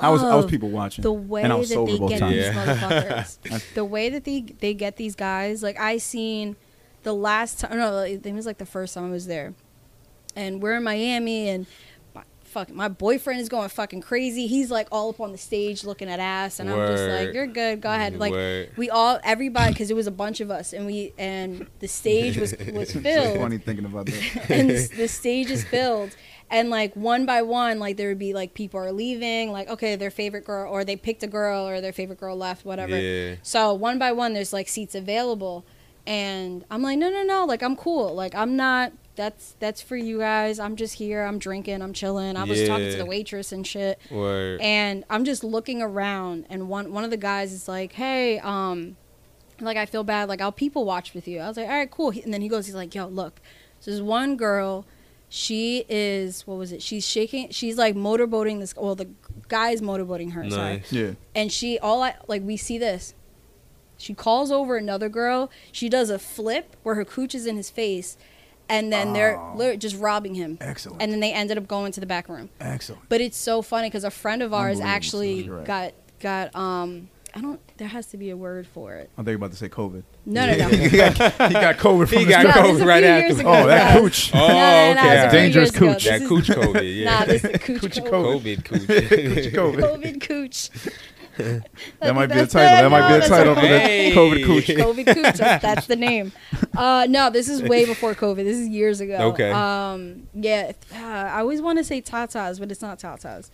S1: I was I was
S3: love
S1: people watching.
S3: the way
S1: and I
S3: that
S1: was sober
S3: they
S1: both
S3: get
S1: times.
S3: these
S2: Yeah.
S3: motherfuckers the way that they they get these guys like i seen the last time no like, it was like the first time i was there and we're in miami and my- Fucking, my boyfriend is going fucking crazy. He's like all up on the stage looking at ass, and I'm just
S2: Word.
S3: like, "You're good, go ahead." Like,
S2: Word.
S3: we all everybody because it was a bunch of us and we and the stage was was
S1: It's so
S3: filled
S1: funny thinking about that.
S3: and the, the stage is filled and like one by one like there would be like people are leaving like okay their favorite girl or they picked a girl or their favorite girl left whatever
S2: Yeah.
S3: so one by one there's like seats available and i'm like no no no like i'm cool like i'm not that's that's for you guys i'm just here i'm drinking i'm chilling i was talking
S2: Yeah.
S3: to the waitress and shit
S2: Or
S3: and I'm just looking around, and one one of the guys is like, "Hey, um, like I feel bad. Like I'll people watch with you." I was like, "All right, cool." He- And then he goes, "He's like, yo, look, so there's one girl. She is what was it? She's shaking. She's like motorboating this. Well, the guy's motorboating her. Sorry.
S2: Nice.
S1: Yeah.
S3: And she all I like we see this. She calls over another girl. She does a flip where her cooch is in his face, and then they're
S1: Oh.
S3: literally just robbing him.
S1: Excellent.
S3: And then they ended up going to the back room.
S1: Excellent.
S3: But it's so funny because a friend of ours
S1: Unbelievable
S3: actually
S1: story, you're right.
S3: got got um I don't. There has to be a word for it.
S1: I think you're about to say COVID.
S3: No, no, no.
S1: he, got, he got COVID from
S2: He
S1: his girl.
S2: got
S3: no,
S2: COVID
S3: this is a
S2: right
S3: few
S2: after.
S3: years ago,
S1: Oh, that
S3: guys.
S1: cooch.
S2: Oh,
S3: No, no, no,
S2: okay.
S3: it's a few
S1: Dangerous
S3: years ago.
S1: cooch.
S3: This
S2: That
S3: is-
S2: cooch COVID, yeah.
S3: Nah, this is cooch
S1: Coochie
S3: COVID.
S2: COVID cooch.
S1: COVID.
S3: COVID cooch.
S1: That might be a
S3: That's-
S1: title. That might be a
S3: that's
S1: title for the
S2: Hey.
S1: COVID cooch.
S3: COVID cooch. That's, that's the name. Uh, no, this is way before COVID. This is years ago.
S2: Okay.
S3: Um, yeah, uh, I always want to say tatas, but it's not tatas.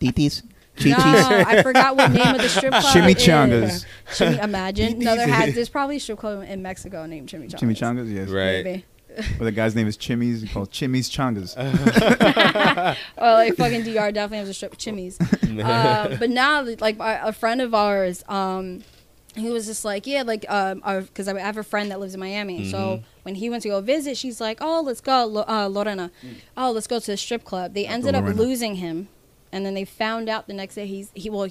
S4: Titis?
S3: No,
S4: Chichis?
S3: I forgot what name of the strip club.
S1: Chimichangas.
S3: is. Chimi, imagine. No, there has. There's probably a strip club in Mexico named Chimichangas.
S1: Chimichangas, yes.
S2: Right.
S3: Maybe.
S1: But the guy's name is Chimmy's. He calls Chimmy's Changas.
S2: Uh-huh.
S3: Or like fucking DR definitely has a strip Chimmy's. uh, but now, like my, a friend of ours, um, he was just like, yeah, like, because I have a friend that lives in Miami. So when he went to go visit, she's like, oh, let's go, Lo- uh, Lorena. Oh, let's go to the strip club. They ended up
S1: Lorena.
S3: losing him, and then they found out the next day. He's he well,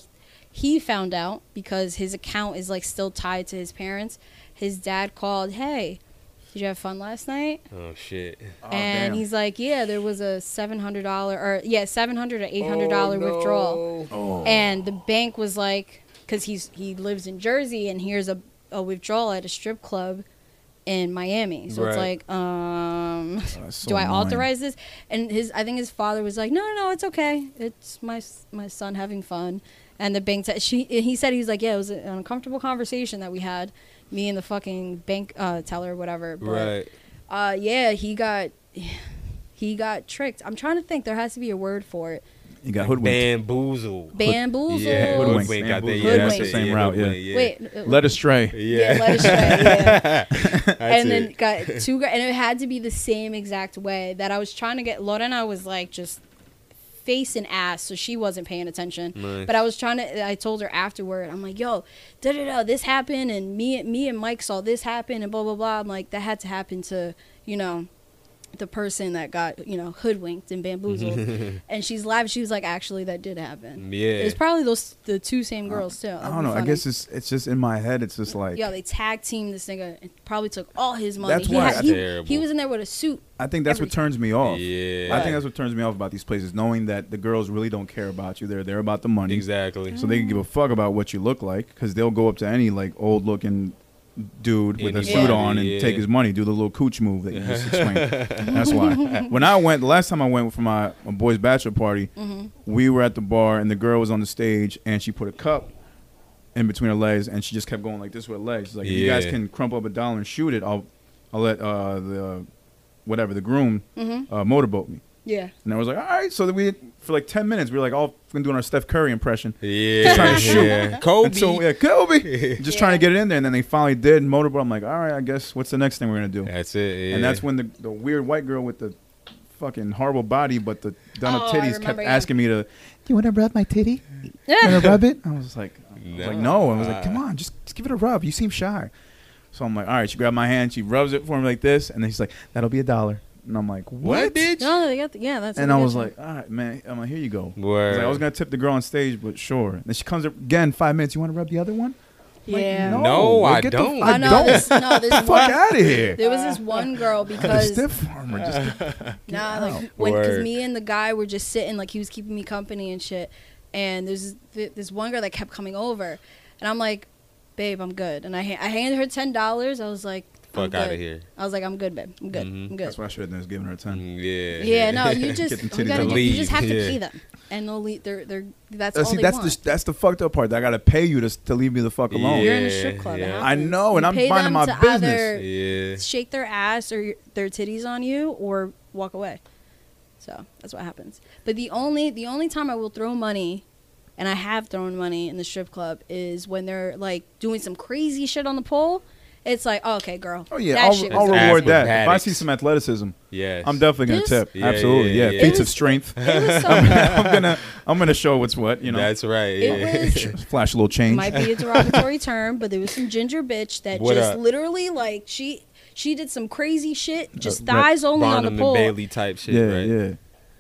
S3: he found out because his account is like still tied to his parents. His dad called, hey. Did you have fun last night?
S2: Oh shit.
S3: and he's like, "Yeah, there was a seven hundred dollar or yeah, seven hundred or eight hundred dollar withdrawal."
S1: Oh,
S3: and the bank was like because he's he lives in jersey and here's a, a withdrawal at a strip club in miami so it's
S2: Right.
S3: like um
S1: that's so
S3: do i
S1: annoying.
S3: authorize this and his i think his father was like no no no it's okay it's my s- my son having fun and the bank said she he said he's like yeah it was an uncomfortable conversation that we had me and the fucking bank uh teller or whatever but
S2: Right.
S3: uh yeah he got he got tricked i'm trying to think there has to be a word for it
S1: He got hoodwinked.
S2: Bamboozled.
S3: bamboozled
S2: Yeah,
S1: Hoodwinked.
S2: hoodwink. I think,
S1: Hoodwinked.
S2: yeah, that's
S3: Hoodwinked.
S2: it.
S1: Same
S2: yeah,
S1: route, yeah.
S2: hoodwink, yeah.
S3: wait uh,
S1: Led astray.
S2: Yeah.
S3: let us try. Yeah.
S2: That's
S3: and then
S2: it.
S3: got two, gu- and it had to be the same exact way that I was trying to get. Lorena was like just face and ass, so she wasn't paying attention.
S2: Nice.
S3: But I was trying to. I told her afterward. I'm like, yo, da da da, this happened, and me, me and Mike saw this happen, and blah blah blah. I'm like, that had to happen to you know the person that got you know hoodwinked and bamboozled. and she's laughing. She was like, actually, that did happen.
S2: Yeah.
S3: It's probably those the two same girls too.
S1: I don't know. I guess it's it's just in my head. It's just like
S3: Yo, they tag teamed this nigga and probably took all his money.
S1: That's
S3: he,
S1: why-
S3: had- he-
S2: Terrible.
S3: he was in there with a suit.
S1: I think that's what
S3: everything.
S1: turns me off.
S2: Yeah.
S1: I think that's what turns me off about these places, knowing that the girls really don't care about you. They're there about the money.
S2: exactly.
S1: So they can give a fuck about what you look like because they'll go up to any like old looking dude with a suit
S3: Anybody,
S1: on and
S2: yeah.
S1: take his money, do the little cooch move that you just explained. That's why. When I went, the last time I went for my, my boy's bachelor party,
S2: Mm-hmm.
S1: we were at the bar and the girl was on the stage and she put a cup in between her legs and she just kept going like this with her legs. She's like, if you guys
S2: Yeah.
S1: can crumple up a dollar and shoot it, I'll, I'll let uh, the whatever the groom
S2: Mm-hmm.
S1: uh, motorboat me.
S3: Yeah.
S1: And I was like, all right. So then we, for like 10 minutes, we were like all fucking doing our Steph Curry impression.
S2: Yeah.
S1: trying to shoot.
S2: yeah. Kobe.
S1: And so yeah, Kobe. Just
S3: Yeah.
S1: trying to get it in there, and then they finally did. and Motorboat. I'm like, all right, I guess what's the next thing we're gonna do?
S2: That's it. Yeah.
S1: And that's when the, the weird white girl with the fucking horrible body, but the done up
S3: Oh, I
S1: titties
S3: remember,
S1: kept
S3: yeah.
S1: asking me to.
S4: Do you want to rub my titty? You want to rub it?
S1: I was like, I was
S2: No.
S1: like no. I was like,
S2: Ah.
S1: come on, just, just give it a rub. You seem shy. So I'm like, all right. She grabbed my hand. She rubs it for me like this, and then she's like, that'll be a dollar. And I'm like, what?
S2: what, bitch?
S3: No, no, they got the, yeah, that's.
S1: And
S3: what
S1: I
S3: they
S1: was
S3: got
S1: like, all right, man. I'm like, here you go. I was,
S2: Word.
S1: like, I was gonna tip the girl on stage, but sure. And then she comes up again five minutes. You want to rub the other one?
S3: you. yeah.
S1: no,
S2: No,
S1: like,
S2: I
S1: get the
S2: don't.
S1: fuck-
S3: oh, no,
S1: don't.
S3: This, no, this
S1: fuck
S3: one,
S1: out of here.
S3: there was this one girl
S1: The
S3: because
S1: stiff Oh, farmer. Just
S3: Nah, like
S1: out.
S3: when because
S2: Word.
S3: me and the guy were just sitting, like he was keeping me company and shit. And there's th- this one girl that kept coming over, and I'm like, babe, I'm good. And I ha- I handed her ten dollars. I was like, I'm
S2: Fuck outta
S3: good.
S2: here.
S3: I was like, I'm good, babe. I'm good.
S2: Mhm.
S3: I'm good.
S1: that's what I should have done. Is giving her a ten.
S2: Yeah.
S3: Yeah, no, you just
S1: Get them
S3: you,
S1: titties
S3: gotta
S1: out.
S3: get, you just have to
S2: Leave,
S3: pay
S2: yeah.
S3: them, and they'll leave. They're they're that's
S1: Uh,
S3: all
S1: see,
S3: they
S1: that's
S3: want.
S1: the that's the fucked up part. That I gotta pay you to s- to leave me the fuck alone.
S3: You're in a strip
S2: Yeah,
S3: club. it
S2: yeah.
S1: I
S3: happens.
S1: know, and
S3: You
S1: I'm
S3: pay
S1: minding
S3: them
S1: my
S3: to
S1: business.
S3: either
S2: Yeah.
S3: Shake their ass or their titties on you, or walk away. So that's what happens. But the only the only time I will throw money, and I have thrown money in the strip club, is when they're like doing some crazy shit on the pole. It's like, oh, okay, girl.
S1: Oh yeah,
S3: that
S1: I'll,
S3: shit
S1: I'll
S3: was bad.
S1: reward that. If I
S2: Acrobatics.
S1: see some athleticism,
S2: Yes.
S1: I'm definitely gonna
S3: This-
S1: tip.
S2: Yeah,
S1: Absolutely,
S2: yeah,
S1: yeah.
S2: yeah.
S1: Feats
S3: It
S1: of
S3: was-
S1: strength.
S3: It was so.
S1: I'm gonna I'm gonna show what's what. You know,
S2: That's right.
S3: It
S2: Yeah.
S3: was
S1: flash a little change.
S3: might be a derogatory term, but there was some ginger bitch that
S2: What
S3: just
S2: up?
S3: literally like she she did some crazy shit, just
S1: Uh, right.
S3: thighs only
S2: Bonham
S3: on the
S2: and
S3: pole,
S2: Bailey type shit,
S1: yeah,
S2: right?
S1: yeah.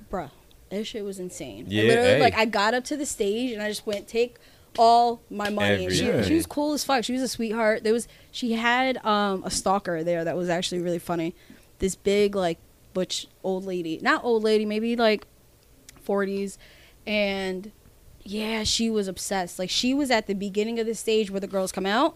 S3: bruh. That shit was insane. I
S2: Yeah,
S3: literally,
S2: hey.
S3: like I got up to the stage and I just went take all my money. And she,
S2: Everything.
S3: she was cool as fuck. She was a sweetheart. There was she had um, a stalker there that was actually really funny. This big like butch old lady, not old lady, maybe like forties, and yeah, she was obsessed. Like she was at the beginning of the stage where the girls come out,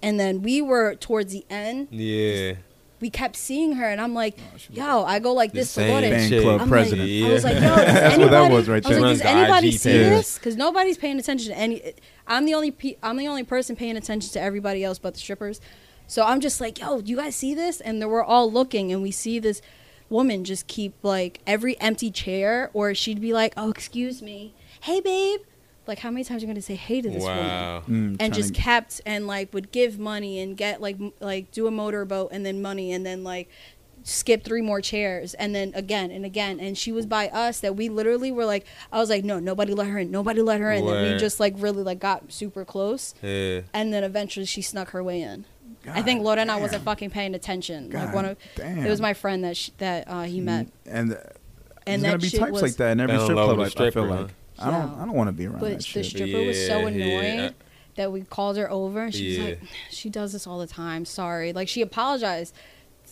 S3: and then we were towards the end.
S2: Yeah.
S3: We kept seeing her, and I'm like,
S1: she was
S3: yo, I go like this for
S2: same
S3: Lauren.
S1: Fan
S2: shit.
S1: club
S3: I'm
S1: president.
S3: Like, I was like, yo, does
S1: That's what that
S3: anybody-
S1: was right
S3: I was
S1: there.
S3: like, does
S2: Runs the
S3: anybody
S2: IG
S3: see
S2: page.
S3: this? Because nobody's paying attention to any. I'm the only. Pe- I'm the only person paying attention to everybody else but the strippers. So I'm just like, yo, do you guys see this? And then we're all looking, and we see this woman just keep like every empty chair, or she'd be like, oh, excuse me, hey, babe. Like, how many times are you gonna say hey to this woman?
S2: Wow.
S1: Mm, trying
S3: and just
S1: to-
S3: kept and like would give money and get like m- like do a motorboat and then money and then like skip three more chairs and then again and again and she was by us that we literally were like I was like no nobody let her in nobody let her in and we
S2: Word.
S3: just like really like got super close
S2: Yeah. and
S3: and then eventually she snuck her way in I
S1: God
S3: think Loda and I
S1: damn.
S3: wasn't fucking paying attention like
S1: God
S3: one of
S1: damn.
S3: it was my friend that she, that uh, he met
S1: And uh, there's
S3: and that
S1: gonna be
S3: shit
S1: types
S3: was
S1: like that in every
S2: Down
S1: strip
S2: low
S1: club.
S2: with
S1: I,
S2: the
S1: I feel
S2: stripper,
S1: like I don't.
S3: Yeah.
S1: I don't want to be around
S3: but
S1: that
S3: the
S1: shit.
S3: stripper was so
S2: Yeah, yeah.
S3: annoying that we called her over and she was like she does this all the time sorry like she apologized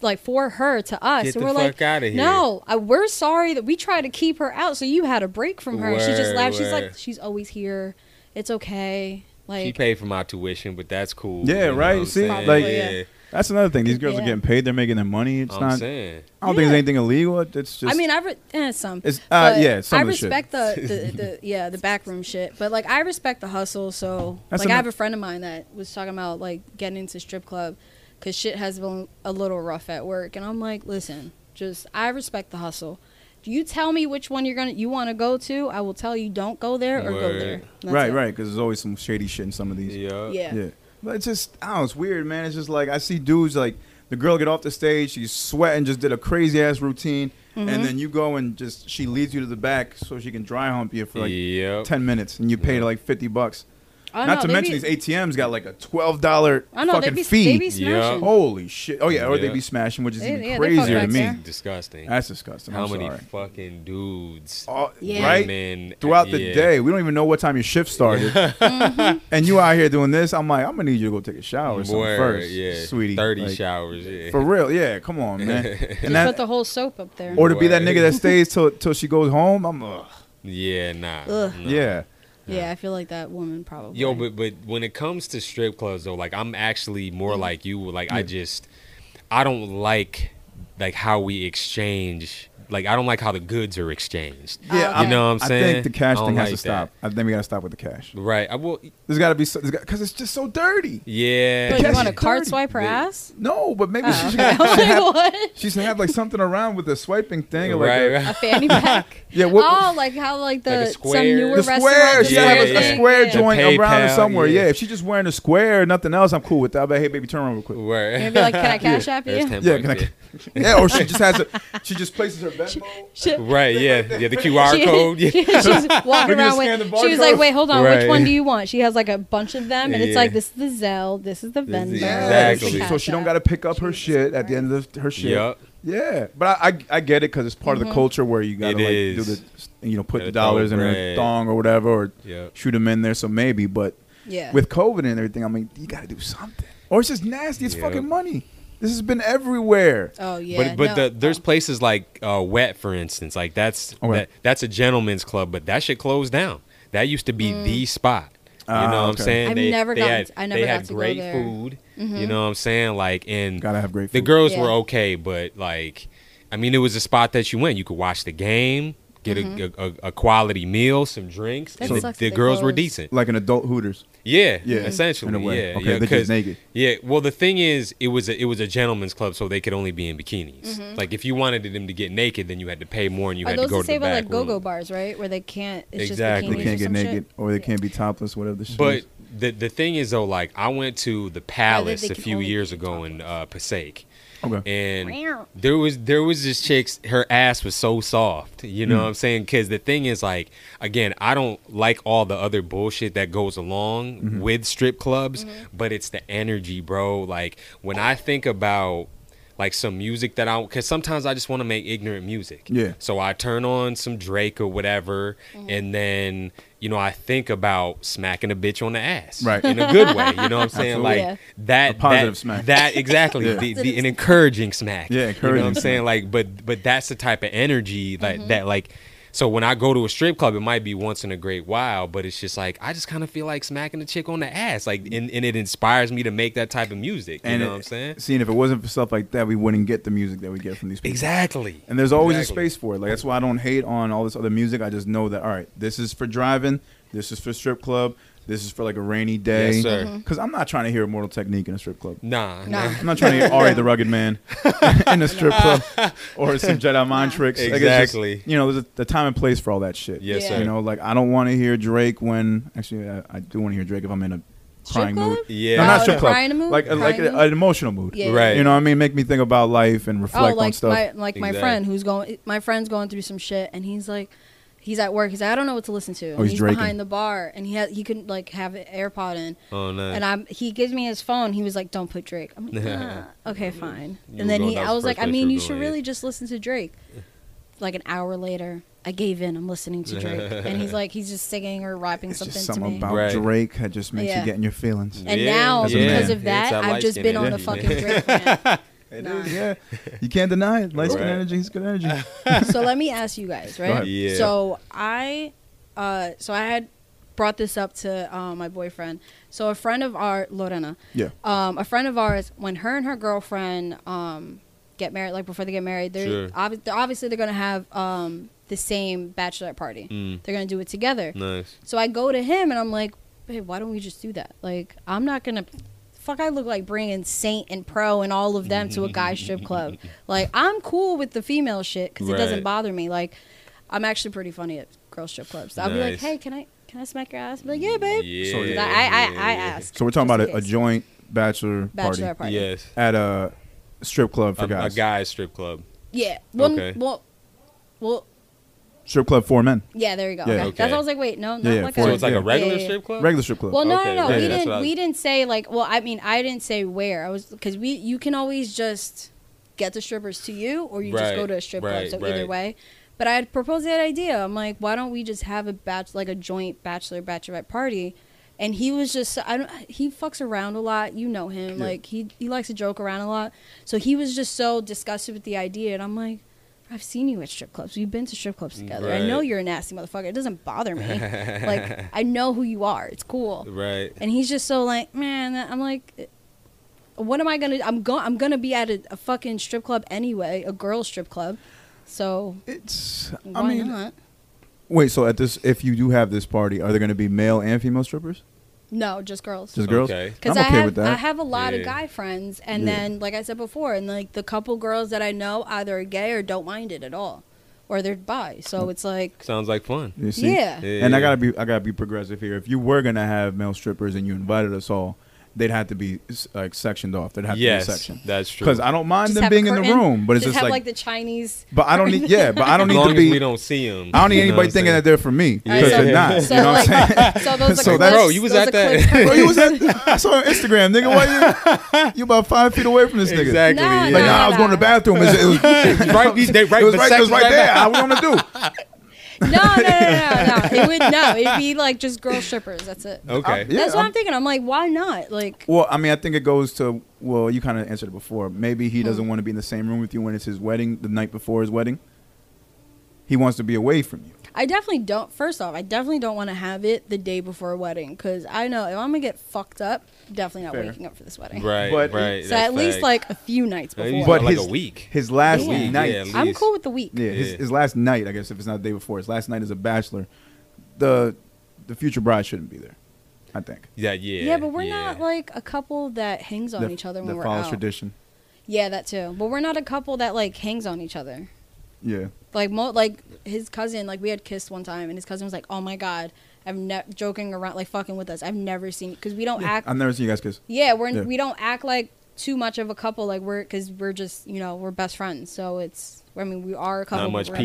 S3: like for her to us
S2: Get
S3: and
S2: the
S3: we're like
S2: fuck outta here.
S3: no I, we're sorry that we tried to keep her out so you had a break from her she just
S2: Word,
S3: laughed she's like
S2: word.
S3: she's always here it's okay
S2: she
S3: like
S2: paid for my tuition, but that's cool.
S1: Yeah,
S2: you know
S1: right,
S2: what I'm
S1: see,
S2: saying?
S1: like-
S2: yeah.
S1: That's another thing. These girls are
S3: Yeah.
S1: getting paid. They're making their money. It's
S2: Oh, I'm
S1: not.
S2: saying.
S1: I don't think there's
S3: Yeah.
S1: anything illegal. It's just.
S3: I mean, I re- eh, some.
S1: It's- uh,
S3: but
S1: yeah, some
S3: I
S1: of the shit.
S3: respect the, the, the yeah the backroom shit, but like I respect the hustle. So
S1: That's
S3: like I
S1: ano-
S3: have a friend of mine that was talking about like getting into strip club because shit has been a little rough at work, and I'm like, listen, just I respect the hustle. Do you tell me which one you're gonna you want to go to? I will tell you don't go there or go
S2: Word.
S3: there. That's
S1: right,
S3: it.
S1: right. Because there's always some shady shit in some of these.
S2: Yeah.
S3: Yeah.
S1: Yeah. But it's just, I don't know, it's weird, man. It's just like I see dudes like the girl get off the stage, she's sweating, just did a crazy ass routine,
S3: Mm-hmm.
S1: and then you go and just she leads you to the back so she can dry hump you for like
S2: Yep.
S1: ten minutes, and you pay like fifty bucks.
S3: I
S1: Not
S3: know,
S1: to
S3: they
S1: mention
S3: be-
S1: these ATMs got like a twelve dollar
S3: I know they
S1: fucking
S3: be
S1: fee.
S3: they be
S2: Yeah.
S3: smashing.
S1: Holy shit! Oh yeah, or they
S2: Yeah.
S1: be smashing, which is
S3: They-
S1: even
S3: yeah, they fuck
S1: crazier to
S3: back
S1: me.
S3: there.
S2: disgusting.
S1: That's disgusting.
S2: How
S1: I'm
S2: many
S1: sorry.
S2: fucking dudes,
S1: All-
S3: Oh, Yeah.
S1: Right
S2: women
S1: throughout the
S2: yeah.
S1: day, we don't even know what time your shift started,
S3: Mm-hmm.
S1: and you out here doing this. I'm like, I'm gonna need you to go take a shower or something
S2: Word,
S1: first,
S2: yeah,
S1: sweetie.
S2: Thirty
S1: Like,
S2: showers, yeah.
S1: For real, yeah. Come on, man.
S3: Just
S1: And
S3: put
S1: that,
S3: the whole soap up there.
S1: or to be that nigga
S2: Right.
S1: that stays till till she goes home. I'm, uh,
S2: yeah, nah,
S3: Ugh.
S2: nah.
S1: yeah.
S3: yeah, I feel like that woman probably.
S2: Yo, but but when it comes to strip clubs though, like I'm actually
S1: Mm-hmm.
S2: more like you. Like I just I don't like like how we exchange. Like I don't like how the goods are exchanged.
S1: Yeah,
S3: okay.
S2: You know what I'm
S1: I
S2: saying?
S1: think the cash
S2: I don't
S1: thing has
S2: like
S1: to stop. I think we gotta stop with the cash.
S2: that. Right. I will.
S1: There's gotta be because it's just so dirty.
S2: Yeah.
S3: What, you
S1: Yes,
S3: want to
S1: she's
S3: card
S1: dirty.
S3: swipe her
S2: They-
S3: ass?
S1: No, but maybe
S3: Oh,
S1: she, should,
S3: okay. I was
S1: she should
S3: like,
S1: have,
S3: what?
S1: she should have like something around with the swiping thing. Or, like,
S2: Right,
S1: a-
S2: right.
S3: A fanny pack.
S1: Yeah, what-
S3: oh, like how like the
S2: Like
S3: some
S2: a square.
S3: newer
S1: The
S3: restaurants.
S1: square, she
S2: yeah,
S1: had
S2: yeah.
S1: a, a square
S2: The
S1: joint around or
S2: PayPal,
S1: somewhere.
S2: yeah.
S1: Yeah. if she's just wearing a square, or nothing else, I'm cool with that. I'll be like, hey, baby, turn around real quick.
S2: Where?
S3: And be like, can I cash app
S2: There's
S3: you?
S2: 10
S1: Yeah, can
S2: bucks,
S1: I, yeah, or she just has a, she just places her Venmo.
S3: She,
S2: Right. Yeah. Yeah. The QR
S3: she-
S2: code. Yeah.
S3: she was walking
S1: Maybe
S3: around
S1: just scan
S3: with.
S1: the
S3: She was
S1: barcode.
S3: like, wait, hold on.
S2: Right.
S3: Which one do you want? She has like a bunch of them, and it's
S2: Yeah.
S3: like this is the Zelle, this is the
S2: This
S3: Venmo,
S2: is
S1: Yeah,
S3: this is the
S2: Exactly.
S3: Cash
S1: So she don't
S3: App.
S1: got to pick up her shit at the end of her shit.
S2: Yup.
S1: Yeah, but I I, I get it because it's part of the culture where you gotta
S2: It
S1: like do
S2: is.
S1: the you know put
S2: Gotta
S1: the
S2: throw
S1: dollars in a
S2: bread.
S1: thong or whatever or
S2: Yup.
S1: shoot them in there. So maybe, but
S3: Yeah.
S1: with COVID and everything, I mean you gotta do something or it's just nasty. It's
S2: Yep.
S1: fucking money. This has been everywhere.
S3: oh yeah.
S2: But but
S3: no.
S2: the, there's places like uh, Wet, for instance, like that's
S1: Okay.
S2: that, that's a gentleman's club, but that shit closed down. That used to be the spot. You know
S1: Ah,
S2: what I'm
S1: okay.
S2: saying?
S3: Mm. I've
S2: they,
S3: never
S2: they
S3: gotten-
S2: had,
S3: I never
S2: they
S3: got
S2: had
S3: to go
S2: great
S3: there. Mm-hmm.
S2: food. You know what I'm saying? Like and
S1: Gotta have great
S2: the
S1: food.
S2: girls
S3: Yeah.
S2: were okay, but like I mean, it was a spot that you went. You could watch the game, get a- a, a, a quality meal, some drinks,
S3: Mm-hmm. That
S2: and the,
S3: sucks
S2: the
S3: they
S2: girls were
S3: closed.
S2: decent.
S1: Like an adult Hooters.
S2: Yeah,
S1: Yeah.
S2: essentially.
S1: In a way.
S2: Yeah,
S1: Okay,
S2: yeah,
S1: they're just
S2: 'cause-
S1: naked.
S2: Yeah, well, the thing is, it was a, it was a gentleman's club, so they could only be in bikinis. Like, if you wanted them to get naked, then you had to pay more, and you
S3: Mm-hmm. are
S2: had to
S3: those
S2: go
S3: the
S2: to the
S3: same with,
S2: back
S3: like go-go
S2: room.
S3: bars, right? Where they can't. It's
S2: Exactly.
S3: Just
S1: They
S3: bikinis or
S1: can't get
S3: some shit?
S1: naked or they
S3: Yeah.
S1: can't be topless, whatever the shit.
S2: But
S1: is.
S2: the the thing is though, like I went to the Palace
S3: they
S2: a
S3: can
S2: few
S3: only be
S2: years ago in uh, Passaic,
S1: okay.
S2: and there was there was this chick's her ass was so soft you
S1: Hmm.
S2: know what i'm saying because the thing is like again i don't like all the other bullshit that goes along
S1: Mm-hmm.
S2: with strip clubs but it's the energy bro like when i think about like some music that I, because sometimes I just want to make ignorant music.
S1: Yeah.
S2: So I turn on some Drake or whatever, and then you know I think about smacking a bitch on the ass,
S1: Right.
S2: In a good way, you know what I'm saying?
S1: Absolutely.
S2: Like
S3: Yeah.
S2: that,
S1: positive
S2: that,
S1: smack.
S2: That exactly,
S1: Yeah.
S2: the, the, an encouraging smack.
S1: Yeah,
S2: You know what
S1: encouraging
S2: I'm
S1: smack.
S3: Mm-hmm.
S2: saying? Like, but but that's the type of energy that that like. So when I go to a strip club, it might be once in a great while, but it's just like I just kind of feel like smacking the chick on the ass, like, and, and it inspires me to make that type of music. You
S1: and
S2: know
S1: it-
S2: what I'm saying?
S1: Seeing if it wasn't for stuff like that, we wouldn't get the music that we get from these people.
S2: Exactly.
S1: And there's always
S2: Exactly.
S1: a space for it. Like that's why I don't hate on all this other music. I just know that all right, this is for driving, this is for strip club, this is for like a rainy day.
S2: Yes, sir.
S3: Mm-hmm.
S2: Mhm.
S1: Because I'm not trying to hear Mortal Technique in a strip club.
S2: Nah,
S3: Nah.
S2: nah.
S1: I'm not trying to hear Ari the Rugged Man in a strip club or some Jedi mind tricks. Like, it's just-
S2: Exactly.
S1: you know, there's a, the time and place for all that shit.
S2: Yes,
S3: Yeah.
S2: sir.
S1: You know, like I don't want to hear Drake when actually I, I do want to hear Drake if I'm in a crying
S3: club?
S1: mood.
S2: Yeah.
S1: no,
S2: Oh,
S1: not strip
S2: the
S1: club.
S3: crying mood?
S1: Like like
S3: Crying
S1: a-
S3: mood?
S1: an emotional mood.
S3: Yeah,
S2: Right.
S1: You know what I mean? Make me think about life and reflect
S3: oh, like
S1: on stuff.
S3: my like my
S2: Exactly.
S3: friend who's going. My friend's going through some shit, and he's like, he's at work. He's like, I don't know what to listen to.
S1: Oh, he's draking.
S3: behind the bar, and he had he couldn't like have an AirPod in.
S2: Oh no.
S3: And I'm he gives me his phone. He was like, "Don't put Drake." I'm like, ah, "Okay, fine."
S2: You
S3: and then
S2: were
S3: he,
S2: going- that
S3: I
S2: was
S3: was
S2: the
S3: like,
S2: first
S3: "I
S2: place
S3: mean,
S2: you
S3: you
S2: were
S3: should
S2: going,
S3: really just listen to Drake." Like an hour later, I gave in. I'm listening to Drake, and he's like, he's just singing or rapping
S1: It's
S3: something
S1: just something
S3: to me.
S1: about
S2: Right.
S1: Drake that just makes you
S3: Yeah.
S1: get in your feelings.
S3: and
S2: Yeah,
S3: now,
S1: yeah.
S3: because of
S2: Yeah,
S3: that,
S2: it's that
S3: I've just
S2: light-skinned
S3: been on the
S2: energy, man.
S3: fucking Drake rant.
S1: It
S3: Nah.
S1: is, yeah. You can't deny it. Light skin
S2: Right.
S1: energy is good energy.
S3: so let me ask you guys, right?
S1: ahead.
S2: Yeah.
S3: So I, uh, so I had brought this up to uh, my boyfriend. So a friend of our Lorena,
S1: Yeah.
S3: um, a friend of ours, when her and her girlfriend um, get married, like before they get married, they're,
S2: Sure.
S3: obvi- they're obviously they're gonna have um, the same bachelorette party.
S2: Mm.
S3: They're gonna do it together.
S2: nice.
S3: So I go to him and I'm like, babe, why don't we just do that? Like, I'm not gonna. Fuck, I look like bringing Saint and Pro and all of them to a guy strip club. Like, I'm cool with the female shit because it doesn't
S2: Right.
S3: bother me. Like, I'm actually pretty funny at girl strip clubs. So I'll be like,
S2: Nice.
S3: hey, can I can I smack your ass? Be like, yeah, babe.
S2: Yeah.
S3: 'Cause I, I, I, I ask.
S1: So we're talking
S3: just
S1: about
S3: in
S1: a, a
S3: case.
S1: joint bachelor, party
S3: bachelor party.
S2: Yes.
S1: at a strip club for
S2: A, a
S1: guys.
S2: guy's strip club.
S3: Yeah. Well,
S2: Okay.
S3: well, well,
S1: Strip club for men.
S3: yeah. There you go.
S1: Yeah.
S3: okay.
S2: Okay.
S3: That's what I was like. Wait, no, not
S1: yeah,
S3: like
S1: for-
S2: So
S3: a,
S2: it's like
S1: Yeah.
S2: a regular
S3: Yeah, yeah, yeah.
S2: strip club.
S1: Regular strip club.
S3: Well, no,
S2: Okay,
S3: no, no.
S2: yeah,
S3: we
S2: yeah, that's
S3: didn't.
S2: what I was-
S3: We didn't say like. Well, I mean, I didn't say where. I was because we. You can always just get the strippers to you, or you just
S2: Right,
S3: go to a strip club.
S2: right,
S3: So
S2: right.
S3: either way. But I had proposed that idea. I'm like, why don't we just have a batch like a joint bachelor bachelorette party? And he was just I don't he fucks around a lot. You know him.
S1: Yeah.
S3: Like he he likes to joke around a lot. So he was just so disgusted with the idea and I'm like I've seen you at strip clubs. We've been to strip clubs together. I know
S2: Right.
S3: you're a nasty motherfucker. It doesn't bother me. like I know who you are. It's cool
S2: Right.
S3: and he's just so like man i'm like what am i gonna i'm going i'm gonna be at a, a fucking strip club anyway a girls strip club so
S1: It's.
S3: why
S1: I mean,
S3: not
S1: wait. So at this, if you do have this party, are there going to be male and female strippers?
S3: no just girls
S1: Just girls?
S2: Okay.
S1: I'm
S3: because
S1: okay
S3: I have
S1: with that.
S3: I have a lot
S2: Yeah.
S3: of guy friends, and
S1: Yeah.
S3: then like I said before, and like the couple girls that I know either are gay or don't mind it at all, or they're bi.
S1: Mm.
S3: So it's like
S2: Sounds like fun.
S1: You see?
S3: Yeah.
S2: Yeah,
S1: And I
S2: yeah.
S1: gotta be, I gotta be progressive here. If you were gonna have male strippers and you invited us all, they'd have to be s- like sectioned off. They'd have
S2: Yes,
S1: to be sectioned.
S2: that's true.
S1: Because I don't mind
S3: just
S1: them
S3: have a
S1: being in the
S3: curtain,
S1: room, but it's
S3: just,
S1: just,
S3: have
S1: like,
S3: like, the Chinese.
S1: but I don't need, yeah, but I don't
S2: As
S1: need
S2: long
S1: to
S2: as
S1: be.
S2: we don't see him.
S1: I don't need anybody thinking that they're for me
S2: Yeah.
S1: because they're
S3: so,
S1: not.
S3: uh, So
S1: you know
S3: like,
S1: what I'm saying?
S3: so those are
S1: So
S3: clips,
S1: that's-
S2: Bro, you was
S3: those
S2: at
S3: are
S2: that-
S3: clips from
S1: Bro, you was at, I saw on Instagram, nigga. Why you, you about five feet away from this nigga?
S2: Exactly.
S3: Nah,
S1: Like, nah, I was going to the bathroom. It was, it was, it
S2: right, be- they- right,
S1: was right, it was right there. I was going to do.
S3: No, no, no, no, no. It would no. It'd be like just girl strippers. That's it.
S2: Okay.
S1: Oh, Yeah,
S3: That's what I'm,
S1: I'm-
S3: thinking. I'm like, why not? Like,
S1: Well, I mean, I think it goes to well, you kind of answered it before. Maybe he
S2: Hmm.
S1: doesn't want to be in the same room with you when it's his wedding, the night before his wedding. He wants to be away from you.
S3: I definitely don't. First off, I definitely don't want to have it the day before a wedding because I know if I'm gonna get fucked up, definitely not
S1: Fair.
S3: waking up for this wedding.
S2: Right.
S1: But-
S2: right.
S3: So
S2: that's
S3: at least
S2: facts.
S3: like a few nights
S2: Maybe
S3: before.
S1: But
S2: like
S1: his-
S2: a week.
S1: His last
S3: Yeah. Yeah,
S1: night,
S2: at
S3: I'm
S2: least.
S3: cool with the week.
S1: Yeah, his,
S2: Yeah.
S1: his last night, I guess, if it's not the day before, his last night as a bachelor, the the future bride shouldn't be there. I think
S2: Yeah. Yeah.
S3: Yeah, but we're not
S2: yeah.
S3: like a couple that hangs on
S1: that,
S3: each other
S1: that
S3: when we're
S1: follows
S3: out.
S1: tradition.
S3: Yeah, that too. But we're not a couple that like hangs on each other.
S1: Yeah,
S3: like mo- like his cousin like we had kissed one time and his cousin was like oh my god i'm ne- joking around like fucking with us i've never seen because we don't act
S1: I've never seen you guys kiss.
S3: yeah we're
S1: Yeah.
S3: we don't act like too much of a couple like we're because we're just you know we're best friends so it's i mean we are a couple
S2: Not
S3: but
S2: much
S3: we're-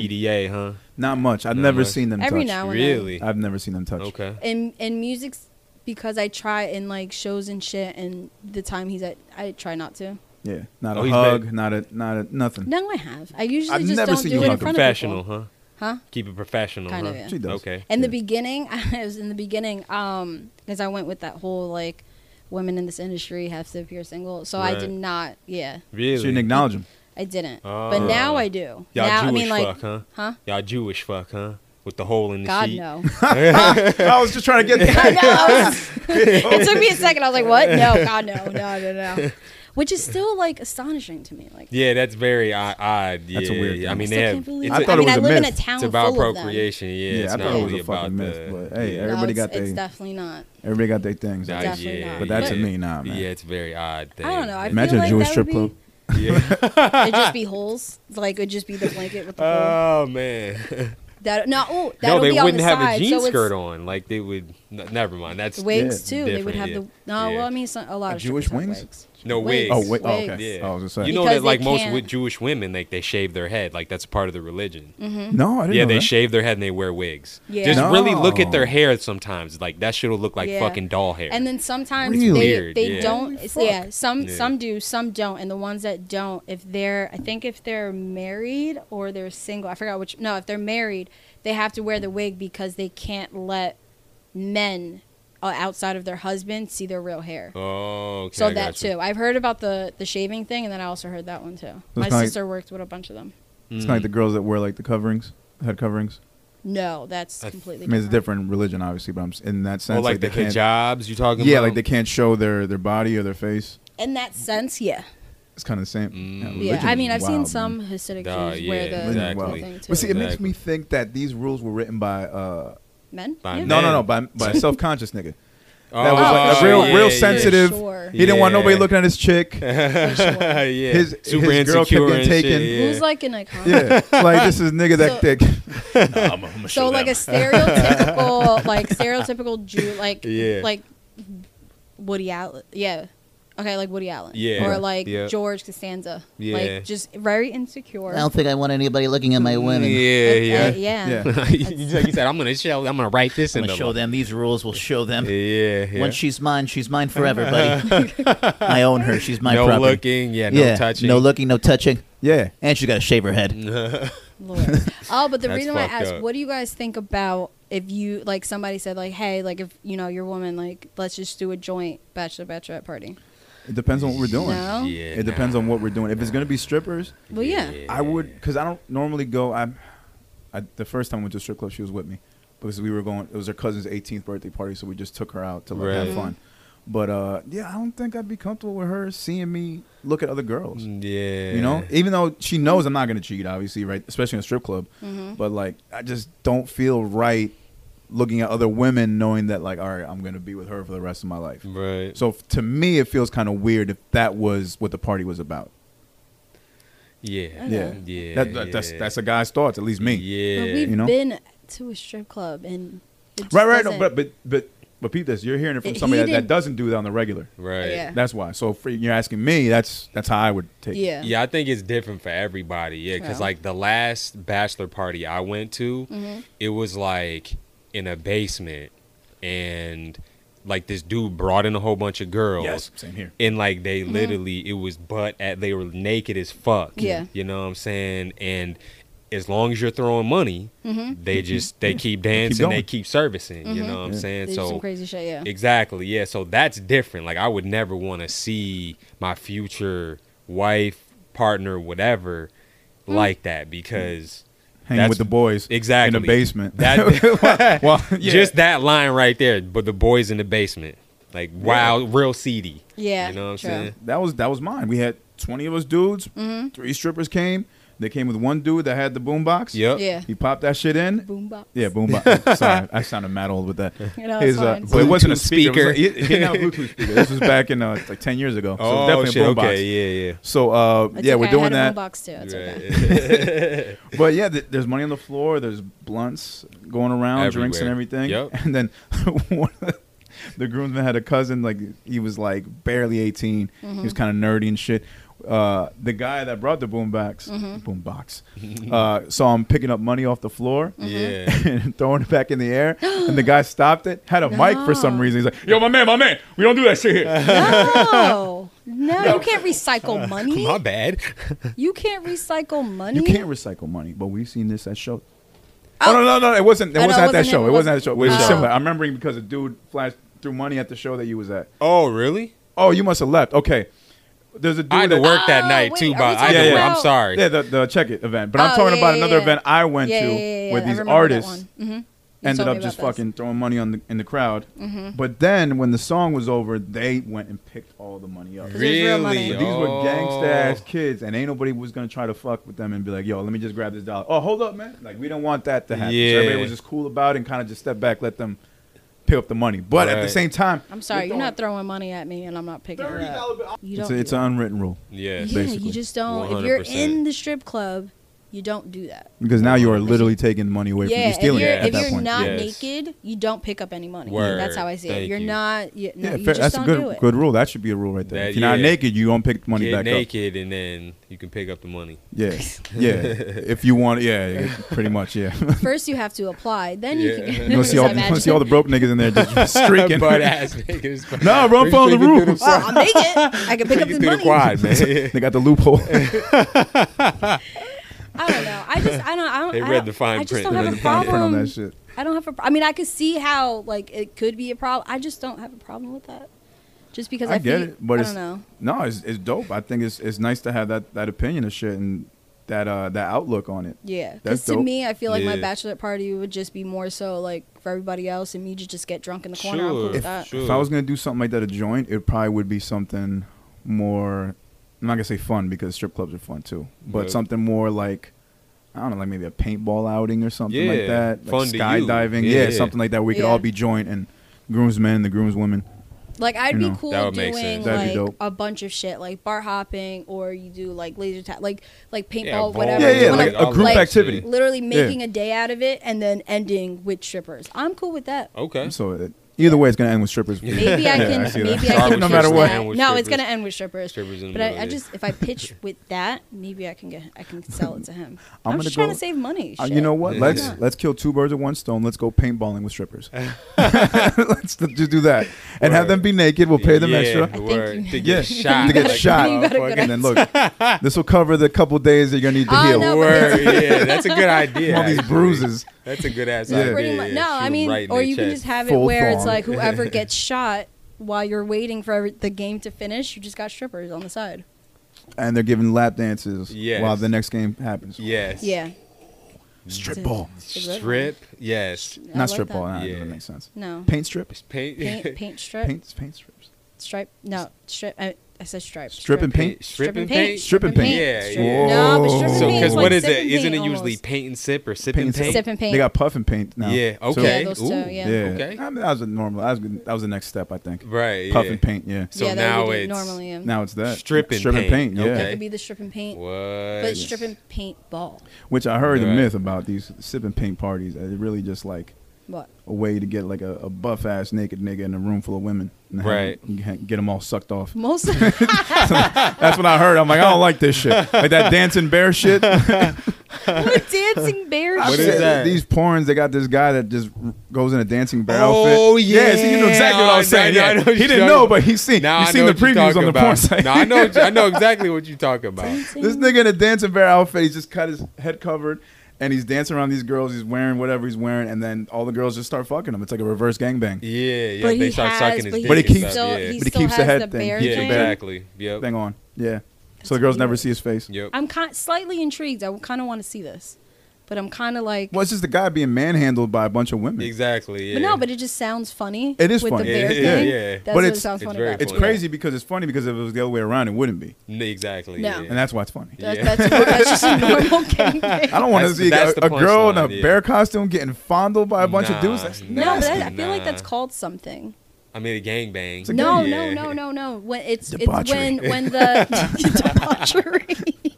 S2: PDA, huh?
S1: Not much. I've never
S2: much.
S1: seen them
S3: every
S1: touch.
S3: now and then
S2: Really?
S1: I've never seen them touch.
S2: Okay.
S3: and and music's because i try in like shows and shit and the time he's at i try not
S1: Mm.
S3: to
S1: Yeah, not
S2: Oh,
S1: a
S2: he's
S1: hug,
S2: bad.
S1: not a not a nothing.
S3: no i have i usually
S1: I've
S3: just
S1: never
S3: don't
S1: seen
S3: do
S1: you
S3: it
S1: hug
S3: in
S1: a
S3: front
S2: professional,
S3: of
S2: huh?
S3: people huh
S2: Keep it professional,
S3: Kind
S2: huh?
S3: of, yeah.
S1: She does.
S2: Okay.
S3: In the
S1: Yeah.
S3: beginning, I was in the beginning, um, because I went with that whole like women in this industry have to appear single. So I
S2: Right.
S3: did not, yeah.
S2: Really?
S1: She didn't acknowledge him.
S3: I didn't, but now I do.
S2: Oh. Y'all
S3: now
S2: Jewish
S3: I mean, like,
S2: fuck, huh?
S3: huh?
S2: Y'all Jewish fuck, huh? With the hole in the
S3: God
S2: sheet.
S3: no.
S1: I was just trying to get
S3: I know, I was- it took me a second. I was like, "What? No, God, no, no, no, no." Which is still like astonishing to me. Like,
S2: Yeah, that's very odd. odd. Yeah,
S1: That's a weird
S2: I
S1: thing.
S2: mean,
S3: still
S2: they have,
S3: can't believe
S2: it's,
S3: it.
S1: I
S2: a-
S1: thought
S3: I
S1: it
S3: mean,
S1: was
S3: I
S1: a
S3: live in a
S1: myth.
S3: town
S2: it's about
S3: full of them.
S2: appropriation. Yeah,
S1: Yeah,
S2: it's
S1: I
S2: not
S1: thought it was
S2: really
S1: a fucking
S2: about
S1: myth,
S2: the.
S1: but hey,
S2: yeah.
S3: No,
S1: everybody
S3: it's-
S1: got their
S3: It's definitely not.
S1: everybody got their things.
S2: Nah,
S1: man.
S3: definitely
S2: yeah,
S3: not.
S1: But that to
S2: yeah.
S1: me, nah, man.
S2: Yeah, it's a very odd thing.
S3: I don't know. I
S1: Imagine a
S3: feel like
S1: Jewish
S3: that
S1: strip
S3: would
S1: club.
S3: be-
S2: Yeah.
S3: It'd just be holes. Like it'd just be the blanket with the hole.
S2: oh man.
S3: That no, oh, that'll
S2: no, they
S3: be on
S2: wouldn't
S3: the
S2: have
S3: side,
S2: a jean
S3: so
S2: skirt on. Like they would. n- never mind. That's
S3: Wigs
S1: Yeah,
S3: too. They would have
S2: different,
S3: the no.
S2: yeah.
S3: Well, I mean, some, a lot of
S1: Jewish
S3: strippers have
S1: wings?
S3: wigs.
S2: No wigs.
S1: Oh, wait. Oh,
S3: Wigs.
S1: okay. Oh, I was just saying.
S2: You know
S3: Because
S2: that
S3: they
S2: like most
S3: can't-
S2: with Jewish women, like they shave their head. Like that's part of the religion.
S3: Mm-hmm.
S1: No, I didn't
S2: Yeah,
S1: know
S2: they
S1: that.
S2: shave their head and they wear wigs.
S3: Yeah.
S2: Just really look at their
S1: No.
S2: hair sometimes. Like that shit'll look like
S3: Yeah.
S2: fucking doll hair.
S3: And then sometimes
S4: Really?
S3: they
S2: Weird,
S3: they
S2: yeah.
S3: don't. it's- yeah, some
S2: Yeah.
S3: some do, some don't. And the ones that don't, if they're, I think if they're married or they're single, I forgot which. No, if they're married, they have to wear the wig because they can't let men uh, outside of their husband see their real hair.
S2: oh, okay,
S3: so
S2: I
S3: that
S2: got you.
S3: too. I've heard about the the shaving thing, and then I also heard that one too. My
S1: like-
S3: sister worked with a bunch of them.
S2: Hmm.
S1: It's not like the girls that wear like the coverings, head coverings.
S3: No, that's
S2: I-
S3: completely.
S1: I mean, it's a different religion, obviously, but I'm s- in that sense.
S2: Or Oh, like the
S1: they can't-
S2: hijabs you talking
S1: Yeah,
S2: about?
S1: like they can't show their their body or their face.
S3: In that sense, yeah,
S1: It's kind of the same.
S2: Mm. Yeah,
S1: religion
S3: yeah. I
S1: is
S3: mean, I've
S1: wild,
S3: seen
S1: man.
S3: some Hasidic
S2: Duh,
S3: Jews wear
S2: yeah,
S3: the
S1: Religion is
S2: exactly.
S1: wild.
S3: thing too.
S1: But see, it makes
S2: Exactly.
S1: me think that these rules were written by uh,
S3: men.
S2: By
S3: Yeah.
S2: men.
S1: no, no, no, by by a self conscious nigga.
S2: oh,
S1: that was like
S3: for
S1: a real,
S3: sure.
S1: real
S3: For
S1: sensitive.
S3: sure.
S1: He didn't want nobody
S2: Yeah.
S1: looking at his chick.
S3: For sure.
S2: yeah. yeah.
S1: His-
S2: Super
S1: his girl kept
S2: insecure
S1: getting
S2: and shit,
S1: taken.
S2: yeah.
S3: Who's like an icon?
S1: Yeah, like this is nigga that
S3: So-
S1: thick.
S3: So like a stereotypical, like stereotypical Jew, like
S2: Yeah.
S3: like Woody Allen. Yeah. Okay, like Woody Allen.
S2: Yeah.
S3: Or like
S2: Yeah.
S3: George Costanza.
S2: Yeah.
S3: Like just very insecure.
S4: I don't think I want anybody looking at my
S2: Yeah,
S4: women.
S3: It-
S2: yeah.
S3: uh, yeah.
S1: Yeah.
S2: He's like, he said, "I'm gonna show. I'm gonna write this
S4: I'm
S2: in
S4: gonna
S2: the
S4: show them these rules. We'll show them.
S2: Yeah, yeah.
S4: Once she's mine, she's mine forever, buddy. I own her. She's my
S2: no
S4: property.
S2: looking, yeah, no
S4: yeah,
S2: touching.
S4: no looking, no touching,
S1: Yeah,
S4: and she's got to shave her head.
S3: Lord. Oh, but the
S2: That's
S3: reason why I
S2: fucked
S3: asked,
S2: up.
S3: what do you guys think about if you like somebody said like, hey, like if you know your woman, like let's just do a joint bachelor bachelorette party.
S1: it depends on what we're doing.
S3: No.
S2: Yeah,
S1: It depends on what we're doing. If it's gonna be strippers,
S3: Well, yeah.
S1: I would because I don't normally go. I'm I, the first time I went to a strip club, she was with me because we were going. It was her cousin's 18th birthday party, so we just took her out to like,
S2: Right.
S1: have fun. But uh, yeah, I don't think I'd be comfortable with her seeing me look at other girls.
S2: Mm, Yeah,
S1: You know, even though she knows I'm not gonna cheat, obviously, right? Especially in a strip club.
S3: Mhm.
S1: But like, I just don't feel right looking at other women, knowing that like, all right, I'm gonna be with her for the rest of my life.
S2: right?
S1: So f- to me, it feels kind of weird if that was what the party was about.
S2: yeah,
S1: Yeah,
S2: yeah.
S1: That, that, that's that's a guy's thoughts, at least me.
S2: Yeah,
S3: But we've
S1: You know?
S3: been to a strip club and it just
S1: Right, right. No,
S3: doesn't-
S1: but but but but peep this. You're hearing it from
S3: He
S1: somebody that, that
S3: didn't-
S1: doesn't do that on the regular.
S2: right.
S3: Yeah.
S1: That's why. So if you're asking me, that's that's how I would take. it.
S3: yeah.
S2: Yeah, I think it's different for everybody. Yeah, because
S3: Yeah.
S2: like the last bachelor party I went to,
S3: Mm-hmm.
S2: it was like in a basement, and like this dude brought in a whole bunch of girls.
S1: Yes. Same here.
S2: and like they
S3: Mm-hmm.
S2: literally it was butt at they were naked as fuck
S3: Yeah.
S2: you know what i'm saying and as long as you're throwing money
S3: Mm-hmm.
S2: they just they keep dancing they
S1: Mm-hmm. going.
S2: keep servicing you know what i'm
S1: Yeah.
S2: saying
S3: They do some
S2: so
S3: crazy shit, yeah.
S2: exactly yeah so that's different like i would never want to see my future wife partner whatever
S3: Mm.
S2: like that because
S1: Hanging
S2: That's-
S1: with the boys.
S2: exactly
S1: In the basement.
S2: that
S1: well, yeah.
S2: just that line right there but the boys in the basement like wow real seedy
S3: Yeah,
S2: you know what i'm
S3: true.
S2: saying
S1: that was that was mine. We had 20 of us dudes.
S3: Mm-hmm.
S1: Three strippers came. They came with one dude that had the boombox.
S2: yep
S3: Yeah.
S1: He popped that shit in.
S3: Boom bop.
S1: Yeah, boombox. Sorry, I sounded mad old with that.
S3: You know,
S1: His,
S3: it's
S1: uh,
S3: fine.
S1: but it wasn't a
S2: Bluetooth
S1: speaker. It was
S2: speaker.
S1: like- it- it- not a Bluetooth speaker. This was back in uh, like 10 years ago. So
S3: Oh,
S1: it was definitely a boombox.
S2: Oh, Okay, yeah,
S1: So uh,
S3: It's
S1: yeah,
S3: okay,
S1: we're
S3: I
S1: doing
S3: had A
S1: that.
S3: box too. It's okay.
S1: But yeah, th- there's money on the floor. There's blunts going around, drinks and
S2: Everywhere.
S1: everything.
S2: Yep.
S1: And then one of the, the groomsman had a cousin. Like he was like barely 18. He was kind of nerdy and shit. Uh, the guy that brought the boombox, boombox, uh, saw him picking up money off the floor
S3: Mm-hmm.
S2: Mm-hmm. yeah.
S1: and throwing it back in the air. And the guy stopped it. Had a mic for some
S3: No.
S1: reason. He's like, "Yo, my man, my man, we don't do that shit here."
S3: No, no, you can't recycle money.
S2: My bad.
S3: You can't recycle money.
S1: You can't recycle money, but we've seen this at shows. Oh, no, no, no! It wasn't. It
S3: Oh, no,
S1: wasn't
S3: it
S1: at that
S3: wasn't
S1: show.
S3: him,
S1: It
S3: it
S1: wasn't at the
S3: wasn't-
S1: show. It was
S3: Oh.
S1: similar. I'm remembering because a dude flashed threw money at the show that you was at.
S2: Oh, really?
S1: Oh, you must have left. Okay, There's a dude
S2: I had to
S1: that-
S2: work that
S3: Oh,
S2: night
S3: wait,
S2: too,
S3: are
S2: but
S3: we
S2: I had
S1: talking
S2: to work. I'm
S3: about-
S2: sorry.
S1: Yeah, the, the check it event. But I'm
S3: Oh,
S1: talking
S3: yeah,
S1: about
S3: yeah,
S1: another
S3: yeah.
S1: event I went
S3: Yeah,
S1: to
S3: yeah, yeah, yeah.
S1: where
S3: I
S1: these
S3: remember that
S1: artists
S3: one. Mhm. You
S1: ended
S3: told
S1: up
S3: me
S1: just
S3: about this. Mm-hmm.
S1: fucking throwing money on the in the crowd. But then when the song was over, they went and picked all the money up.
S3: it was real money.
S2: Really?
S3: But
S1: But these were
S2: Oh.
S1: gangsta ass kids, and ain't nobody was gonna try to fuck with them and be like, "Yo, let me just grab this dollar." Oh, hold up, man! Like we don't want that to happen. So
S2: Yeah.
S1: everybody was just cool about it and kind of just step back, let them pick up the money. But at the
S2: Right.
S1: same time,
S3: I'm sorry, you're
S1: throwing
S3: not throwing money at me, and I'm not picking it up.
S1: $30 bill-
S3: You
S1: It's,
S3: don't.
S1: a, it's
S3: do
S1: an
S3: that.
S1: unwritten rule
S2: Yeah.
S3: yeah. You
S1: basically.
S3: just don't. If you're
S2: 100%.
S3: in the strip club, you don't do that.
S1: because now you are literally taking money away from
S3: Yeah,
S1: you, stealing
S3: if you're,
S1: it at
S3: if
S1: that
S3: you're
S1: point.
S3: not
S2: Yes.
S3: naked, you don't pick up any money.
S2: Word.
S3: That's how I see it.
S2: Thank
S3: You're
S2: you.
S3: not. You, no,
S1: yeah,
S3: you
S1: fair.
S3: just
S1: that's a
S3: don't do
S1: good
S3: it.
S1: good rule. That should be a rule right there.
S2: That-
S1: if you're not
S2: yeah.
S1: naked, you don't pick money
S2: Get
S1: back up.
S2: naked and then you can pick up the money.
S1: Yeah, yeah. if you want, yeah, yeah, pretty much, yeah.
S3: First, you have to apply. Then you
S2: Yeah.
S3: can.
S1: you want to see all, you wanna see all the broke niggas in there just streaking.
S2: Butt ass niggas.
S1: No, bro, I'm following the rules.
S3: Well, I'm naked. I can pick up
S2: you
S3: the
S2: through
S3: money.
S2: the quad, man.
S1: they got the loophole.
S3: I don't know. I just I don't. I don't
S2: They
S3: I
S2: read
S3: don't-
S2: the fine
S3: I just
S2: print.
S3: don't
S2: They
S3: have
S2: read
S3: a
S2: the fine
S1: print on
S3: problem.
S1: that shit.
S3: I don't have a. I mean, I could see how like it could be a problem. I just don't have a problem with that. Just because I,
S1: I get
S3: feel,
S1: it, but
S3: I
S1: it's
S3: don't know.
S1: no, it's it's dope. I think it's it's nice to have that that opinion of shit and that uh that outlook on it.
S3: Yeah,
S1: That's
S3: because to
S1: dope.
S3: me, I feel like my
S2: Yeah.
S3: bachelorette party would just be more so like for everybody else, and me to just get drunk in the corner. I'm cool
S2: Sure.
S3: with
S2: If-
S3: that.
S2: sure.
S1: If I was gonna do something like that, a joint, it probably would be something more. I'm not gonna say fun because strip clubs are fun too, but
S2: Yeah.
S1: something more like I don't know, like maybe a paintball outing or something like
S2: Yeah,
S1: that.
S2: fun
S1: like
S2: to you.
S1: skydiving,
S2: Yeah,
S1: yeah,
S2: yeah.
S1: something like that. where We could
S3: Yeah.
S1: all be joint and groomsmen and the groomswomen.
S3: Like I'd
S1: You
S3: be
S1: know.
S3: cool
S2: That would make
S3: doing
S2: sense.
S1: That'd be
S3: like
S1: dope.
S3: a bunch of shit, like bar hopping, or you do like laser tag, like like paintball,
S2: Yeah, bowling.
S3: whatever.
S1: Yeah, yeah,
S3: You wanna,
S1: like a group
S3: like,
S1: activity.
S3: Literally making a day out of it and then ending with strippers. I'm cool with that.
S2: Okay.
S1: So it, either way, it's gonna end with strippers.
S3: Maybe I
S1: Yeah,
S3: can.
S1: see that.
S3: maybe I can.
S1: no
S3: pitch
S1: matter what.
S3: that.
S2: End with
S3: No, it's
S2: strippers.
S3: gonna end with strippers.
S2: Strippers in the
S3: But I,
S2: middle,
S3: I
S2: yeah.
S3: just, if I pitch with that, maybe I can get, I can sell it to him. I'm,
S1: I'm
S3: just
S1: gonna
S3: trying
S1: go-
S3: to save money.
S1: Uh,
S3: shit.
S1: you know what?
S2: Yeah.
S1: Let's
S2: Yeah.
S1: let's kill two birds with one stone. Let's go paintballing with strippers. let's th- just do that and have them be naked. We'll pay them
S2: yeah,
S3: I
S1: extra.
S3: think
S2: word.
S3: you-
S2: To get
S1: Yeah,
S2: shot.
S1: to get
S2: like,
S1: shot.
S3: You gotta go
S2: motherfucker.
S3: to-
S1: And then look, this will cover the couple days that you're gonna need to
S3: Oh,
S1: heal.
S3: no,
S2: Word, yeah, that's a good idea.
S1: All these
S2: actually.
S1: bruises.
S2: That's a good ass
S1: Yeah.
S2: idea.
S3: Pretty much. No,
S2: Shoot
S3: I
S2: 'em
S3: mean,
S2: right in
S3: or
S2: their
S3: you can
S2: chest.
S3: just have it
S1: Full
S3: where it's
S1: thong.
S3: like whoever gets shot while you're waiting for every, the game to finish, you just got strippers on the side.
S1: and they're giving lap dances
S2: Yes.
S1: while the next game happens.
S2: Yes.
S3: Yeah.
S1: Strip ball.
S2: Strip. Yes.
S3: I
S1: Not
S3: like
S1: strip
S3: that.
S1: ball. Nah, that
S2: Yeah.
S1: doesn't make sense.
S3: No.
S1: Paint strip.
S2: Paint.
S3: Paint, paint strip.
S1: Paint paint strips.
S3: Stripe. No. Strip. I, I said stripe.
S1: Strip and paint?
S2: Strip and paint.
S1: Strip and paint.
S2: Yeah,
S3: Strip-
S2: yeah.
S3: No, but strip and
S1: Whoa.
S2: So,
S3: paint.
S2: because
S3: is like
S2: what is
S3: sip
S2: it?
S3: and
S2: Isn't
S3: paint
S2: it usually
S3: almost.
S2: paint and sip or sip and paint?
S3: Sip and paint.
S1: They got puff and paint now.
S2: Yeah.
S1: too.
S2: Okay.
S3: those two,
S2: Ooh.
S1: Yeah.
S3: yeah.
S2: Okay.
S1: I mean, that was a normal. That was, good- that was the next step, I think.
S2: Right. Yeah.
S1: Puff and paint. Yeah.
S2: So
S3: yeah, that
S2: now
S3: would be
S2: it's
S3: normally yeah.
S1: Now it's that
S2: Strip and
S1: strip
S2: paint.
S1: and paint. Yeah.
S3: that
S2: Okay.
S3: could be the strip and paint,
S2: What?
S3: but strip and paint ball.
S1: Which I heard the
S2: Right.
S1: myth about these sip and paint parties. It's really just like
S3: What?
S1: a way to get like a, a buff ass naked nigga in a room full of women. And have-
S2: Right.
S1: You can get them all sucked off.
S3: Most.
S1: That's what I heard. I'm like, I don't like this shit. Like that dancing bear shit.
S3: what dancing bear?
S1: I've
S2: What
S1: seen
S2: is
S1: th-
S2: that?
S1: These porns, they got this guy that just r- goes in a dancing bear
S2: Oh,
S1: outfit. so you know
S2: yeah.
S1: exactly what I was
S2: Oh,
S1: saying.
S2: now I
S1: yeah.
S2: know what
S1: he
S2: you're
S1: didn't
S2: talking
S1: know,
S2: about.
S1: but he's seen.
S2: Now
S1: you
S2: I
S1: seen
S2: know
S1: the
S2: what you're
S1: previews on
S2: talking
S1: the porn
S2: about.
S1: site.
S2: No, I know. I know exactly what you're talking about.
S1: this nigga in a dancing bear outfit. He's just cut his head covered. And he's dancing around these girls. He's wearing whatever he's wearing, and then all the girls just start fucking him. It's like a reverse gangbang.
S2: Yeah, yeah.
S3: But
S2: they
S3: he
S2: start
S3: has-
S2: sucking his
S3: but
S2: dick.
S3: he
S1: But it
S2: and
S1: keeps-
S2: stuff,
S3: still,
S2: yeah.
S3: he
S1: But it
S3: still
S1: keeps the
S3: has
S1: head
S3: the
S1: thing.
S3: bear
S2: yeah,
S3: thing.
S2: exactly. Yep.
S1: Thing on, yeah. so the girls never
S3: weird.
S1: see his face.
S2: Yep.
S3: I'm kind slightly intrigued. I kind of want to see this, but I'm kind of like,
S1: Well, it's just the guy being manhandled by a bunch of women.
S2: Exactly. Yeah.
S3: but no, but it just sounds funny.
S1: It is
S3: with
S1: funny.
S3: The bear
S2: Yeah, yeah,
S3: thing.
S2: yeah.
S3: That's
S1: But
S3: what it
S1: it's-
S3: sounds
S2: It's
S3: funny
S2: very
S3: about.
S1: It's
S2: Well, yeah.
S1: crazy because it's funny because if it was the other way around, it wouldn't be,
S2: N- exactly.
S3: No.
S2: Yeah.
S1: and that's why it's funny.
S3: That,
S2: Yeah.
S3: That's that's just a normal gangbang.
S1: I don't want to
S2: That's-
S1: see a,
S2: that's the
S1: a girl in a
S2: punchline, yeah.
S1: bear costume getting fondled by a bunch of
S2: Nah,
S1: dudes. That's
S2: nah.
S3: No, but
S1: nasty.
S3: that, I feel like that's
S2: Nah.
S3: called something.
S2: I mean, a gangbang.
S1: a
S3: No,
S2: Yeah.
S3: no, no, no, no. When it's it's
S1: Debauchery.
S3: when when the debauchery.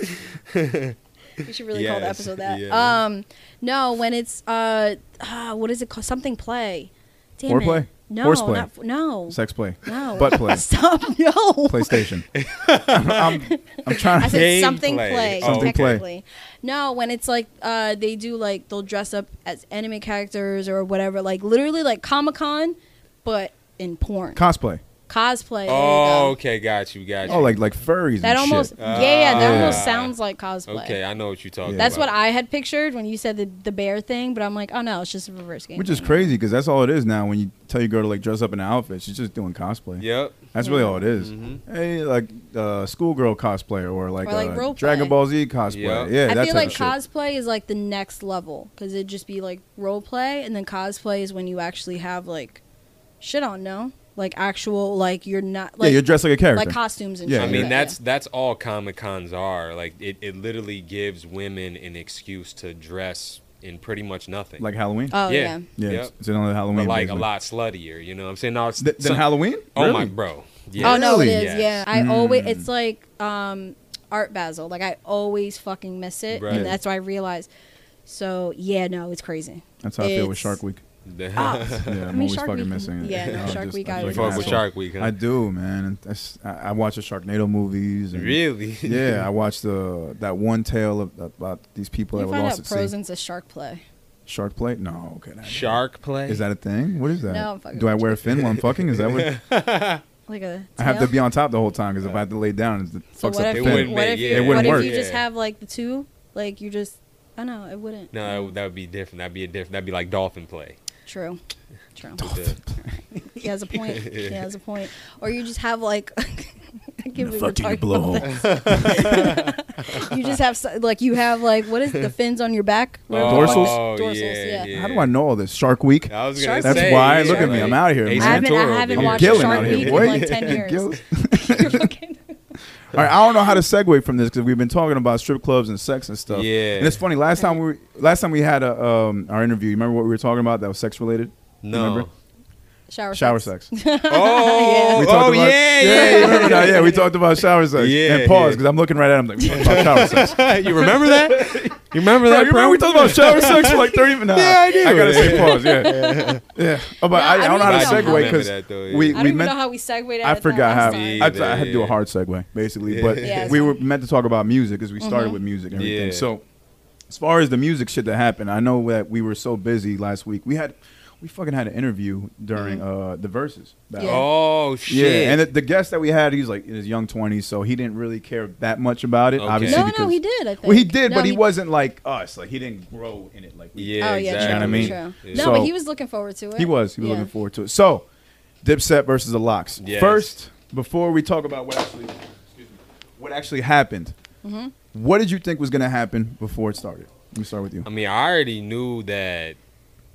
S3: we should really call the
S2: Yes,
S3: episode that.
S2: yeah.
S3: Um, no, when it's uh, ah, what is it called? Something play. Damn
S1: Foreplay?
S3: It. No,
S1: Horseplay.
S3: not f- no,
S1: Sex play,
S3: no.
S1: butt play,
S3: Stop. No.
S1: PlayStation. I'm, I'm trying
S3: I
S1: to.
S3: said
S2: Game
S3: something
S2: play.
S3: play.
S1: Something play.
S3: technically. No, when it's like uh, they do like they'll dress up as anime characters or whatever, like literally like Comic Con, but in porn.
S1: Cosplay.
S3: Cosplay. there you
S2: Oh,
S3: go.
S2: okay, got you, got you.
S1: Oh, like like furries.
S3: That
S1: and
S3: almost,
S1: Shit.
S3: yeah, yeah, that
S2: Ah.
S3: almost sounds like cosplay.
S2: okay, I know what you're talking.
S1: Yeah.
S3: That's
S2: about.
S3: what I had pictured when you said the, the bear thing, but I'm like, oh no, it's just a reverse game.
S1: Which is crazy because that's all it is now. When you tell your girl to like dress up in an outfit, she's just doing cosplay.
S2: Yep. Mm-hmm.
S1: That's really all it is. Hey, like uh, schoolgirl cosplay or like,
S3: Or, like,
S1: uh,
S3: role
S1: Dragon
S3: play.
S1: Ball Z cosplay.
S2: Yeah.
S1: Yeah,
S3: I
S1: that type
S3: feel like
S1: of shit.
S3: cosplay is like the next level because it'd just be like role play, and then cosplay is when you actually have like shit on, no? Like actual, like you're not like
S1: yeah, you're dressed like a character.
S3: like costumes and
S1: Yeah,
S3: shit.
S2: I
S1: yeah.
S2: mean,
S3: like that,
S2: that's that's all Comic Cons are. Like, it, it literally gives women an excuse to dress in pretty much nothing.
S1: like Halloween.
S3: yeah. oh yeah.
S2: yeah.
S1: yeah,
S2: yep.
S1: it's, it's another Halloween.
S2: but like a
S1: basically.
S2: lot sluttier. You know what I'm saying? No, it's,
S1: Th- then
S2: some-
S1: Halloween.
S2: Oh my
S1: Really?
S2: bro.
S3: Oh no,
S1: Really?
S3: it is.
S2: Yes.
S3: Yeah, I
S1: Mm.
S3: always it's like um, art basil. Like I always fucking miss it,
S2: Right.
S3: and that's why I realized. So yeah, no, it's crazy.
S1: That's how I feel with
S3: It's-
S1: Shark Week.
S2: Ah.
S1: Yeah, I'm
S3: mean,
S1: always
S3: Shark
S1: fucking
S3: Week-
S1: missing it.
S3: yeah, no,
S1: I'm
S3: Shark
S1: just-
S3: Week
S1: I'm
S3: I
S1: like
S2: You
S3: would
S1: an
S2: fuck
S3: never
S2: with
S1: asshole.
S3: saw.
S2: Shark Week, huh?
S1: I do, man. And That's, I, I watch the Sharknado movies. And,
S2: Really?
S1: Yeah, I watched the that one tale of, about these people that
S3: You
S1: were
S3: find
S1: lost
S3: out
S1: at sea.
S3: Prozen's a shark play.
S1: Shark play? No, okay. that-
S2: Shark play.
S1: Is that a thing? What is that?
S3: No, I'm fucking
S1: Do I
S3: with
S1: wear a fin while I'm fucking? Is that what?
S3: Like a.
S1: I have to
S3: tail?
S1: be on top the whole time because if I had to lay down, it
S3: So
S1: fucks
S3: what
S1: up
S3: if,
S1: the fin.
S3: you,
S2: It wouldn't
S3: what
S2: make-
S3: if you,
S2: yeah. It
S3: what
S1: wouldn't
S3: if
S1: work.
S3: you just
S2: Yeah.
S3: have like the two? Like you just, I know it wouldn't.
S2: No, that would- that would be different. That'd be a different. That'd be like dolphin play.
S3: True. True.
S2: The-
S3: He has a point. He has a point. Or you just have like. I can't believe we're
S4: fuck you,
S3: talking
S4: you
S3: about this. you just have so- like you have like what is it, the fins on your back? Whatever the fuck
S1: Dorsals?
S2: Oh,
S3: is- Dorsals.
S2: yeah,
S3: Yeah.
S2: yeah.
S1: How do I know all this? Shark Week.
S2: I was gonna
S1: That's
S2: say,
S1: why.
S2: yeah,
S1: Look at me. I'm
S2: like
S1: out here.
S2: Ace
S1: man.
S3: I haven't, I
S2: Ventura
S3: haven't
S2: over
S1: I'm
S3: watched
S2: here.
S1: gilling
S3: Shark
S1: out here,
S3: Week in
S1: boy.
S3: like ten
S1: You're
S3: years.
S1: gilling.
S3: You're fucking-
S1: All right, I don't know how to segue from this because we've been talking about strip clubs and sex and stuff.
S2: Yeah.
S1: and it's funny. Last time we last time we had a um, our interview. You remember what we were talking about? That was sex related.
S2: No.
S1: Remember?
S3: shower.
S1: Shower
S3: sex.
S1: sex.
S2: Oh,
S1: We talked
S2: oh
S1: about, yeah,
S2: yeah,
S1: you
S2: yeah.
S1: remember now? Yeah, we talked about shower sex.
S2: Yeah,
S1: and pause
S2: yeah.
S1: because I'm looking right at him like we talked about shower sex.
S2: you remember that? You remember
S1: Bro,
S2: that?
S1: you remember we talked about shower sex for like 30 minutes?
S2: Yeah, I do.
S1: I gotta say pause. Yeah, yeah. Oh, but
S3: No,
S1: I,
S3: I
S1: I don't know
S3: don't
S1: how to
S3: even know
S1: segue
S3: how-
S1: because
S2: Remember that though, yeah.
S1: we
S3: I don't
S1: we
S3: even know
S1: meant
S3: how we segued.
S1: I forgot how.
S3: how.
S2: Me
S1: I, I had to do a
S2: either.
S1: hard segue, basically. But
S3: Yeah, Mm-hmm.
S1: we
S3: so-
S1: were meant to talk about music because we started with music and everything.
S2: Yeah.
S1: So, as far as the music shit that happened, I know that we were so busy last week. We had, we fucking had an interview during uh, the verses.
S3: Mm-hmm. Yeah.
S2: Oh shit!
S1: and the, the guest that we had, he's like in his young twenties, so he didn't really care that much about it.
S2: Okay.
S1: Obviously,
S3: No, no,
S1: because-
S3: he did. I think.
S1: Well, he did,
S3: No,
S1: but he, wasn't like us. Like he didn't grow in it like we.
S2: yeah,
S3: oh yeah,
S2: exactly.
S1: You
S3: true,
S1: know what I mean?
S3: true.
S2: Yeah.
S3: No,
S1: So-
S3: but he was looking forward to it.
S1: He was. He was
S3: Oh, Yeah.
S1: looking forward to it. So, Dipset versus the Locks.
S2: Yes.
S1: First, before we talk about what actually, excuse me, what actually happened,
S3: Mm-hmm.
S1: what did you think was going to happen before it started? Let me start with you.
S2: I mean, I already knew that,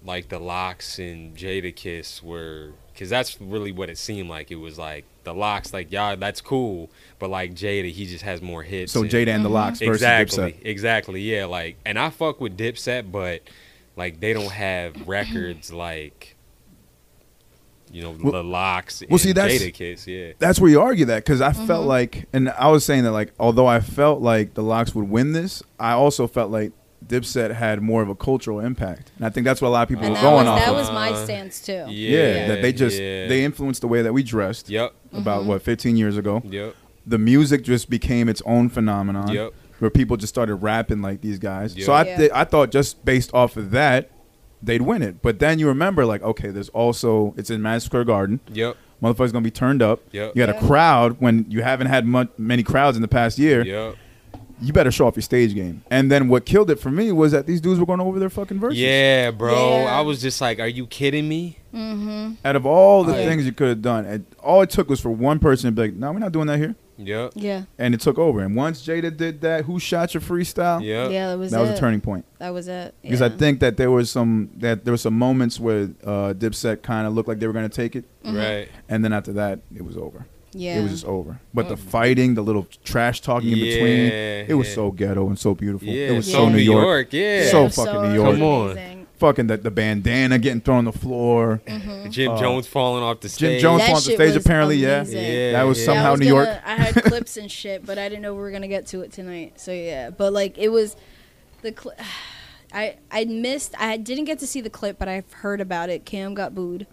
S2: like the locks and Jada Kiss were, because that's really what it seemed like. It was like the locks, like y'all, that's cool, but like Jada, he just has more hits.
S1: So
S2: and-
S1: Jada and the Locks versus
S2: exactly,
S1: Dipset.
S2: exactly, yeah. Like, and I fuck with Dipset, but like they don't have records like, you know,
S1: Well-
S2: the locks.
S1: well, see,
S2: and
S1: that's-
S2: Jada Kiss, yeah.
S1: That's where you argue that because I
S3: Mm-hmm.
S1: felt like, and I was saying that like, although I felt like the Locks would win this, I also felt like Dipset had more of a cultural impact, and I think that's what a lot of people
S3: And
S1: were
S3: that
S1: going
S3: was,
S1: off
S3: that
S1: of.
S3: was my stance too.
S1: yeah,
S2: Yeah,
S1: that they just
S2: yeah.
S1: they influenced the way that we dressed.
S2: Yep.
S1: About
S2: Mm-hmm.
S1: what 15 years ago.
S2: Yep.
S1: the music just became its own phenomenon
S2: Yep.
S1: where people just started rapping like these guys.
S2: Yeah.
S1: So I
S3: Yeah.
S1: thi- I thought just based off of that they'd win it. But then you remember like okay, there's also it's in Madison Square Garden.
S2: Yep.
S1: Motherfuckers gonna be turned up.
S2: Yep.
S1: You got
S3: Yeah.
S1: a crowd when you haven't had mu- many crowds in the past year.
S2: Yep.
S1: You better show off your stage game. And then what killed it for me was that these dudes were going over their fucking verses.
S2: Yeah, bro.
S3: Yeah.
S2: I was just like, are you kidding me?
S3: Mm-hmm.
S1: Out of all the
S3: Yeah.
S1: things you could have done, and all it took was for one person to be like, "No, we're not doing that here,"
S2: Yep.
S3: Yeah.
S1: and it took over. And once Jada did that, who shot your freestyle?
S2: Yep.
S3: Yeah, that was
S1: that was
S3: it.
S1: a turning point.
S3: That was it.
S1: because I
S3: Yeah.
S1: think that there was some that there were some moments where uh, Dipset kind of looked like they were going to take it,
S2: Right.
S1: and then after that, it was over.
S3: Mm. yeah.
S1: It was just over. But the fighting, the little trash talking in between,
S2: Mm. Yeah,
S1: it was
S2: yeah.
S1: so ghetto and so beautiful.
S2: Yeah.
S1: It was
S2: so New York. Yeah.
S1: So
S3: it was
S1: fucking New York.
S2: Come on.
S3: amazing.
S1: Fucking the, the bandana getting thrown on the floor.
S2: Jim
S1: Uh,
S2: Jones falling off the
S1: Jim
S2: stage.
S1: Jones
S3: That
S1: on the
S3: shit
S1: stage
S3: was
S1: apparently,
S3: amazing.
S1: yeah.
S2: Yeah,
S1: That was
S2: yeah.
S1: somehow
S3: I was
S1: New
S3: gonna-
S1: York.
S3: I had clips and shit, but I didn't know we were gonna get to it tonight. So yeah, but like it was the clip. I I missed. I didn't get to see the clip, but I've heard about it. Cam got booed.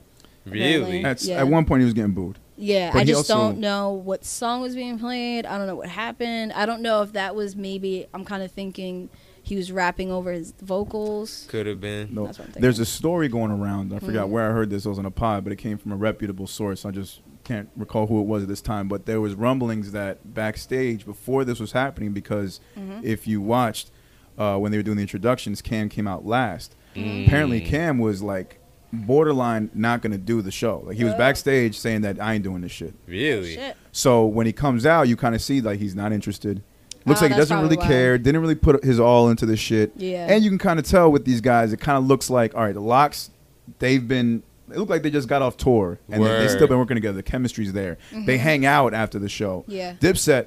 S2: Really?
S1: That's,
S3: Yeah.
S1: At one point, he was getting booed.
S3: Yeah,
S1: But
S3: I
S1: he
S3: just
S1: also-
S3: don't know what song was being played. I don't know what happened. I don't know if that was maybe. I'm kind of thinking he was rapping over his vocals.
S2: Could have been.
S1: No,
S3: That's what I'm thinking. Hmm.
S1: there's a story going around. I forgot where I heard this. It was on a pod, but it came from a reputable source. I just can't recall who it was at this time, but there was rumblings that backstage before this was happening, because
S3: Mm-hmm.
S1: if you watched uh, when they were doing the introductions, Cam came out last. Apparently, Cam was like borderline not going to do the show. Like he was
S3: Oh.
S1: backstage saying that I ain't doing this shit.
S2: Really?
S3: Shit.
S1: So when he comes out, you kind of see like he's not interested. Looks
S3: Oh,
S1: like he
S3: that's
S1: doesn't really
S3: probably why.
S1: care. Didn't really put his all into this shit.
S3: Yeah.
S1: And you can kind of tell with these guys, it kind of looks like all right, the locks. They've been. It looked like they just got off tour and they, they still
S2: Word.
S1: been working together. The chemistry's there. They hang out after the show.
S3: Mm-hmm. Yeah.
S1: Dipset,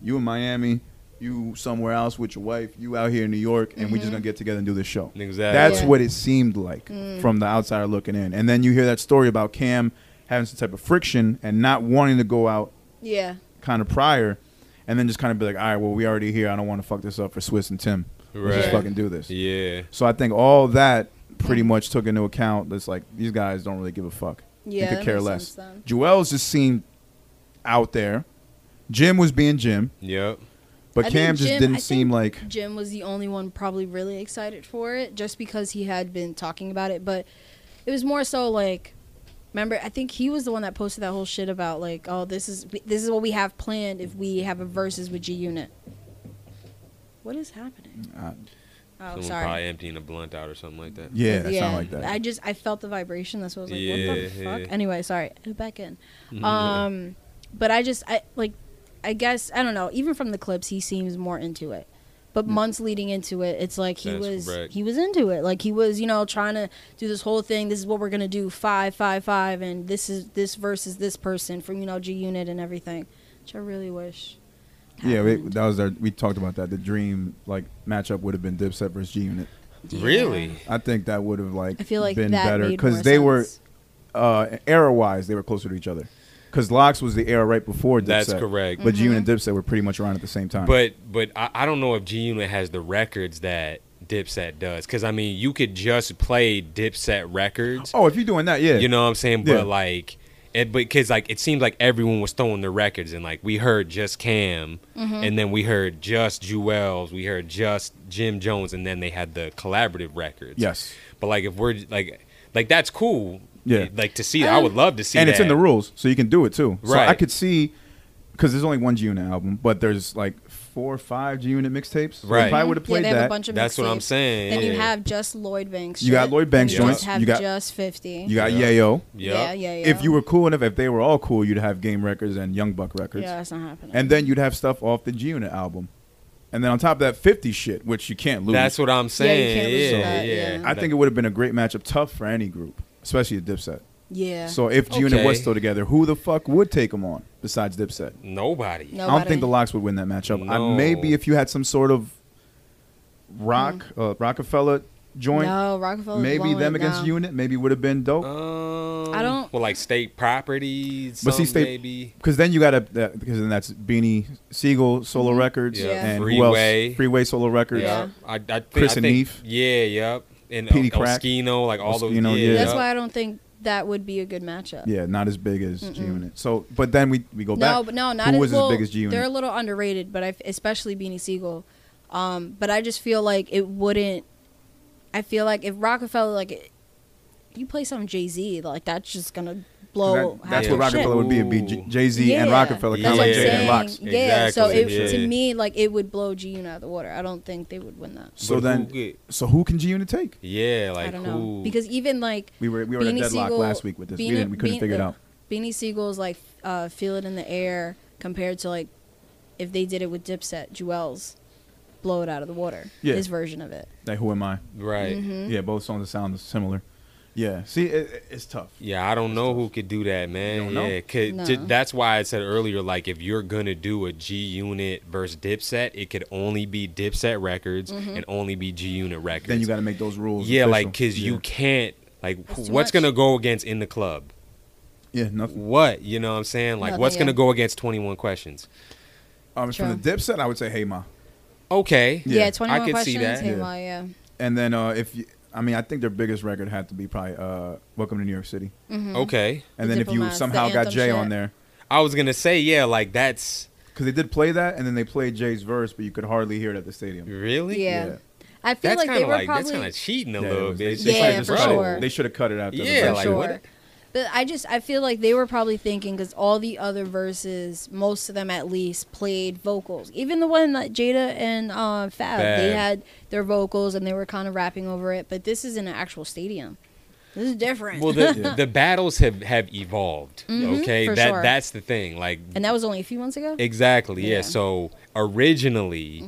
S1: you in Miami, you somewhere else with your wife, you out here in New York, and we just gonna get together and do this show.
S2: Exactly.
S1: That's
S3: Mm-hmm. Yeah. Mm.
S1: what it seemed like from the outsider looking in. And then you hear that story about Cam having some type of friction and not wanting to go out
S3: Yeah.
S1: kind of prior, and then just kind of be like, all right, well, we already here. I don't want to fuck this up for Swiss and Tim. Let's just
S2: Right.
S1: fucking do this.
S2: Yeah.
S1: So I think all that pretty much took into account. That's like these guys don't really give a fuck.
S3: Yeah,
S1: they
S3: that
S1: could care
S3: makes
S1: less.
S3: sense then.
S1: Joel's just seemed out there. Jim was being Jim,
S3: Oh,
S2: Yep.
S1: but
S3: I think
S1: Cam just
S3: Jim- I
S1: didn't
S3: think
S1: seem like.
S3: Jim was the only one probably really excited for it, just because he had been talking about it. But it was more so like, remember, I think he was the one that posted that whole shit about like, oh, this is this is what we have planned if we have a versus with G Unit. What is happening?
S1: Uh,
S3: Oh,
S2: Someone probably
S3: sorry.
S2: emptying a blunt out or something like that.
S1: Yeah, that sound like that.
S3: I just I felt the vibration. That's what I was like, what the
S2: Yeah, Mm-hmm.
S3: fuck?
S2: yeah.
S3: Anyway, sorry. Back in. Um, but I just I like I guess I don't know. Even from the clips, he seems more into it. But months leading into it, it's like he
S2: Mm. That's
S3: was
S2: correct.
S3: he was into it. Like he was you know trying to do this whole thing. This is what we're gonna do five five five, and this is this versus this person from you know G Unit and everything, which I really wish.
S1: yeah, we,
S3: happened.
S1: that was our. We talked about that. The dream like matchup would have been Dipset versus G Unit.
S2: Really?
S1: I think that would have like
S3: I feel like
S1: been
S3: that
S1: better
S3: made more
S1: because they were
S3: sense.
S1: uh, era wise, they were closer to each other. Because Lox was the era right before Dipset.
S2: That's correct.
S1: But G
S3: Mm-hmm.
S1: Unit and Dipset were pretty much around at the same time.
S2: But but I, I don't know if G Unit has the records that Dipset does. Cause I mean you could just play Dipset records.
S1: oh, if you're doing that, yeah,
S2: You know what I'm saying?
S1: Yeah.
S2: But like, it because like it seemed like everyone was throwing their records and like we heard just Cam,
S3: Mm-hmm.
S2: and then we heard just Jewels, we heard just Jim Jones, and then they had the collaborative records.
S1: Yes.
S2: But like if we're like like that's cool.
S1: Yeah.
S2: Like to see,
S3: Um,
S2: I would love to see.
S1: and it's in
S2: that.
S1: the rules, so you can do it too. So I
S2: Right.
S1: could see because there's only one G Unit album, but there's like four or five G Unit mixtapes. So
S2: Right.
S1: If I would have
S3: yeah,
S1: played
S3: they have a
S1: that,
S3: bunch of
S2: That's what I'm
S3: mixtapes.
S2: saying.
S3: Then you
S2: Yeah.
S3: have just Lloyd Banks.
S1: You got
S3: shit,
S1: Lloyd Banks
S3: and You
S2: joints,
S3: just have
S1: you got-
S3: just fifty.
S1: you got
S2: Yeah.
S1: Yayo.
S3: yeah, yeah,
S2: Yep.
S3: yeah.
S1: If you were cool enough, if they were all cool, you'd have Game Records and Young Buck Records.
S3: yeah, that's not happening.
S1: And then you'd have stuff off the G Unit album. And then on top of that, 50 shit, which you can't lose.
S2: That's what I'm saying.
S3: can't lose
S2: Yeah,
S3: that,
S2: yeah.
S3: yeah.
S1: I think it would have been a great matchup, tough for any group, especially a Dipset.
S3: yeah.
S1: So if G Unit was
S2: Okay.
S1: still together, who the fuck would take them on besides Dipset?
S2: nobody.
S3: No.
S1: I don't think the Locks would win that matchup.
S2: No.
S1: I, maybe if you had some sort of rock uh, Rockefeller joint,
S3: Mm-hmm. no, Rockefeller.
S1: maybe them against Unit, maybe would have been dope.
S2: Um,
S3: I don't-
S2: Well, like state property.
S1: But see,
S2: some
S1: state-
S2: maybe.
S1: Because then you got to because then that's Beanie
S3: Mm-hmm.
S1: Siegel solo records
S2: Yeah.
S1: and who
S2: Freeway.
S1: else? Freeway solo records.
S2: Yeah, I, I think,
S1: Chris
S2: I
S1: and
S2: think-
S1: Neef.
S2: Yeah, yep. And
S1: Petey
S2: Petey
S1: Crack.
S2: Oskino, like all those.
S1: Oskino,
S2: yeah,
S1: yeah.
S3: That's
S2: yep.
S3: why I don't think that would be a good matchup.
S1: Yeah, not as big as G Unit. So, but then we we go
S3: No,
S1: back.
S3: but no, not
S1: Who
S3: as,
S1: was
S3: well,
S1: as big as G Unit?
S3: They're a little underrated, but I f especially Beanie Siegel. Um, but I just feel like it wouldn't. I feel like if Rockefeller, like, it, you play some Jay Z, like that's just gonna blow.
S1: That- that's
S2: half
S1: what
S2: the shit.
S1: Rockefeller would be. It'd
S2: Ooh.
S1: be Jay Z and Rockefeller, kind
S3: That's
S1: of
S3: what
S1: like
S3: I'm
S1: Jay and
S3: saying.
S1: Locks.
S3: Yeah, so it,
S2: Exactly.
S3: to
S2: Yeah.
S3: me, like it would blow G Unit out of the water. I don't think they would win that.
S1: So
S2: But
S1: then,
S2: who get-
S1: so who can G Unit take?
S2: yeah, like
S3: I don't
S2: who?
S3: know because even like
S1: We were we were at a
S3: Beanie
S1: deadlock
S3: Siegel-
S1: last week with this.
S3: Beanie-
S1: we didn't we couldn't
S3: Bean-
S1: figure it
S3: uh,
S1: out.
S3: Beanie Siegel's like uh, "Feel It in the Air" compared to like if they did it with Dipset, Jewel's "Blow It Out of the Water,"
S1: Yeah.
S3: his version of it.
S1: Like who am I?
S2: right.
S3: mm-hmm.
S1: Yeah, both songs sound similar. Yeah, see, it, it- it's tough.
S2: Yeah, I don't know who could do that, man.
S1: don't know?
S2: Yeah, 'cause
S3: No.
S2: ju- that's why I said earlier, like if you're gonna do a G Unit versus Dipset, it could only be Dipset records
S3: Mm-hmm.
S2: and only be G Unit records.
S1: Then you got to make those rules.
S2: yeah, like
S1: official.
S2: because
S1: Yeah.
S2: you can't like
S3: That's too
S2: what's
S3: much.
S2: gonna go against in the club.
S1: yeah nothing.
S2: What you know? what I'm saying like
S3: Nothing,
S2: what's
S3: yeah.
S2: gonna go against 21 questions.
S1: Um, from the
S3: True.
S1: Dipset, I would say Hey Ma,
S2: Okay.
S1: Yeah.
S3: Yeah,
S1: I
S3: twenty one
S2: could see
S3: questions.
S2: that.
S3: hey,
S1: Yeah.
S3: Ma, yeah.
S1: and then uh, if you, I mean, I think their biggest record had to be probably uh, Welcome to New York City,
S3: Mm-hmm.
S2: Okay.
S1: and
S3: The
S1: then if you
S3: Diplomats, the
S1: somehow got
S3: anthem
S1: Jay on
S3: shit.
S1: there,
S2: I was gonna say yeah, like that's
S1: because they did play that, and then they played Jay's verse, but you could hardly hear it at the stadium.
S2: really
S3: yeah,
S1: Yeah.
S3: I feel
S2: That's
S3: like
S2: kind
S3: they
S2: of
S3: were
S2: like that's
S3: probably
S2: kind of cheating a
S1: Yeah, it
S2: little
S1: was-
S2: bit. It's
S1: they
S2: just
S1: should've
S3: Yeah,
S2: like,
S1: just
S3: for
S1: cut it-
S2: bro,
S3: sure.
S1: They should have cut it after. the
S2: Yeah,
S1: verse.
S2: like,
S3: sure.
S2: what-
S3: But I just I feel like they were probably thinking because all the other verses, most of them at least, played vocals. Even the one that Jada and uh, Fab, they
S2: Fab.
S3: had their vocals and they were kind of rapping over it. But this is in an actual stadium. This is different.
S2: Well, the, the battles have, have evolved.
S3: Mhm,
S2: okay,
S3: for
S2: that
S3: sure.
S2: that's the thing. Like
S3: and that was only a few months ago.
S2: exactly, yeah.
S3: Yeah. Mm-hmm.
S2: So originally,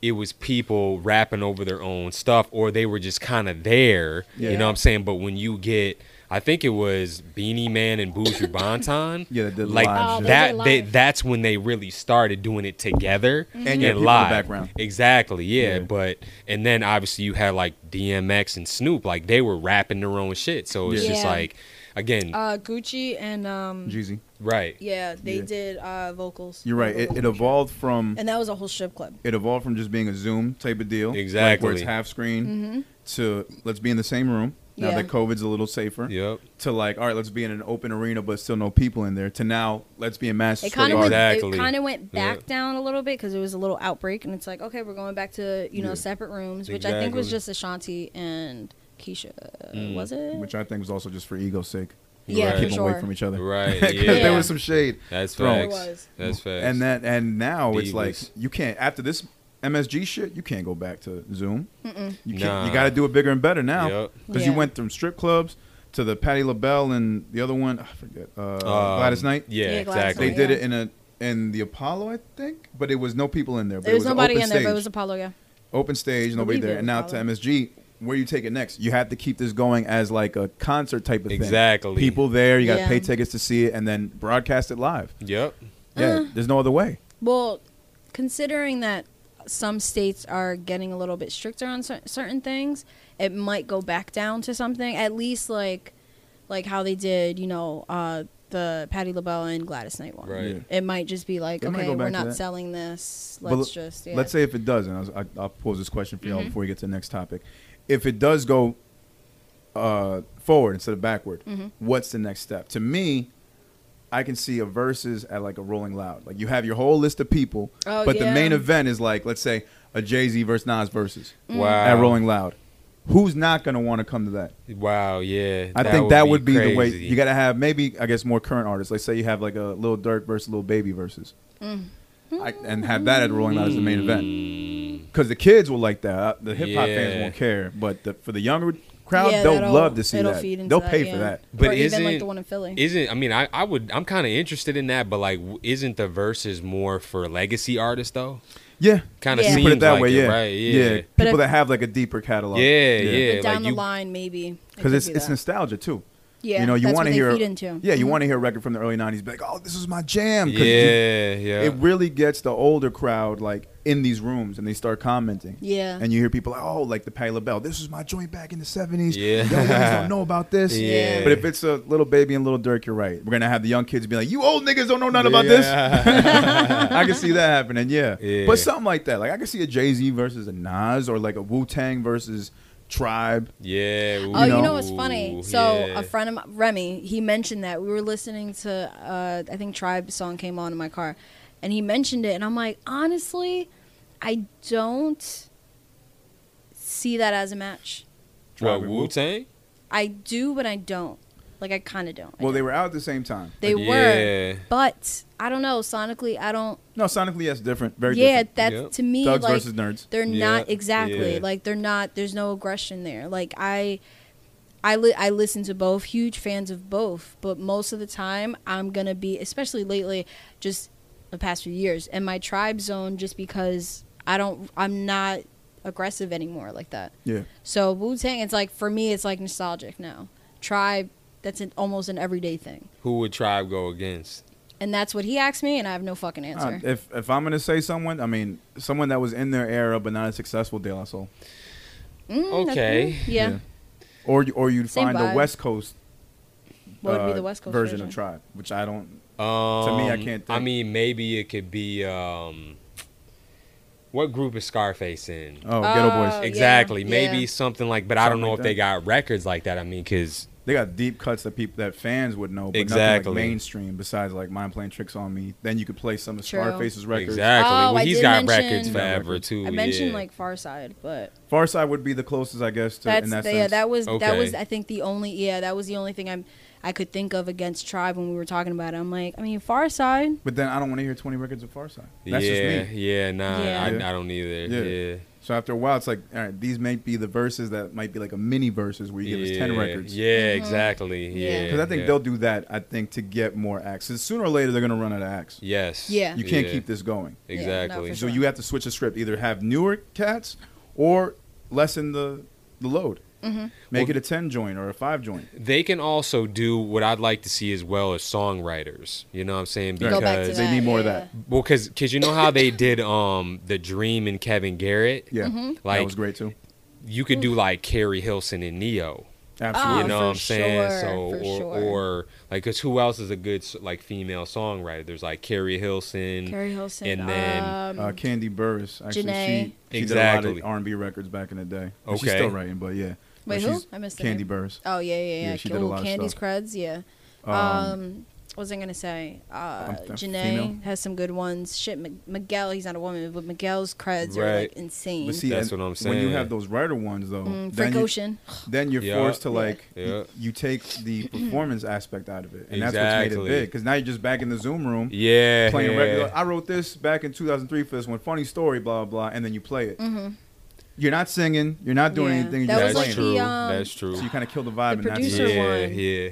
S2: it was people rapping over their own stuff, or they were just kind of there.
S1: Yeah.
S2: You know what I'm saying? But when you get, I think it was Beanie Man and Bougie Bonton.
S1: Yeah, that did
S2: like
S1: live
S5: Oh,
S1: shit.
S5: that-
S2: that. They,
S5: live.
S2: that's when they really started doing it together
S3: Mm-hmm.
S1: And you had people in the background.
S2: Exactly, yeah,
S1: Yeah.
S2: But and then obviously you had like DMX and Snoop, like they were rapping their own shit. So it's
S1: Yeah.
S2: just
S3: Yeah.
S2: like, again,
S3: Uh, Gucci and um,
S1: Jeezy.
S2: right?
S3: yeah, they
S1: Yeah.
S3: did uh, vocals.
S1: You're right. It, it evolved from
S3: and that was a whole strip club.
S1: it evolved from just being a Zoom type of deal, like, where
S2: Exactly.
S1: it's half screen, to let's be in the same room. Now
S3: Yeah.
S1: that COVID's a little safer,
S2: Yep.
S1: to like, all right, let's be in an open arena, but still no people in there. To now, let's be in mass.
S3: It kind of went,
S1: Exactly.
S2: Exactly.
S3: it kind of went back
S2: Yeah.
S3: down a little bit because it was a little outbreak, and it's like okay, we're going back to you know
S1: Yeah.
S3: separate rooms, which I think was
S2: Exactly.
S3: just Ashanti and Keisha, was it?
S1: Mm. which I think was also just for ego's sake.
S3: yeah,
S2: Right.
S3: for
S1: Keep
S3: sure.
S1: them away from each other,
S2: Right,
S1: Because
S2: yeah.
S1: there was some shade.
S2: That's
S1: thrown.
S3: There
S2: facts.
S3: was.
S2: That's facts.
S1: And that and now it's like
S2: Divas.
S1: you can't after this MSG shit, you can't go back to Zoom. You can't,
S2: Nah.
S1: you got to do it bigger and better now
S2: Yup.
S1: because you
S3: Yeah.
S1: went from strip clubs to the Patty LaBelle and the other one I forget uh,
S2: Um,
S1: Gladys Knight.
S2: Yeah,
S3: Yeah, Gladys
S2: exactly.
S1: they
S3: Knight,
S1: did
S3: Oh, yeah.
S1: it in a in the Apollo I think, but it was no people in there. But
S3: there was,
S1: it was an
S3: nobody
S1: open
S3: in there,
S1: stage.
S3: but it was Apollo. Yeah,
S1: open stage, nobody
S3: believe it
S1: there, and
S3: was
S1: now to
S3: Apollo.
S1: MSG. Where you take it next? You have to keep this going as like a concert type of thing.
S2: Exactly.
S1: People there, you got to
S3: Yeah.
S1: pay tickets to see it, and then broadcast it live.
S2: Yep.
S3: Uh-huh.
S1: Yeah, there's no other way.
S3: well, considering that some states are getting a little bit stricter on cer- certain things, it might go back down to something at least like like how they did, you know, uh, the Patty LaBelle and Gladys Knight one.
S2: Right.
S1: Yeah.
S3: It might just be like,
S1: It might
S3: okay,
S1: go
S3: we're
S1: back to
S3: not
S1: that.
S3: selling this.
S1: But
S3: Let's
S1: l-
S3: just yeah. Mm-hmm.
S1: let's say if it doesn't, I'll, I- I'll pose this question for y'all before we get to the next topic. If it does go uh, forward instead of backward,
S3: Mm-hmm.
S1: what's the next step? To me, I can see a versus at like a Rolling Loud. Like you have your whole list of people,
S3: Oh,
S1: but the
S3: yeah.
S1: main event is like let's say a Jay Z versus Nas versus
S3: Mm.
S2: Wow.
S1: at Rolling Loud. Who's not going to want to come to that?
S2: Wow. Yeah.
S1: I think that would be, the way
S2: crazy.
S1: you got to have maybe I guess more current artists. Let's say you have like a Lil Durk versus Lil Baby versus,
S3: Mm.
S1: I, and have that at Rolling Loud as the main event.
S2: Mm.
S1: Because the kids will like that. Uh, The hip hop fans
S2: Yeah.
S1: won't care, but the, for the younger crowd,
S3: Yeah,
S1: they'll
S3: that'll-
S1: love to see
S3: it'll
S1: that.
S3: feed into
S1: They'll
S3: that,
S1: pay
S3: yeah.
S1: for that.
S2: But
S3: Or
S2: isn't
S3: even, like, the one in Philly.
S2: Isn't I mean I, I would I'm kind of interested in that, but like w- isn't the verses more for legacy artists though?
S1: Yeah,
S2: Kinda
S1: You can
S2: seems
S1: put it that
S2: like
S1: way.
S2: it,
S1: yeah,
S2: right, yeah.
S3: But
S1: people
S3: if-
S1: that have like a deeper catalog.
S2: Yeah, yeah.
S3: But down
S2: like
S3: the
S2: you-
S3: line, maybe.
S1: Because it's it's nostalgia too.
S3: yeah.
S1: you know, you
S3: that's
S1: want
S3: what
S1: to
S3: they
S1: hear.
S3: feed into. Mm-hmm.
S1: Yeah, you want to hear a record from the early '90s. Be like, oh, this is my jam. 'cause you-
S2: Yeah. Yeah.
S1: it really gets the older crowd like in these rooms and they start commenting.
S3: Yeah.
S1: And you hear people like, oh, like the Patti LaBelle, this was my joint back in the 70s.
S2: Yeah.
S1: Young niggas don't know about this.
S2: Yeah.
S1: But if it's a little baby and little Dirk, you're right. We're going to have the young kids be like, you old niggas don't know nothing about this. I can see that happening, yeah.
S2: Yeah.
S1: But something like that. Like, I can see a Jay Z versus a Nas or like a Wu Tang versus Tribe.
S2: yeah. ooh,
S3: Oh, you know, what's funny?
S2: ooh,
S3: So
S2: yeah.
S3: a friend of my, Remy, he mentioned that we were listening to uh, I think Tribe song came on in my car, and he mentioned it, and I'm like, honestly, I don't see that as a match.
S1: Tribe
S2: what
S1: and Wu-
S2: Wu Tang?
S3: I do, but I don't. Like I kind of don't. I
S1: Well, they
S3: don't.
S1: were out at the same time.
S3: they
S2: Yeah.
S3: were, but I don't know. Sonically, I don't.
S1: No, sonically, that's different. Very
S3: yeah,
S1: different.
S3: that's
S2: Yep.
S3: to me
S1: Thugs
S3: like
S1: versus nerds.
S3: they're
S2: Yeah,
S3: not exactly
S2: yeah.
S3: like they're not. There's no aggression there. Like I, I li- I listen to both. Huge fans of both, but most of the time I'm gonna be, especially lately, just the past few years, in my tribe zone, just because I don't. I'm not aggressive anymore like that.
S1: Yeah.
S3: So Wu Tang, it's like for me, it's like nostalgic now. Tribe, that's an, almost an everyday thing,
S2: Who would Tribe go against?
S3: and that's what he asked me, and I have no fucking
S1: Uh,
S3: answer.
S1: if if I'm gonna say someone, I mean someone that was in their era but not as successful, De La Soul,
S3: Mm, that's
S2: okay.
S3: me. Yeah.
S1: Yeah. or you- or you'd
S3: Same
S1: find
S3: vibe.
S1: a West Coast,
S3: What would be
S1: uh,
S3: the West Coast
S1: version,
S3: version?
S1: of Tribe, which I don't.
S2: Um,
S1: me, I can't
S2: I
S1: think.
S2: mean, maybe it could be. Um, what group is Scarface in?
S1: Oh, Ghetto
S3: Uh,
S1: Boys.
S3: yeah,
S2: exactly. Maybe
S3: yeah.
S2: something like, but I don't
S1: Something
S2: know
S1: like
S2: if they
S1: that.
S2: got records like that. I mean, because
S1: they got deep cuts that people that fans would know, but nothing
S2: Exactly.
S1: like mainstream. Besides like Mind Playing Tricks on Me, then you could play some of
S3: True.
S1: Scarface's records.
S2: Exactly.
S3: Oh,
S2: well,
S3: I
S2: he's
S3: did
S2: got
S3: mention-
S2: records
S1: Got
S2: forever
S1: records.
S2: too.
S3: I mentioned
S2: yeah.
S3: like Far Side, but
S1: Farside would be the closest, I guess, to
S3: that's
S1: in that
S3: the- yeah,
S1: sense.
S3: that was that
S2: Okay.
S3: was I think the only yeah that was the only thing I'm I could think of against Tribe when we were talking about it. I'm like, I mean, Far Side.
S1: but then I don't want to hear 20 records of Farside. That's
S2: yeah,
S1: just me.
S2: yeah, nah,
S3: Yeah.
S2: I,
S1: Yeah.
S2: I don't either.
S1: Yeah.
S2: Yeah,
S1: So after a while, it's like, all right, these might be the verses that might be like a mini verses where you give us 10
S2: Yeah.
S1: records.
S2: Yeah, exactly.
S3: Mm-hmm. Yeah.
S2: Yeah,
S1: Because I think
S2: yeah.
S1: they'll do that, I think, to get more acts. 'Cause sooner or later, they're going to run out of acts.
S2: Yes.
S3: Yeah.
S1: You can't
S2: Yeah.
S1: keep this going.
S3: Yeah, no,
S2: Exactly.
S3: for
S1: So
S3: sure.
S1: you have to switch the script. Either have newer cats or lessen the, the load. Make
S2: Well-
S1: it a 10 joint or a 5 joint.
S2: They can also do what I'd like to see as well as songwriters. You know what I'm saying?
S1: Right.
S2: Because
S3: Go back to
S1: they need
S3: that,
S1: more of
S3: yeah.
S1: that.
S2: well, cause, 'cause you know how they did um the Dream and Kevin Garrett.
S1: Yeah. that
S2: Like-
S1: was great, too.
S2: You could
S3: Mm.
S2: do like Carrie Hilson and Neo.
S1: Absolutely.
S2: you know
S3: Oh, for
S2: what I'm saying?
S3: sure,
S2: so
S3: for
S2: or,
S3: sure.
S2: or like, cause who else is a good s- like female songwriter? There's like Carrie Hilson.
S3: Carrie Hilson.
S2: And then,
S3: um,
S1: Mm-hmm. uh, Candy Burris, actually,
S3: Janae.
S1: she, she did
S2: Exactly.
S1: a lot of R&B records back in the day. But She's
S2: Okay.
S1: still writing, but yeah. But
S3: Wait, who?
S1: she's
S3: I missed the
S1: Candy
S3: name.
S1: Burris.
S3: oh yeah, yeah, yeah.
S1: Yeah, she did a
S3: Ooh,
S1: lot of
S3: Candy's
S1: stuff.
S3: creds. Yeah.
S1: Um,
S3: Um, what was I gonna say? Uh,
S1: I'm- I'm female.
S3: Janae has some good ones. Shit, M- Miguel. He's not a woman, but Miguel's creds are like
S2: Right.
S3: insane.
S1: But see,
S2: That's
S1: and
S2: what I'm
S1: When you
S2: saying.
S1: have those writer ones, though, then,
S3: Mm, Frank
S1: you,
S3: Ocean.
S1: then you're
S2: Yeah.
S1: forced to
S2: Yeah.
S1: like y-
S2: Yeah.
S1: You, take the performance aspect out of it, and that's what's
S2: Exactly.
S1: made it big. Because now you're just back in the Zoom room
S2: Yeah.
S1: playing
S2: yeah.
S1: regular. I wrote this back in 2003 for this one. Funny story, blah blah, blah, and then you play it. You're not singing. You're not doing
S3: Mm-hmm. Yeah.
S1: anything. You're
S3: That
S1: just
S3: was
S2: That's
S3: like
S1: playing.
S2: true.
S3: the, um,
S2: That's true.
S1: So you kind of kill the vibe, and that's
S3: producer
S1: it.
S2: yeah,
S3: one.
S2: yeah.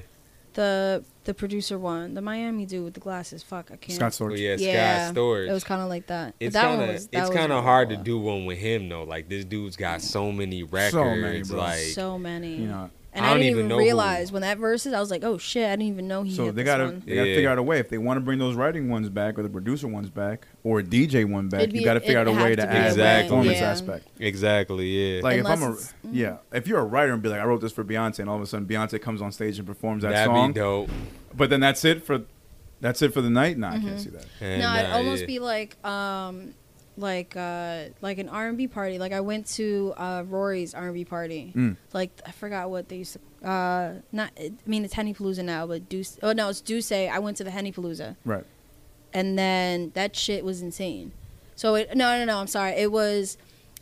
S3: The the producer one, the Miami dude with the glasses. Fuck, I can't.
S1: Scott Storch.
S2: Well, yeah, Scott Storch.
S3: It was kind of like that. But
S2: it's
S3: that
S2: kind
S3: one
S2: of
S3: was,
S2: it's
S3: that was
S2: kind
S3: really
S2: of hard to
S3: cool.
S2: do one with him though. Like this dude's got so many records.
S1: So many, bro.
S2: like
S3: so many.
S1: You know,
S3: and
S2: I
S3: I,
S2: don't
S3: didn't
S2: even
S3: even,
S2: know who-
S3: realize when that verse is. I was like, oh shit, I didn't even know he.
S1: so
S3: had
S1: they
S3: this
S1: gotta
S3: one.
S1: they gotta
S2: Yeah.
S1: figure out a way if they want to bring those writing ones back or the producer ones back or a DJ one back.
S3: It'd
S1: you
S3: be-
S1: gotta figure out a
S3: it'd
S1: way
S3: have
S1: to,
S3: to be
S2: a
S1: add the
S2: way,
S1: performance
S3: yeah.
S1: aspect.
S2: exactly, yeah.
S1: Like if I'm a
S3: Unless mm.
S1: yeah, if you're a writer and be like, I wrote this for Beyonce, and all of a sudden Beyonce comes on stage and performs that
S2: That'd
S1: song,
S2: be dope.
S1: but then that's it for that's it for the night. Nah, I
S3: Mm-hmm.
S1: can't see that.
S2: And,
S3: no, it'd
S2: uh,
S3: almost
S2: yeah.
S3: be like um like uh like an R and B party. Like I went to uh Rory's R and B party.
S1: Mm.
S3: Like I forgot what they used to uh not I mean it's Henny Palooza now, but Deuce oh no, it's Deuce. I went to the Henny Palooza
S1: Right.
S3: and then that shit was insane. So it no no no, I'm sorry. It was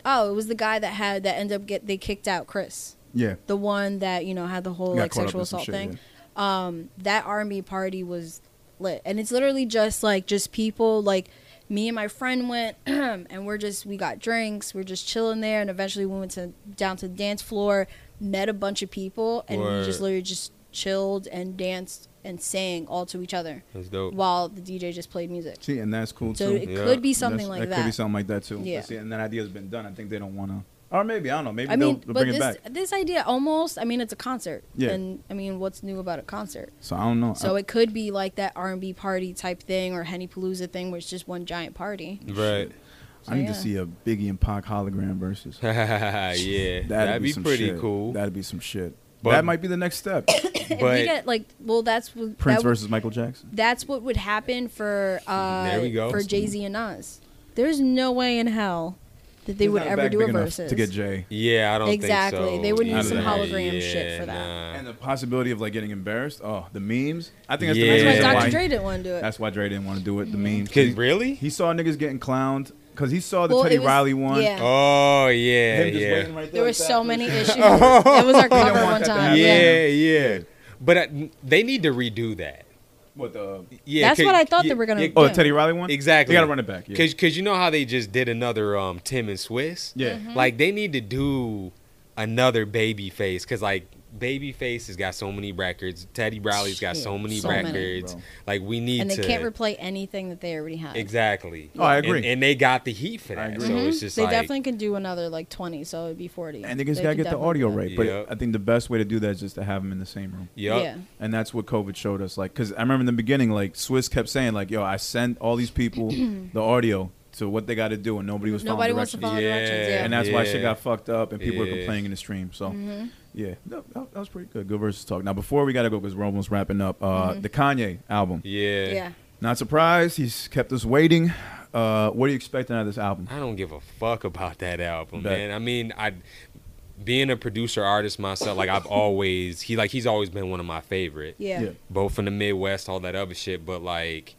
S3: oh, it was the guy that had that ended up get they kicked out Chris.
S1: Yeah.
S3: The one that, you know, had the whole
S1: Got
S3: like
S1: caught up
S3: sexual
S1: in some
S3: assault
S1: shit,
S3: thing
S1: yeah.
S3: um, that army party was lit and it's literally just like just people like me and my friend went and we're just we got drinks we're just chilling there and eventually we went to down to the dance floor met a bunch of people and we just
S2: Word.
S3: literally just chilled and danced and sang all to each other
S2: That's dope.
S3: while the dj just played music
S1: See, and that's cool
S3: so
S1: too.
S3: it
S2: Yeah.
S3: could be
S1: That's-
S3: something like
S1: that
S3: that,
S1: could be something like that too.
S3: Yeah.
S1: But See, and that idea's been done. I think they don't want to, or maybe I don't know. Maybe
S3: i
S1: they'll,
S3: mean
S1: they'll
S3: but
S1: bring it back.
S3: this this idea almost i mean it's a concert
S1: Yeah.
S3: and i mean what's new about a concert
S1: So I don't know.
S3: So
S1: I,
S3: it could be like that R and B party type thing or Henny Palooza thing, where it's just one giant party.
S2: Right.
S1: I need
S3: yeah.
S1: to see a Biggie and Pac hologram versus.
S2: yeah. That'd,
S1: That'd,
S2: be,
S1: some
S2: pretty
S1: shit.
S2: cool.
S1: That'd be some shit.
S2: But-
S1: that might be the next step.
S3: If
S2: But-
S3: we get like, well, that's what
S1: Prince
S3: that-
S1: versus Michael Jackson.
S3: That's what would happen for uh,
S2: There we go.
S3: for Jay Z and Nas. There's no way in hell that they
S1: He's
S3: would
S1: not
S3: ever
S1: back
S3: do
S1: big
S3: a
S1: enough
S3: versus.
S1: To get Jay.
S2: yeah, I don't
S3: Exactly.
S2: think so.
S3: They would need
S2: either.
S1: some
S3: hologram shit for that.
S2: nah.
S1: And the possibility of like getting embarrassed. Oh, the memes. I think that's
S2: Yeah.
S1: the
S3: That's
S1: next
S3: why
S1: reason
S3: Dr.
S1: why-
S3: Dre didn't want to do it. Mm-hmm.
S1: That's why Dre didn't want to do it. The memes.
S2: 'Cause
S1: He-
S2: really?
S1: He saw niggas getting clowned because he saw the
S3: Well,
S1: Teddy
S3: it was-
S1: Riley one.
S3: yeah.
S2: oh yeah,
S1: Him just
S2: yeah.
S1: waiting right there
S3: there were
S1: like that
S3: so
S1: for
S3: many
S1: the-
S3: issues. it was our cover
S1: want that
S3: one
S1: to
S3: time.
S1: happen.
S3: Yeah.
S2: yeah, yeah. But I, they need to redo that.
S1: What the?
S2: Yeah,
S3: That's
S2: 'cause-
S3: what I thought they
S2: yeah,
S3: were gonna
S2: yeah,
S3: do.
S1: Oh,
S3: Yeah.
S1: the Teddy Riley one.
S2: Exactly.
S1: They gotta run it back. Yeah.
S2: Cause, 'cause you know how they just did another um, Tim and Swiss.
S1: Yeah.
S3: Mm-hmm.
S2: Like they need to do another baby face because like baby face has got so many records. Teddy Riley's got so
S3: Shit,
S2: many
S3: so many,
S2: records.
S1: bro.
S2: like we need
S3: And they
S2: to
S3: can't replay anything that they already have.
S2: exactly.
S1: Oh, I
S2: And-
S1: agree.
S2: And, they got the heat for
S1: I
S2: that.
S1: agree.
S2: So
S3: Mhm.
S2: it's just
S3: they
S2: like
S3: definitely can do another like 20, so it'd be 40.
S1: And niggas gotta
S3: They
S1: get
S3: could
S1: the
S3: definitely
S1: audio
S3: do that.
S1: right. But
S2: Yep.
S1: I think the best way to do that is just to have them in the same room.
S2: yup.
S3: Yeah.
S1: And that's what COVID showed us. Like, cause I remember in the beginning, like Swiss kept saying, like, "Yo, I sent all these people the audio to what they got to do, and nobody was
S3: Nobody
S1: following
S3: wants to
S1: directions."
S3: follow
S2: Yeah.
S3: directions.
S2: Yeah.
S1: and that's why shit
S2: Yeah.
S1: got fucked up and people were
S2: Yeah.
S1: complaining in the stream. So,
S3: Mm-hmm.
S1: yeah, no, that, that was pretty good. Good versus talk. Now, before we gotta go because we're almost wrapping up, uh,
S3: Mm-hmm.
S1: the Kanye album.
S2: Yeah.
S3: yeah.
S1: Not surprised, he's kept us waiting. Uh, what are you expecting out of this album?
S2: I don't give a fuck about that album,
S1: Bet.
S2: man. I mean, I being a producer artist myself, like I've always he like he's always been one of my favorite.
S3: Yeah.
S1: Yeah.
S2: Both from the Midwest, all that other shit, but like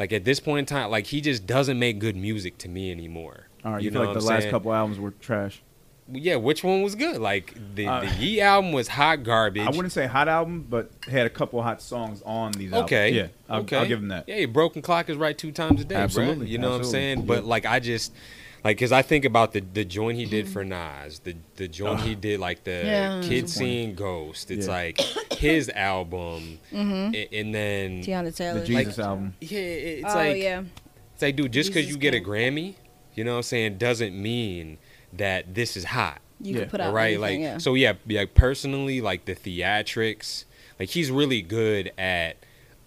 S2: like at this point in time, like he just doesn't make good music to me anymore.
S1: All right, you,
S2: know
S1: feel like
S2: what
S1: the
S2: I'm
S1: last
S2: saying?
S1: couple albums were trash.
S2: Yeah, which one was good? Like the,
S1: Uh,
S2: the Ye album was hot garbage.
S1: I wouldn't say hot album, but had a couple hot songs on these albums.
S2: Okay.
S1: Yeah. I'll,
S2: okay.
S1: I'll give them that.
S2: Yeah, your broken clock is right two times a day, Absolutely.
S1: Absolutely,
S2: You know
S1: absolutely.
S2: what I'm saying? But
S1: Yeah.
S2: like, I just like because I think about the the joint he did for Nas, the the joint he did like the
S3: Yeah.
S2: Kid Scene Ghost. It's
S1: Uh-huh. Yeah.
S2: like his album,
S3: Mm-hmm.
S2: a- and then
S3: Tiana Taylor.
S1: The Jesus album.
S2: yeah, it- it's
S3: oh
S2: like
S3: yeah.
S2: it's like, dude, just because
S3: Jesus
S2: you get a
S3: Christ.
S2: Grammy, you know what I'm saying, doesn't mean that this is hot.
S3: You
S1: Yeah.
S3: could put out
S2: Right,
S3: anything,
S2: like
S3: yeah.
S2: so yeah, yeah, personally like the theatrics, like he's really good at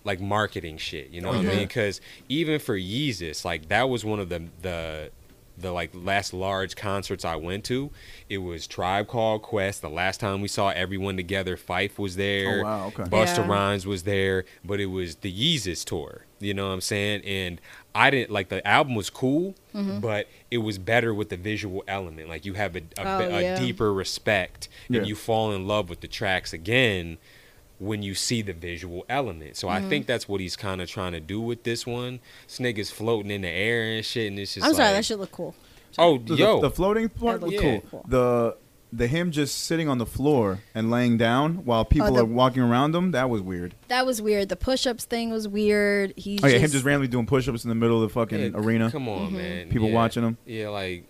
S2: like marketing shit, you know
S3: Mm-hmm.
S2: what I mean? Cuz even for Yeezus, like that was one of the the the like last large concerts I went to, it was Tribe Called Quest. The last time we saw everyone together, Fife was there.
S1: Oh, wow, okay.
S2: Busta
S3: Yeah.
S2: Rhymes was there, but it was the Yeezus tour. You know what I'm saying? And I didn't like the album was cool,
S3: Mm-hmm.
S2: but it was better with the visual element. Like you have a, a,
S3: Oh,
S2: a
S3: yeah.
S2: deeper respect,
S1: Yeah.
S2: and you fall in love with the tracks again when you see the visual element. So
S3: Mm-hmm.
S2: I think that's what he's kind of trying to do with this one. This nigga's floating in the air and shit, and it's just
S3: I'm sorry,
S2: like,
S3: that should look cool.
S2: Oh,
S1: The,
S2: yo,
S1: the floating part
S3: That
S1: was
S2: looked
S1: cool.
S3: cool.
S1: The the him just sitting on the floor and laying down while people
S3: Oh, the-
S1: are walking around him, that was weird.
S3: That was weird. The push-ups thing was weird. He
S1: Oh yeah,
S3: just,
S1: him just randomly doing push-ups in the middle of the fucking
S2: Yeah, c-
S1: arena.
S2: Come
S3: Mm-hmm.
S2: on, man.
S1: People
S2: Yeah.
S1: watching 'em.
S2: Yeah, like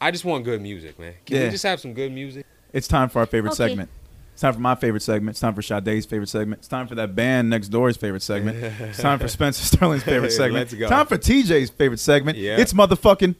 S2: I just want good music, man. Can
S1: Yeah.
S2: we just have some good music?
S1: It's time for our favorite
S3: Okay.
S1: segment. It's time for my favorite segment. It's time for Sade's favorite segment. It's time for that band next door's favorite segment. It's time for Spencer Sterling's favorite segment.
S2: Let's go.
S1: Time for TJ's favorite segment.
S2: Yeah.
S1: It's motherfucking.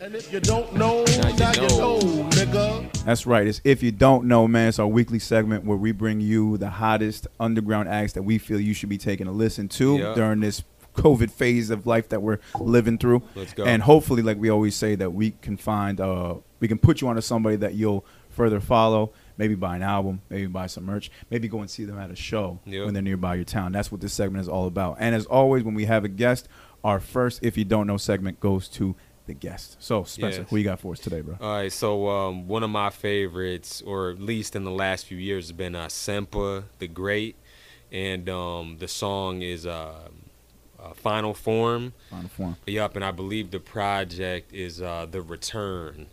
S5: And if you don't know, now
S2: Now
S5: you,
S2: you
S5: know.
S2: know.
S5: nigga.
S1: That's right. It's if you don't know, man. It's our weekly segment where we bring you the hottest underground acts that we feel you should be taking a listen to
S2: Yeah.
S1: during this COVID phase of life that we're living through.
S2: Let's go.
S1: And hopefully, like we always say, that we can find, uh, we can put you onto somebody that you'll further follow. Maybe buy an album, maybe buy some merch, maybe go and see them at a show
S2: Yeah.
S1: when they're nearby your town. That's what this segment is all about. And as always, when we have a guest, our first if you don't know segment goes to the guest. So Spencer,
S2: Yes.
S1: who you got for us today, bro?
S2: All right, so um, one of my favorites, or at least in the last few years, has been uh, Sempa the Great, and um, the song is uh, uh, Final Form.
S1: Final form.
S2: Yup, and I believe the project is uh, The Return.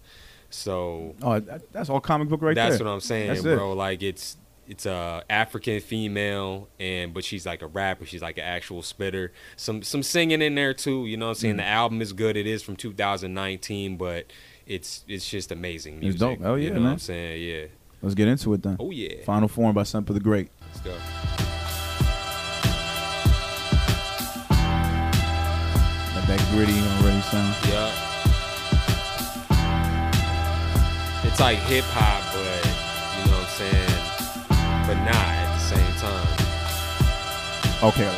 S2: So
S1: Oh, that, that's all comic book right
S2: that's
S1: there.
S2: what I'm saying,
S1: That's it.
S2: bro. Like it's it's a African female and but she's like a rapper, she's like an actual spitter. Some some singing in there too, you know what I'm
S1: Mm.
S2: saying? The album is good. It is from 2019, but it's it's just amazing music.
S1: dope. Hell yeah,
S2: you know
S1: man.
S2: what I'm saying? Yeah.
S1: Let's get into it then.
S2: Oh yeah.
S1: Final form by Semper the Great.
S2: Let's go.
S1: That, that gritty already sound.
S2: Yeah. It's like hip hop, but you know what I'm saying? But not at the same time.
S1: Okay.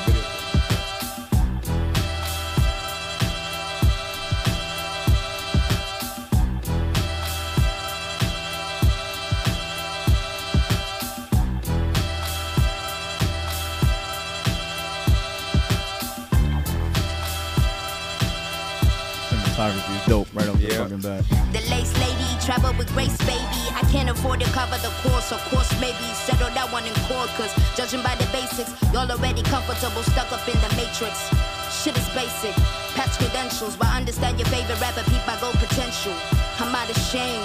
S1: Cinematography is dope right off the
S2: Yeah.
S1: fucking bat.
S6: The lace lady travel with grace, baby. I can't afford to cover the course, of course, maybe settle that one in court. Cause judging by the basics, y'all already comfortable, stuck up in the matrix. Shit is basic, past credentials, but I understand your favorite rapper, peep, I go potential. I'm out of shame.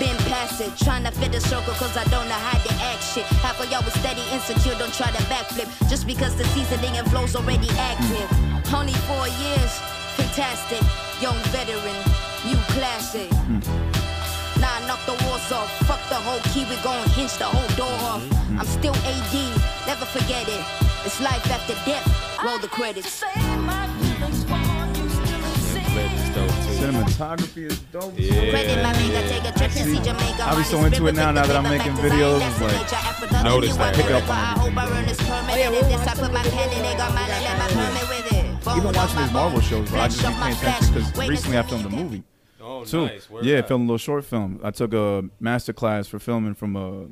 S6: Been past it, tryna fit a circle cause I don't know how to act shit. Half of y'all was steady, insecure, don't try to backflip. Just because the seasoning and flow's already active. Only four years, fantastic. Young veteran, new classic. Nah, knock the walls off. Fuck the whole key, we gon' hinge the whole door off. I'm still AD, never forget it. It's life after death, roll the credits.
S2: Flip is dope, too.
S1: Cinematography is dope.
S6: Credit my
S2: Yeah.
S6: nigga, take a trip to see Jamaica.
S1: I be so
S6: Honest,
S1: into it now,
S6: river,
S1: now that I'm
S6: river,
S1: making
S6: back to Zion,
S1: videos,
S6: that's the
S1: like,
S6: nature, Africa,
S2: notice
S6: New
S2: that
S6: York,
S1: up
S2: pick
S6: Africa.
S1: on
S6: I
S1: it.
S6: hope I earn this permit,
S3: Oh, yeah,
S6: and
S3: we
S6: if
S3: were
S6: this, I
S3: watching
S6: put my
S3: the
S6: pen in it, got my
S3: video.
S6: let my permit with it.
S1: Even
S6: Bones
S1: watching
S6: on
S1: these
S6: my
S1: Marvel
S6: bones,
S1: shows, bro, I just be
S6: flesh of my
S1: paying
S6: flesh,
S1: attention because
S6: witness
S1: recently
S6: to
S1: I
S6: me
S1: filmed a
S6: that-
S1: movie.
S2: Oh,
S1: too.
S2: nice. Word
S1: yeah,
S2: up.
S1: filmed a little short film. I took a master class for filming from uh,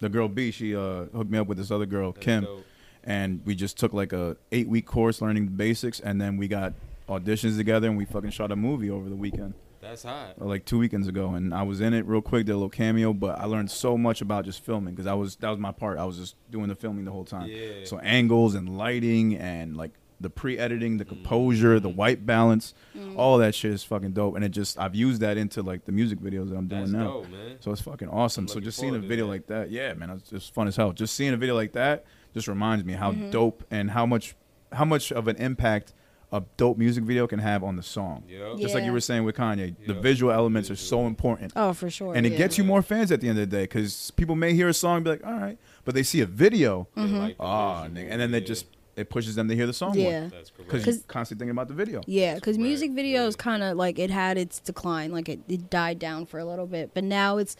S1: the girl B. She uh, hooked me up with this other girl, Kim,
S2: dope.
S1: and we just took like a eight week course learning the basics, and then we got auditions together and we fucking shot a movie over the weekend.
S2: That's hot.
S1: uh, like two weekends ago, and I was in it real quick, did a little cameo, but I learned so much about just filming because I was that was my part. I was just doing the filming the whole time.
S2: Yeah.
S1: So angles and lighting and like the pre-editing,
S2: Mm-hmm.
S1: the composure, the white balance, all that shit is fucking dope. And it just I've used that into like the music videos that I'm doing
S2: That's
S1: now.
S2: dope, man.
S1: So it's fucking awesome.
S2: I'm
S1: So
S2: looking
S1: just seeing a
S2: forward to
S1: video
S2: that.
S1: like that, yeah, man, it's just fun as hell. Just seeing a video like that just reminds me how
S3: Mm-hmm.
S1: dope and how much how much of an impact a dope music video can have on the song.
S2: Yep.
S1: Just like you
S3: Yeah.
S1: were saying with Kanye, the
S2: Yeah.
S1: visual elements are
S2: Visual.
S1: so important.
S3: Oh, for sure.
S1: and it
S3: yeah.
S1: gets you more fans at the end of the day because people may hear a song and be like, all right, but they see a video.
S2: They
S3: Mm-hmm.
S2: like the
S1: Ah,
S2: visual,
S1: nigga. And then they
S2: yeah.
S1: just, it pushes them to hear the song
S3: Yeah.
S1: more.
S2: That's
S1: Because
S2: correct.
S1: you're
S3: 'Cause-
S1: constantly thinking about the video.
S3: Yeah, because
S2: Right,
S3: music
S2: yeah.
S3: videos kind of like it had its decline, like it, it died down for a little bit, but now it's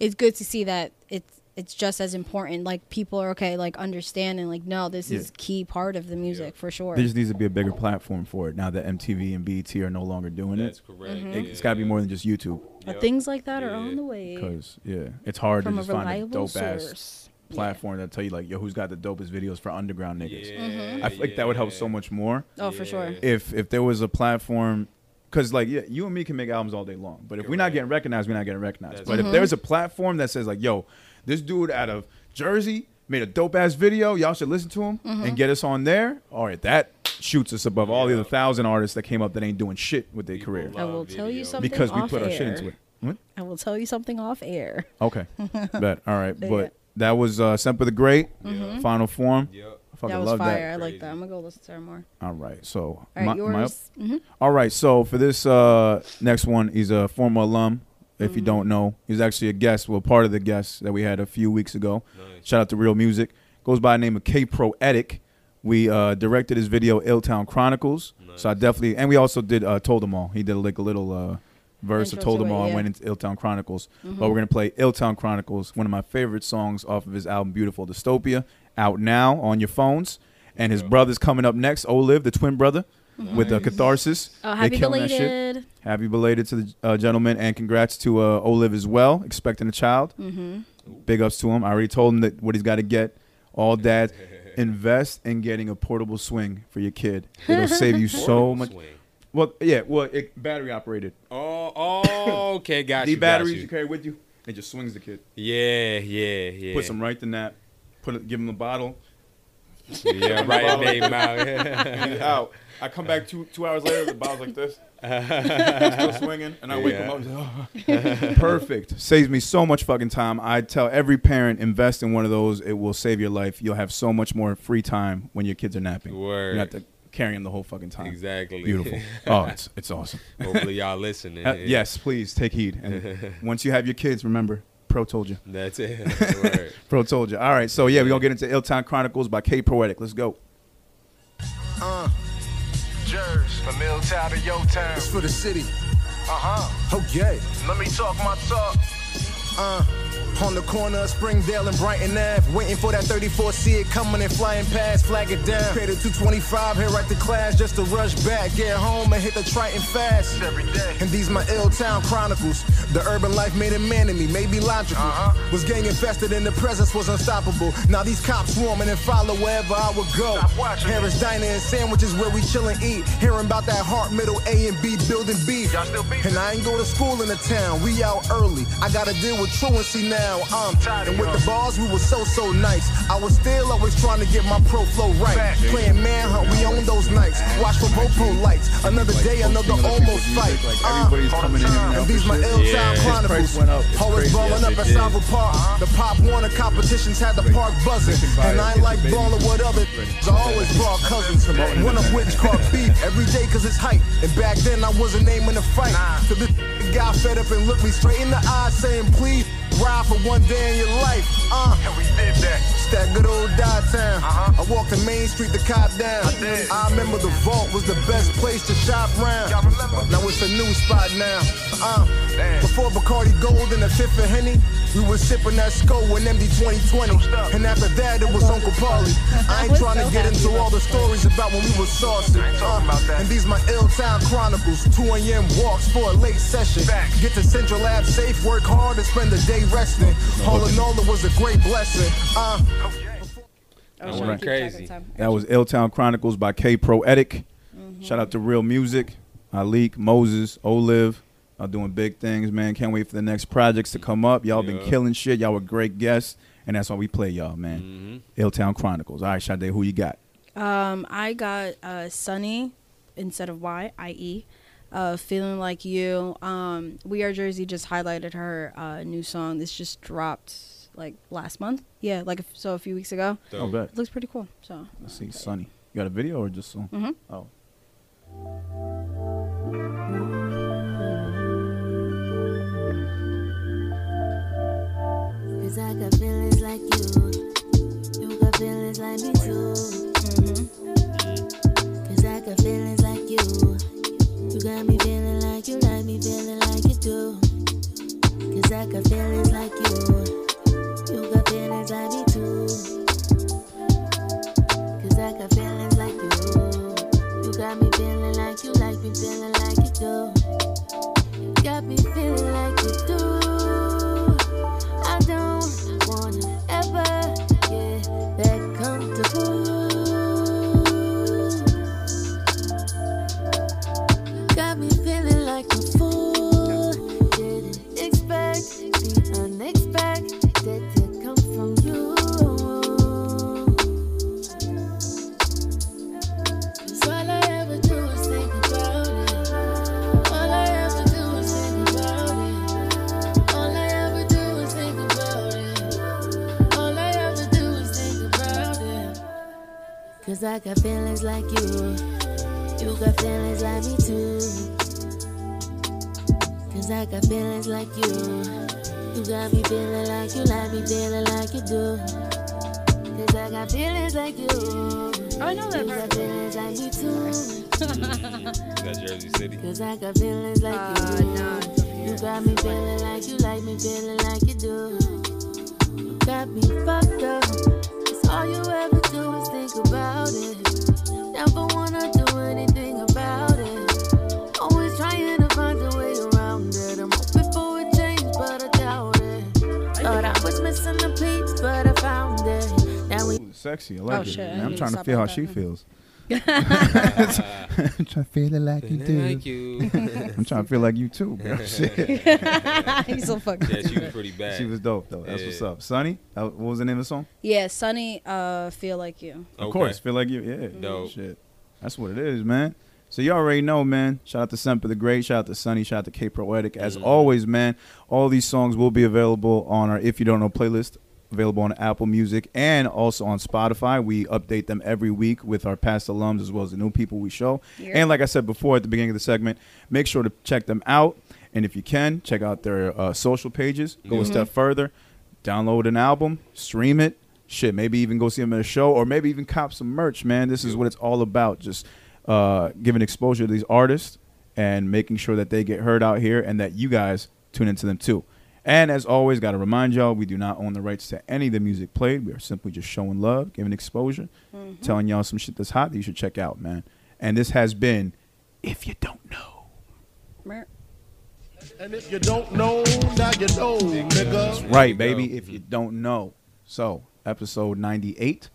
S3: it's good to see that it's it's just as important. Like people are okay, like understanding, like no, this
S1: Yeah.
S3: is key part of the music for sure.
S1: There just needs to be a bigger platform for it now that MTV and BET are no longer doing
S2: That's
S1: it.
S2: correct.
S3: Mm-hmm.
S1: It- It's got to be more than just YouTube.
S3: But
S2: Yep.
S3: things like that are
S2: Yeah.
S3: on the way
S1: Because, yeah, it's hard to
S3: from a
S1: just find a
S3: reliable
S1: dope ass
S3: source. Yeah.
S1: platform that tell you, like, yo, who's got the dopest videos for underground niggas?
S2: Yeah,
S1: I feel like that would help so
S2: yeah.
S1: much more.
S3: Mm-hmm. Oh, for sure.
S2: Yeah.
S1: if if there was a platform because like yeah, you and me can make albums all day long but if we're not
S2: Correct.
S1: getting recognized we're not getting recognized
S2: That's
S1: but if
S3: Mm-hmm.
S2: right.
S1: there's a platform that says like yo this dude out of jersey made a dope ass video y'all should listen to him
S3: Mm-hmm.
S1: and get us on there all right that shoots us above all the
S2: Yeah.
S1: other thousand artists that came up that ain't doing shit with their
S2: People
S1: career
S2: love
S3: I will
S2: video.
S3: tell you something
S1: because we
S3: off
S1: put our shit
S3: air.
S1: into it What?
S3: I will tell you something off air.
S1: okay but all right
S3: Yeah.
S1: but that was uh semper the great
S2: Mhm.
S1: final form
S2: Yep.
S1: i fucking
S3: Mm-hmm. that was
S1: love
S3: fire.
S1: that
S3: I like
S2: Crazy.
S3: that. I'm gonna go listen to her more.
S1: all right so
S3: All right,
S1: my- am I up?
S3: yours. Mhm.
S1: All right, so for this uh, next one, he's a former alum. If
S3: Mm-hmm.
S1: you don't know, he's actually a guest, well, part of the guest that we had a few weeks ago.
S2: Nice.
S1: Shout out to Real Music. Goes by the name of K Proetic. We uh, directed his video Ill Town Chronicles. So I
S2: Nice.
S1: definitely, and we also did uh, Told Them All. He did like a little uh, verse of
S3: Intro
S1: Told
S3: to
S1: Them
S3: it,
S1: All and
S3: yeah. Mm-hmm.
S1: went into Ill Town Chronicles. But we're gonna play Ill Town Chronicles, one of my favorite songs off of his album Beautiful Dystopia, out now on your phones. And his
S2: Yeah.
S1: brother's coming up next, Olive, the twin brother, with uh, Catharsis.
S3: Mm-hmm. Oh,
S1: They
S3: happy
S1: killing that shit.
S3: belated.
S1: Happy belated to the uh, gentleman, and congrats to uh, Olive as well, expecting a child.
S3: Mm-hmm.
S1: Big ups to him. I already told him that what he's got to get. All dads, invest in getting a portable swing for your kid. It'll save you so
S2: Portable
S1: much.
S2: swing.
S1: Well, yeah, well, it, battery operated.
S2: Oh, oh, okay, got
S1: the
S2: you. got
S1: batteries you.
S2: you.
S1: carry with you, it just swings the kid.
S2: Yeah, yeah, yeah.
S1: Put some right to nap. Put it, give him the bottle.
S2: yeah, right name out.
S1: And he's out. I come back two two hours later. The bottle's like this, still swinging, and I wake him
S2: Yeah.
S1: up. And he's like, "Oh." Perfect. Saves me so much fucking time. I tell every parent invest in one of those. It will save your life. You'll have so much more free time when your kids are napping.
S2: Word.
S1: You don't have to carry them the whole fucking time.
S2: Exactly.
S1: Beautiful. Oh, it's it's awesome.
S2: Hopefully y'all listening.
S1: Uh, yes, please take heed. And once you have your kids, remember, pro told you.
S2: That's it. Word.
S1: Pro told you. All right. So yeah, we're gonna get into Ill Town Chronicles by K Poetic. Let's go.
S7: Jers, from Mill Town to Yo Town.
S5: It's for the city.
S7: Uh-huh.
S5: Okay.
S7: Let me talk my talk.
S5: Uh, on the corner of Springdale and Brighton Ave. Waiting for that 34, see it coming and flying past, flag it down. Created 225, here at the class just to rush back. Get home and hit the Triton fast.
S7: It's every day.
S5: And these my ill town chronicles. The urban life made a man in me, maybe logical.
S7: Uh-huh.
S5: Was gang infested and the presence was unstoppable. Now these cops swarming and follow wherever I would go.
S7: Stop watching
S5: Harris Diner and sandwiches where we chill and eat. Hearing about that heart, middle A and B, building B.
S7: Y'all still beefing?
S5: And I ain't go to school in the town, we out early. I gotta deal with truancy now. Um,
S7: Tired of
S5: and with
S7: y'all.
S5: the bars, we were so, so nice. I was still always trying to get my pro flow right.
S7: Fact.
S5: Playing manhunt, we own those nights. Watch for Bopo lights. Another day, another almost fight. Uh,
S1: everybody's coming in
S5: and these my ill
S2: Yeah.
S5: time
S1: price
S2: His
S5: chronicles.
S1: went up. It's
S5: Always
S1: crazy.
S5: blowing
S2: Yes,
S5: up
S2: it
S5: at
S2: did.
S5: Salvo Park. The Pop Warner competitions had the park buzzing. And I ain't like balling with others. I always brought cousins. One of which caught beef every day cause it's hype. And back then I wasn't naming a fight. So this guy fed up and looked me straight in the eyes saying, please ride for one day in your life. Uh.
S7: And we did that.
S5: It's that good old die town.
S7: Uh-huh.
S5: I walked the main street to cop down.
S7: I did.
S5: remember the vault was the best place to shop round.
S7: Y'all remember?
S5: Now it's a new spot now. Uh,
S7: Damn.
S5: before Bacardi Gold and a fifth of Henny, we was sipping that skull and MD 2020.
S7: No stop.
S5: And after that, it was Uncle Paulie. I ain't
S3: was
S5: trying to
S3: so
S5: get
S3: happy
S5: into all
S3: about
S5: the stories about when we was saucing.
S7: I ain't talking
S5: Uh,
S7: about that.
S5: And these my ill town chronicles. 2 a.m. walks for a late session.
S7: Facts.
S5: Get to Central Lab safe, work hard, and spend the day resting. All in all, it was a great blessing. Uh,
S7: Okay.
S3: I
S2: That
S3: was trying
S2: went
S3: to keep track of
S2: crazy.
S3: time.
S1: That was Ill Town Chronicles
S3: Mm-hmm.
S1: by K Proetic. Shout out to Real Music, Alik, Moses, Olive, Y'all doing big things, man. Can't wait for the next projects to come up. Y'all been
S2: Yeah.
S1: killing shit. Y'all were great guests, and that's why we play y'all,
S2: Mm-hmm.
S1: man. Hilltown Chronicles. All right, Sade, who you got?
S3: Um, I got uh, Sunny instead of Y, i.e., uh, Feeling Like You. Um, we Are Jersey just highlighted her uh, new song. This just dropped like last month. Yeah, like if, so a few weeks ago.
S2: Dope.
S1: bet.
S3: It looks pretty cool. So
S1: Let's see, Sonny. You got a video or just song?
S3: Mhm.
S1: Oh.
S8: Cause I got feelings like you. You got feelings like me too. Cause I got feelings like you. You got me feeling like you like me feeling like you do. Cause I got feelings like you. You got feelings like me too. Cause I got feelings like you. You got me feeling like you like me feeling like you do. Got me feeling like you do. I don't wanna ever get that comfortable. Got me feeling like a fool. Didn't expect the unexpected to come from you. Cause all I ever do is think about it. All I ever do is think about it. All I ever do is think about it. All I ever do is think about it. Cause I got feelings like you. You got feelings like me too. Cause I got feelings like you. You got me feeling like you, like me feeling like you do. Cause I got feelings like you.
S3: I know that
S8: You
S3: part.
S8: got feelings like me too.
S2: Is that Jersey City?
S8: Cause I got feelings like
S3: Uh,
S8: you.
S3: nah, it's over here.
S8: You got me feeling like you like me feeling like you do. You got me fucked up. Cause all you ever do is think about it. Never wanna do anything about it. Always trying to find a way around it. I'm hoping for a change, but I doubt it. Thought I was missing the piece, but I found it. Now we
S1: Ooh, sexy. I like
S3: Oh,
S1: it.
S3: shit, I
S1: Man, I'm
S3: need
S1: trying
S3: to
S1: to
S3: stop
S1: feel how
S3: about
S1: she
S3: that.
S1: feels. I'm trying to feel it like you do.
S2: Thank you.
S1: I'm trying to feel like you too, bro. Shit.
S3: he's so fucking.
S2: yeah, she was pretty bad.
S1: She was dope though. That's what's
S2: Yeah.
S1: up. Sonny, that- what was the name of the song?
S3: Yeah, Sunny. Uh, feel like you.
S1: Of
S2: Okay.
S1: course, feel like you. Yeah,
S2: Dope.
S1: shit. That's what it is, man. So you already know, man. Shout out to Semper the Great. Shout out to Sunny. Shout out to K Poetic. As
S2: Mm-hmm.
S1: always, man. All these songs will be available on our If You Don't Know playlist, available on Apple Music and also on Spotify. We update them every week with our past alums as well as the new people we show.
S3: Yeah.
S1: And like I said before at the beginning of the segment, make sure to check them out. And if you can, check out their uh, social pages. Go a step further download an album, stream it. Shit, maybe even go see them at a show, or maybe even cop some merch, man. This is what it's all about. Just uh, giving exposure to these artists and making sure that they get heard out here and that you guys tune into them too. And as always, got to remind y'all, we do not own the rights to any of the music played. We are simply just showing love, giving exposure, telling y'all some shit that's hot that you should check out, man. And this has been If You Don't Know.
S3: Mer-
S5: And if you don't know, now you know, nigga.
S1: Right,
S2: There you
S1: baby,
S2: go.
S1: if you don't know. So, episode 98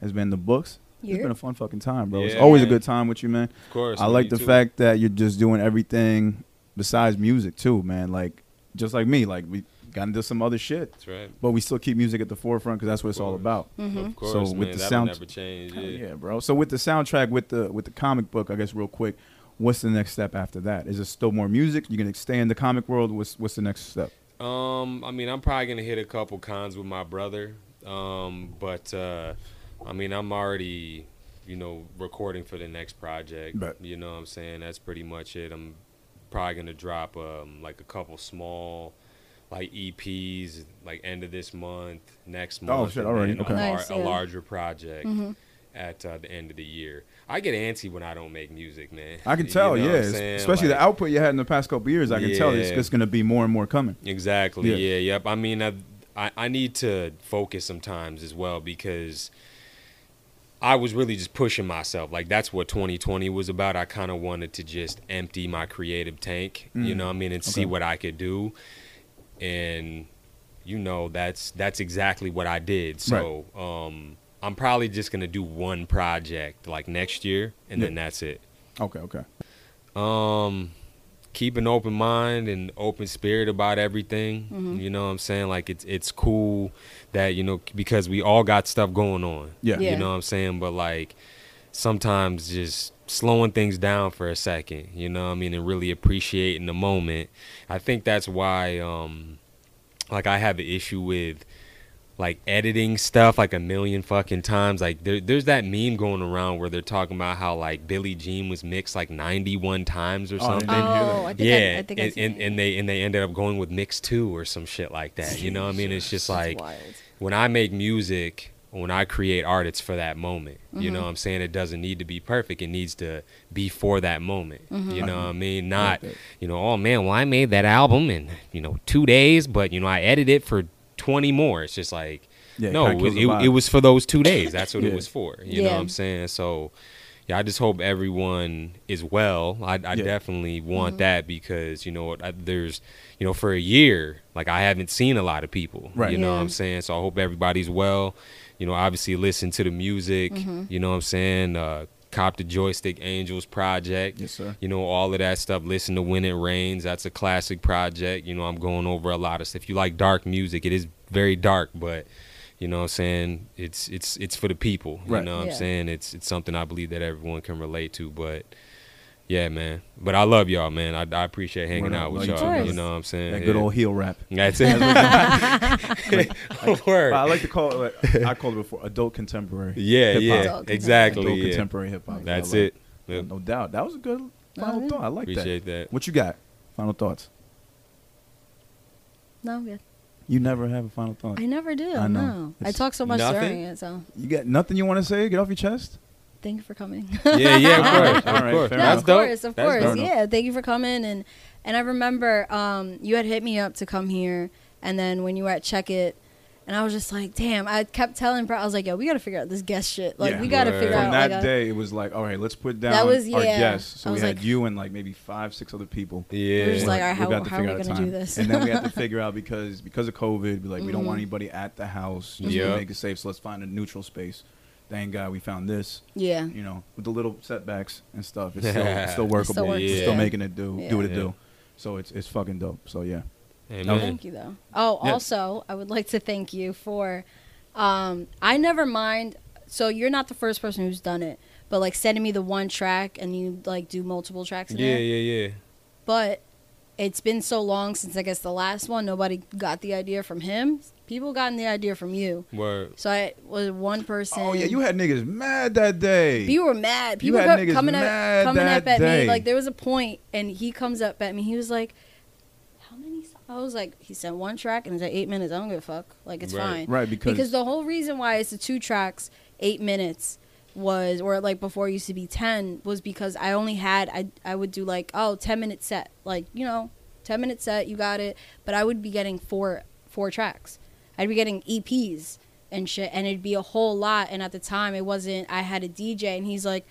S1: has been the books. It's
S3: Yeah.
S1: been a fun fucking time, bro. It's
S2: Yeah,
S1: always a
S2: man.
S1: good time with you, man.
S2: Of course.
S1: I
S2: man,
S1: like
S2: you
S1: the
S2: too.
S1: fact that you're just doing everything besides music, too, man. Like, just like me, like, we got into some other shit,
S2: That's right.
S1: but we still keep music at the forefront because that's what it's all
S2: course.
S1: about.
S3: Mm-hmm.
S2: Of course,
S1: So
S2: man.
S1: with the
S2: That'll
S1: sound-
S2: never change. Yeah.
S1: Hell yeah, bro. So with the soundtrack, with the with the comic book, I guess real quick, what's the next step after that? Is it still more music? You're gonna stay in the comic world? What's what's the next step?
S2: Um, I mean, I'm probably gonna hit a couple cons with my brother. Um, but uh, I mean, I'm already, you know, recording for the next project.
S1: Bet.
S2: You know what I'm saying? That's pretty much it. I'm probably gonna drop um like a couple small like EPs like end of this month, next month.
S1: Oh, shit,
S2: and
S1: already,
S2: then
S1: okay.
S2: A, lar-
S3: Nice,
S2: a
S3: yeah. Mm-hmm.
S2: larger project. At uh, the end of the year, I get antsy when I don't make music, man.
S1: I can
S2: You
S1: tell,
S2: know
S1: yeah.
S2: what I'm
S1: es-
S2: saying?
S1: Especially
S2: Like-
S1: the output you had in the past couple years, I can tell it's
S2: Yeah.
S1: just going to be more and more coming.
S2: Exactly.
S1: Yeah.
S2: Yeah. Yep. I mean, I, I I need to focus sometimes as well because I was really just pushing myself. Like that's what 2020 was about. I kind of wanted to just empty my creative tank. You know, what I mean, and see
S1: Mm. Okay.
S2: what I could do. And you know, that's that's exactly what I did. So, um, I'm probably just gonna do one project like next year, and
S1: Yeah.
S2: then that's it.
S1: Okay, okay.
S2: Um, keep an open mind and open spirit about everything. You know what I'm saying? Like it's it's cool that you know because we all got stuff going on.
S1: Yeah.
S3: Yeah.
S2: You know what I'm saying? But like sometimes just slowing things down for a second, you know what I mean, and really appreciating the moment. I think that's why um like I have an issue with like editing stuff like a million fucking times. Like there, there's that meme going around where they're talking about how like Billie Jean was mixed like 91 times or
S1: Oh, I
S2: something.
S1: didn't hear that.
S3: Oh, I think
S2: yeah,
S3: I, I think I
S2: and,
S3: seen
S2: and,
S3: it.
S2: and they and they ended up going with mix two or some shit like that. You know what I mean? It's just like
S3: wild.
S2: when I make music, when I create art, it's for that moment. You
S3: Mm-hmm.
S2: know what I'm saying? It doesn't need to be perfect. It needs to be for that moment.
S3: Mm-hmm.
S2: You know what I mean? Not,
S1: that.
S2: you know, oh man, well, I made that album in, you know, two days, but, you know, I edited it for 20 more. It's just like,
S1: Yeah, it
S2: no,
S1: kinda
S2: it,
S1: kills the
S2: it,
S1: vibe.
S2: it was for those two days. That's what
S1: Yeah.
S2: it was for. You know
S3: Yeah.
S2: what I'm saying? So, yeah, I just hope everyone is well. I, I definitely
S3: Mm-hmm.
S2: want that because you know I, there's you know for a year like I haven't seen a lot of people.
S1: Right.
S2: You know what
S3: Yeah.
S2: I'm saying? So I hope everybody's well. You know, obviously listen to the music.
S3: Mm-hmm.
S2: You know what I'm saying? Uh, cop the Joystick Angels project.
S1: Yes, sir.
S2: You know all of that stuff. Listen to When It Rains. That's a classic project. You know I'm going over a lot of stuff. If you like dark music, it is very dark, but you know what I'm saying? It's it's it's for the people.
S1: Right.
S2: You know what
S3: Yeah.
S2: I'm saying? It's it's something I believe that everyone can relate to, but yeah, man. But I love y'all, man. I, I appreciate hanging
S1: Word up.
S2: out with
S1: Love you
S3: too,
S2: y'all.
S3: man.
S2: You know what I'm saying?
S1: That good
S2: Yeah.
S1: old heel rap.
S2: That's it. Word.
S1: But I like to call it. Like, I called it before adult contemporary.
S2: yeah,
S1: hip-hop.
S2: yeah.
S3: Adult
S1: Adult
S2: Exactly. Yeah.
S1: contemporary hip hop.
S2: That's
S1: I like-
S2: it. Yep.
S1: No doubt. That was a good final
S3: yeah.
S1: thought. I like
S2: Appreciate
S1: that.
S2: that.
S1: What you got? Final thoughts.
S3: No, I'm good.
S1: You never have a final thought.
S3: I never do.
S1: I know.
S3: No, I
S1: It's
S3: talk so much
S2: nothing?
S3: during it. So
S1: You got nothing you want to say? Get off your chest.
S3: thank you for coming.
S2: Yeah, yeah, of course.
S1: All right,
S2: Of course.
S1: fair
S3: no,
S1: enough.
S2: That's
S3: of
S2: dope.
S3: course, of
S2: That's
S3: course.
S1: dope.
S3: Yeah, thank you for coming and and I remember um, you had hit me up to come here, and then when you were at Check It, and I was just like, damn. I kept telling, Bro, I was like, yo, we gotta figure out this guest shit. Like,
S1: Yeah.
S3: we gotta
S2: Right.
S3: figure
S1: From
S3: out.
S1: that
S3: like, uh, a-
S1: day, it was like, all right, let's put down
S3: was-
S1: our
S3: yeah.
S1: guests. So
S3: I
S1: we
S3: was
S1: had
S3: like-
S1: you and like maybe five, six other people.
S2: Yeah.
S3: We're just like, all right,
S1: we
S3: how,
S1: got to
S3: how are we
S1: figure out
S3: gonna
S1: a time.
S3: do this? Mm-hmm.
S1: and then we had to figure out because because of COVID, we like we don't want anybody at the house. Just to
S2: Yeah.
S1: make it safe. So let's find a neutral space. Thank God we found this.
S3: yeah.
S1: You know, with the little setbacks and stuff, it's still, it's still workable.
S3: still works,
S1: It's still
S2: yeah.
S1: making it do
S3: Yeah.
S1: do what it
S2: Yeah.
S1: do. So it's it's fucking dope. So yeah,
S2: Amen.
S3: Thank you, though. Oh,
S1: Yeah.
S3: also, I would like to thank you for. Um, I never mind. So you're not the first person who's done it, but like sending me the one track and you like do multiple tracks. In
S2: Yeah,
S3: there.
S2: yeah, yeah.
S3: But it's been so long since I guess the last one. Nobody got the idea from him. People gotten the idea from you.
S2: Word.
S3: So I was one person.
S1: Oh yeah, you had niggas mad that day.
S3: You were mad.
S1: You
S3: People
S1: had
S3: co-
S1: niggas
S3: coming
S1: mad
S3: up, coming
S1: that
S3: up at
S1: day.
S3: me. Like there was a point, and he comes up at me. He was like, "How many?" so-" I was like, "He sent one track, and it's like eight minutes. I don't give a fuck. Like it's fine,
S2: Right.
S1: Right, because-
S3: the whole reason why it's the two tracks, eight minutes was or like before it used to be 10 was because i only had i i would do like oh 10 minute set like you know 10 minute set you got it but i would be getting four four tracks i'd be getting eps and shit and it'd be a whole lot and at the time it wasn't i had a dj and he's like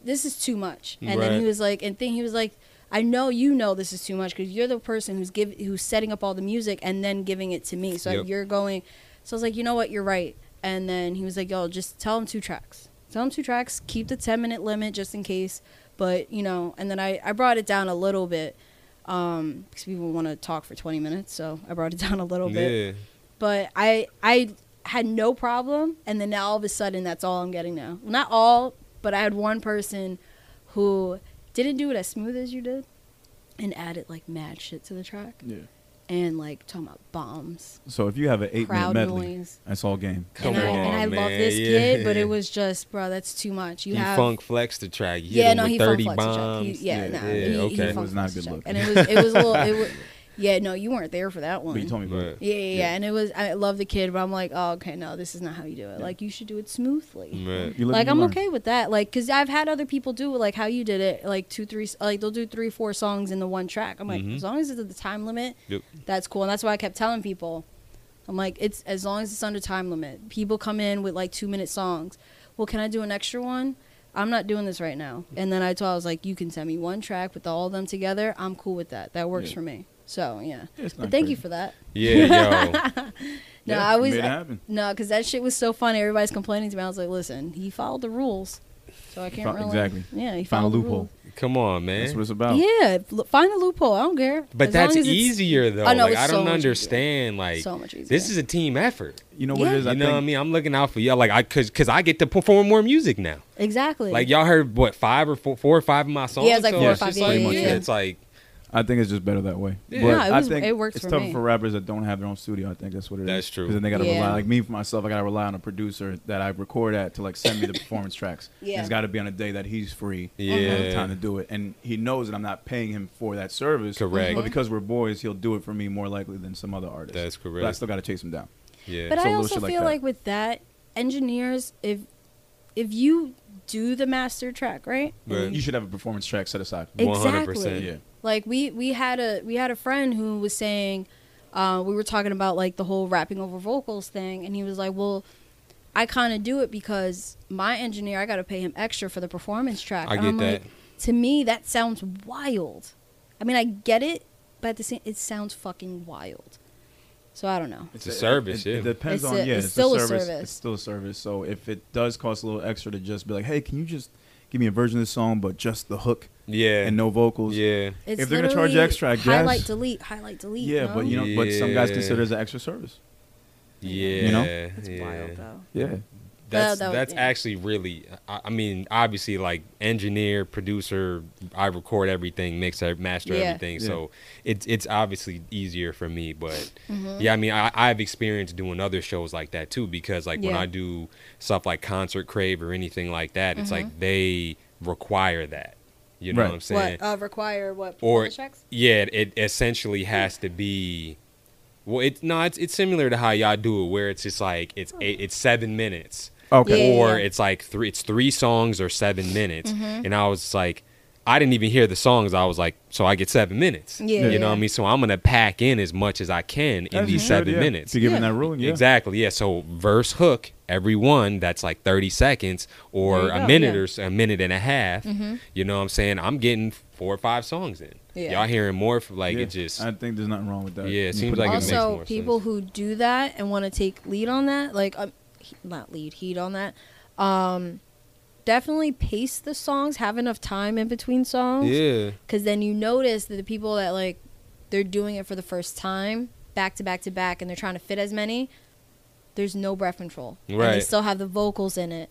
S3: this is too much and then
S2: Right.
S3: he was like and thing he was like i know you know this is too much because you're the person who's give who's setting up all the music and then giving it to me so
S2: Yep.
S3: you're going so i was like you know what you're right and then he was like yo just tell him two tracks tell him two tracks keep the 10 minute limit just in case but you know and then i i brought it down a little bit um because people want to talk for 20 minutes so i brought it down a little bit
S2: Yeah.
S3: but I I had no problem, and then now all of a sudden that's all I'm getting now. Well, not all, but I had one person who didn't do it as smooth as you did, and added like mad shit to the track,
S1: yeah.
S3: and like talking about bombs,
S1: So if you have an eight minute
S3: crowd
S1: medley,
S3: noise.
S1: that's all game.
S2: Come
S3: and I,
S2: on,
S3: and I love
S2: man.
S3: this
S2: Yeah.
S3: kid, but it was just, bro, that's too much. You
S2: he
S3: have
S2: funk flexed the track. He
S3: yeah,
S2: hit him
S3: no,
S2: with
S3: he funk
S2: 30
S3: flexed the track. He-
S2: bombs.
S3: yeah, no,
S2: yeah,
S3: he,
S2: okay.
S3: he
S2: It
S3: funk
S1: was not
S3: flexed the
S1: good
S3: track. and it was it was a little, it was, yeah, no, you weren't there for that one.
S1: But you told me about
S2: Right.
S1: it.
S3: Yeah, yeah,
S1: Yeah.
S3: yeah. And it was I love the kid, but I'm like, oh, okay, no, this is not how you do it. Like you should do it smoothly.
S2: Right.
S1: You live
S3: Like
S1: and you
S3: I'm
S1: learn.
S3: okay with that. Like because I've had other people do it, like how you did it, like two, three, like they'll do three, four songs in the one track. I'm like,
S1: Mm-hmm.
S2: Mhm.
S3: as long as it's at the time limit,
S2: Yep.
S3: that's cool. And that's why I kept telling people, I'm like, it's as long as it's under time limit. People come in with like two minute songs. Well, can I do an extra one? I'm not doing this right now. And then I told I was like, you can send me one track with all of them together. I'm cool with that. That works
S1: Yeah.
S3: for me. So yeah.
S1: It's
S3: But
S1: not
S3: thank
S1: crazy.
S3: you for that.
S2: Yeah, yo.
S3: No,
S1: Yeah,
S3: I
S1: you
S3: was
S1: made it happen.
S3: no, because that shit was so funny. Everybody's complaining to me. I was like, listen, he followed the rules. So So I can't
S1: Found-
S3: really.
S1: exactly.
S3: Yeah, he
S1: Find a
S3: found the
S1: loophole. Oh.
S3: rule.
S2: Come on, man.
S1: That's what it's about.
S3: Yeah, l- find a loophole. I don't care.
S2: But
S3: As long
S2: that's
S3: as it's-
S2: easier though.
S3: I know,
S2: like
S3: it's
S2: I
S3: so
S2: don't
S3: much easier.
S2: understand. Like
S3: So much easier.
S2: this is a team effort.
S1: You know what
S3: Yeah.
S1: it is? I
S2: You know
S1: think
S2: what I mean? I'm looking out for y'all. Like I cause cause I get to perform more music now.
S3: Exactly.
S2: Like y'all heard what five or four, four or five of my songs.
S3: Yeah, it's like
S2: so
S3: four or
S2: just
S3: five,
S2: like,
S1: yeah, yeah,
S2: yeah,
S1: yeah.
S2: it's like
S1: I think it's just better that way.
S2: Yeah.
S1: But
S3: Yeah, it
S1: I
S3: was-
S1: think
S3: it works
S1: it's
S3: for
S1: tough
S3: me.
S1: for rappers that don't have their own studio. I think that's what it is.
S2: That's true.
S1: Because then they gotta
S3: Yeah.
S1: rely. Like me for myself, I gotta rely on a producer that I record at to like send me the performance tracks. And
S3: Yeah.
S1: It's got to be on a day that he's free. and
S2: Yeah.
S1: the time to do it, and he knows that I'm not paying him for that service.
S2: Correct.
S3: Uh-huh.
S1: But because we're boys, he'll do it for me more likely than some other artist.
S2: That's
S1: But I
S2: correct.
S1: still gotta chase him down.
S2: yeah.
S3: But
S1: So
S3: I
S1: little
S3: also
S1: shit like
S3: feel
S1: that.
S3: like with that, engineers, if if you do the master track, right?
S2: Right.
S1: You should have a performance track set aside.
S3: Exactly.
S2: 100%.
S1: Yeah.
S3: Like we we had a we had a friend who was saying, uh, we were talking about like the whole rapping over vocals thing, and he was like, well. I kind of do it because my engineer, I got to pay him extra for the performance track.
S2: I
S3: And uh,
S2: get
S3: I'm like,
S2: that.
S3: to me, that sounds wild. I mean, I get it, but at the same, it sounds fucking wild. So I don't know.
S2: It's a service,
S1: It,
S2: yeah.
S1: it depends
S3: It's
S1: on
S3: a-
S1: yeah.
S3: it's
S1: It's,
S3: still a
S1: a service.
S3: service.
S1: It's still a service. So if it does cost a little extra to just be like, hey, can you just give me a version of this song, but just the hook
S2: yeah.
S1: and no vocals?
S2: Yeah.
S3: It's
S1: If they're gonna charge
S3: literally
S1: extra, I guess.
S3: Highlight, delete, highlight, delete.
S1: Yeah,
S3: no?
S1: but you know, but some guys
S2: Yeah.
S1: consider it as an extra service.
S2: Yeah.
S1: know?
S3: That's
S2: yeah.
S3: wild though.
S1: Yeah.
S2: That's
S3: That- that would-
S2: that's
S3: yeah.
S2: actually really. I, I mean, obviously, like engineer, producer, I record everything, mix, ev- master
S3: Yeah.
S2: everything.
S1: Yeah.
S2: So it's it's obviously easier for me. But
S3: Mm-hmm.
S2: yeah, I mean, I, I've experienced doing other shows like that too. Because like when
S3: Yeah.
S2: I do stuff like Concert Crave or anything like that, it's like they require that. You know
S1: Right.
S2: what I'm saying?
S3: Mm-hmm. What uh, require what
S2: or
S3: performance checks?
S2: yeah, it essentially
S3: Hmm.
S2: has to be. Well, it's no, it's it's similar to how y'all do it, where it's just like
S3: Oh.
S2: it's eight, it's seven minutes,
S1: Okay.
S3: Yeah. Mm-hmm.
S2: or it's like three, it's three songs or seven minutes, and I was like, I didn't even hear the songs. I was like, so I get seven minutes.
S3: Yeah,
S2: you know what I
S3: yeah.
S2: mean. So I'm gonna pack in as much as I can
S1: As
S2: in
S1: you
S2: these
S1: should,
S2: seven
S1: yeah.
S2: miness
S1: To give
S3: Yeah.
S1: them that ruling, yeah.
S2: Exactly. Yeah. So verse hook every one that's like 30 seconds
S3: There
S2: or
S3: you
S2: a
S3: go,
S2: minute
S3: yeah. Mm-hmm.
S2: or s- a minute and a half. You know what I'm saying? I'm getting four or five songs in.
S3: Yeah.
S2: Y'all hearing more from like
S1: Yeah.
S2: it just
S1: I think there's nothing wrong with that.
S2: Yeah, it
S1: You
S2: seems
S1: put
S2: like it
S1: in
S2: makes
S1: there.
S3: also
S2: more
S3: people
S2: sense.
S3: who do that and want to take lead on that, like um, he- not lead, heat on that. Um, definitely pace the songs. Have enough time in between songs.
S2: Yeah.
S3: because then you notice that the people that like they're doing it for the first time back to back to back and they're trying to fit as many there's no breath control and they
S2: Right.
S3: still have the vocals in it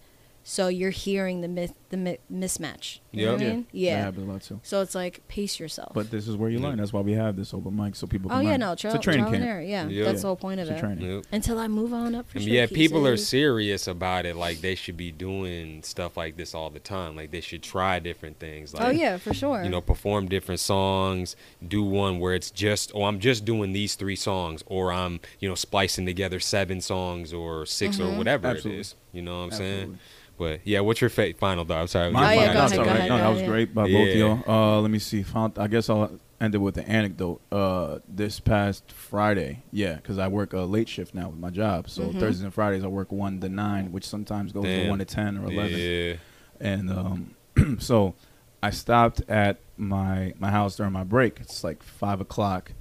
S3: so you're hearing the myth, the mi- mismatch you know
S2: Yep.
S3: what I
S1: Yeah.
S3: mean? yeah
S1: That happens a lot too.
S3: so it's like pace yourself
S1: But this is where you learn. That's why we have this open mic so people can
S3: oh yeah
S1: learn.
S3: no trial,
S1: it's a training
S3: trial and
S1: camp.
S3: error yeah
S2: Yeah.
S3: that's the whole point of
S1: It's a
S3: it
S1: training.
S2: Yep.
S3: until I move on up for
S2: I mean,
S3: sure
S2: yeah, people are
S3: Keezy.
S2: serious about it. Like they should be doing stuff like this all the time. Like they should try different things. Like,
S3: oh yeah for sure
S2: you know, perform different songs, do one where it's just, oh, I'm just doing these three songs, or I'm, you know, splicing together seven songs or 6
S3: Mm-hmm.
S2: or whatever
S1: Absolutely.
S2: it is. You know what I'm
S1: Absolutely.
S2: saying? But yeah, what's your fa- final thought? I'm sorry.
S1: My
S3: Oh, yeah,
S1: final
S3: go
S1: thoughts
S3: ahead,
S1: are
S3: go
S1: right.
S3: ahead,
S1: No,
S3: go
S1: that was
S3: ahead.
S1: great by
S2: Yeah.
S1: both of y'all. Uh, let me see. Found, I guess I'll end it with an anecdote. Uh, this past Friday, yeah, because I work a late shift now with my job. So Thursdays and Fridays I work one to nine, which sometimes goes
S2: Damn.
S1: to one to ten or eleven.
S2: Yeah.
S1: And um, so I stopped at my my house during my break. It's like five o'clock.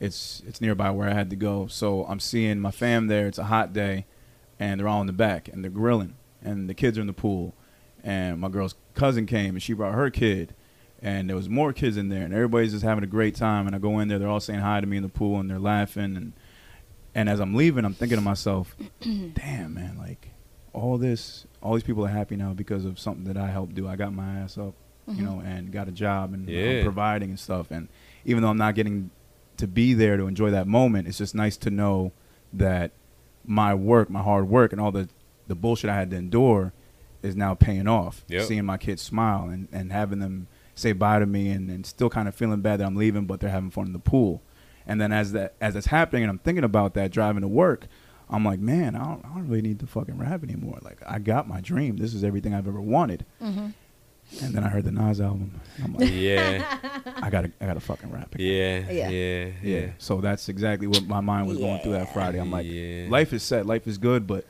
S1: It's it's nearby where I had to go. So I'm seeing my fam there. It's a hot day, and they're all in the back and they're grilling, and the kids are in the pool, and my girl's cousin came and she brought her kid, and there was more kids in there, and everybody's just having a great time. And I go in there, they're all saying hi to me in the pool, and they're laughing, and and as I'm leaving, I'm thinking to myself, damn man, like all this, all these people are happy now because of something that I helped do. I got my ass up, you know, and got a job and I'm
S2: Yeah.
S1: providing and stuff. And even though I'm not getting to be there to enjoy that moment, it's just nice to know that my work, my hard work, and all the the bullshit I had to endure is now paying off.
S2: Yep.
S1: Seeing my kids smile and, and having them say bye to me and, and still kind of feeling bad that I'm leaving, but they're having fun in the pool. And then as that as it's happening and I'm thinking about that driving to work, I'm like, man, I don't, I don't really need to fucking rap anymore. Like I got my dream. This is everything I've ever wanted. And then I heard the Nas album. I'm like,
S2: Yeah.
S1: I gotta I gotta fucking rap. again.
S2: Yeah.
S3: Yeah.
S2: Yeah. Yeah.
S1: Yeah. So that's exactly what my mind was going through that Friday. I'm like,
S2: Yeah.
S1: life is set, life is good, but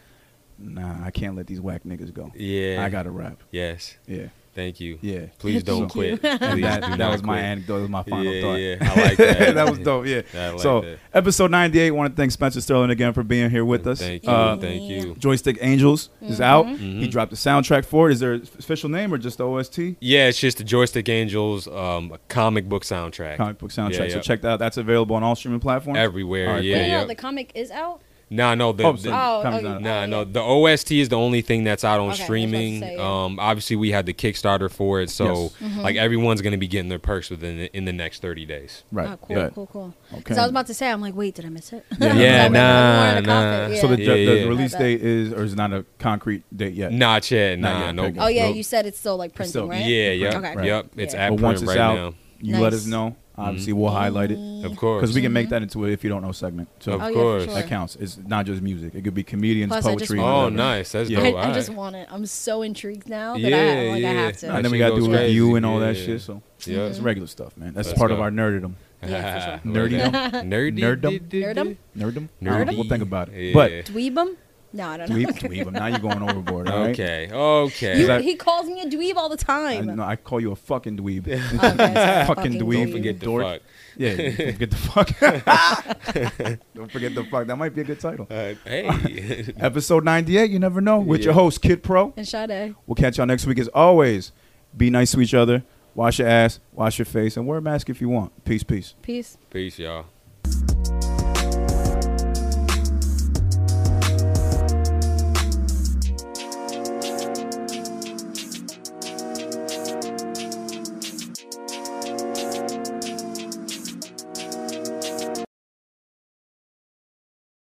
S1: nah, I can't let these whack niggas go.
S2: Yeah.
S1: I gotta rap.
S2: Yes.
S1: Yeah.
S2: Thank you.
S1: Yeah.
S2: Please don't
S1: Thank
S2: quit. Please do
S1: that, that
S2: not
S1: was my
S2: quit.
S1: anecdote. That was my final
S2: yeah,
S1: thought.
S2: Yeah, I like that.
S1: that was
S2: Yeah.
S1: dope. Yeah.
S2: I like
S1: so
S2: that.
S1: episode 98. Want to thank Spencer Sterling again for being here with us.
S2: Thank you.
S1: Uh,
S2: thank you.
S1: Joystick Angels is
S3: Mm-hmm.
S1: out. He
S2: Mhm.
S1: dropped the soundtrack for it. Is there an official name or just the OST?
S2: Yeah, it's just the Joystick Angels um, comic book soundtrack.
S1: Comic book soundtrack.
S2: Yeah,
S1: So
S2: yeah.
S1: check that out. That's available on all streaming platforms.
S2: Everywhere.
S1: All right,
S2: yeah,
S3: Wait, no,
S2: yeah.
S3: the comic is out.
S2: nah, no, the,
S1: Oh,
S2: the-
S1: sorry.
S3: Oh,
S1: Comics
S3: okay.
S1: out.
S2: Nah,
S3: Oh,
S2: no.
S3: yeah.
S2: The OST is the only thing that's out on
S3: Okay, I was about to
S2: streaming.
S3: say, yeah. Mm-hmm.
S2: Um, obviously, we had the Kickstarter for it, so like everyone's gonna be getting their perks within the, in the next thirty days.
S1: Right.
S3: Oh, cool,
S1: Yeah.
S3: cool, cool.
S1: Okay.
S3: Because I was about to say, I'm like, wait, did I miss it?
S1: Yeah,
S2: Yeah,
S3: I was like, wait,
S2: nah,
S3: I wanted to cop it,
S2: nah.
S1: So the,
S2: Yeah,
S1: the, the
S2: yeah.
S1: release
S3: I bet.
S1: date is, or is not a concrete date yet.
S2: Not yet.
S1: Not
S2: Nah,
S1: yet,
S2: no.
S1: okay.
S3: Oh yeah,
S2: no-
S3: you said it's still like printing,
S1: still-
S3: right?
S2: Yeah, yep,
S3: Okay.
S1: Right.
S2: yep. It's
S3: Yeah.
S2: at
S1: But once
S2: print
S1: it's
S2: right
S1: out,
S2: now.
S1: you let us
S3: Nice. Mm-hmm.
S1: know. Obviously, we'll highlight it
S2: Mm-hmm. Of course.
S1: because we can make that into an if you don't know segment. So
S2: Of
S3: Oh, yeah, for
S2: course.
S3: sure.
S1: that counts. It's not just music. It could be comedians,
S3: Plus, I just
S1: poetry.
S3: want-
S2: Oh,
S1: whatever.
S2: nice. That's
S1: Yeah.
S2: dope.
S3: I, I
S2: Alright.
S3: just want it. I'm so intrigued now that I,
S2: Yeah,
S3: like, I
S2: yeah.
S3: have to.
S2: Nah,
S1: And then we
S2: She
S1: gotta do
S2: goes
S1: a review
S2: crazy.
S1: and all that
S2: Yeah.
S1: shit. So
S2: Yeah.
S3: Mm-hmm.
S1: it's regular stuff, man. That's
S2: Let's
S1: part of
S2: go.
S1: our nerdom.
S3: Yeah, for
S1: Nerdydom?
S2: Nerdy.
S1: Nerdom?
S3: Nerdom?
S1: Nerdom.
S2: Nerdy.
S1: We'll think about it.
S2: Yeah.
S1: But
S3: Dweebum? No, I don't know.
S1: dweeb, dweeb. Now you're going overboard. all right?
S2: Okay. Okay.
S3: You,
S1: I-
S3: he calls me a dweeb all the
S1: I,
S3: time.
S1: no, I call you a fucking dweeb.
S3: Okay, so
S1: fucking dweeb.
S2: Don't forget the
S1: Dork.
S2: fuck.
S1: Yeah, don't forget the fuck. don't forget the fuck. That might be a good title.
S2: Uh, hey.
S1: Episode 98, you never know, with your
S2: Yeah.
S1: host, Kid Pro.
S3: And Sade.
S1: We'll catch y'all next week. As always, be nice to each other, wash your ass, wash your face, and wear a mask if you want. Peace, peace.
S3: Peace.
S2: Peace, y'all.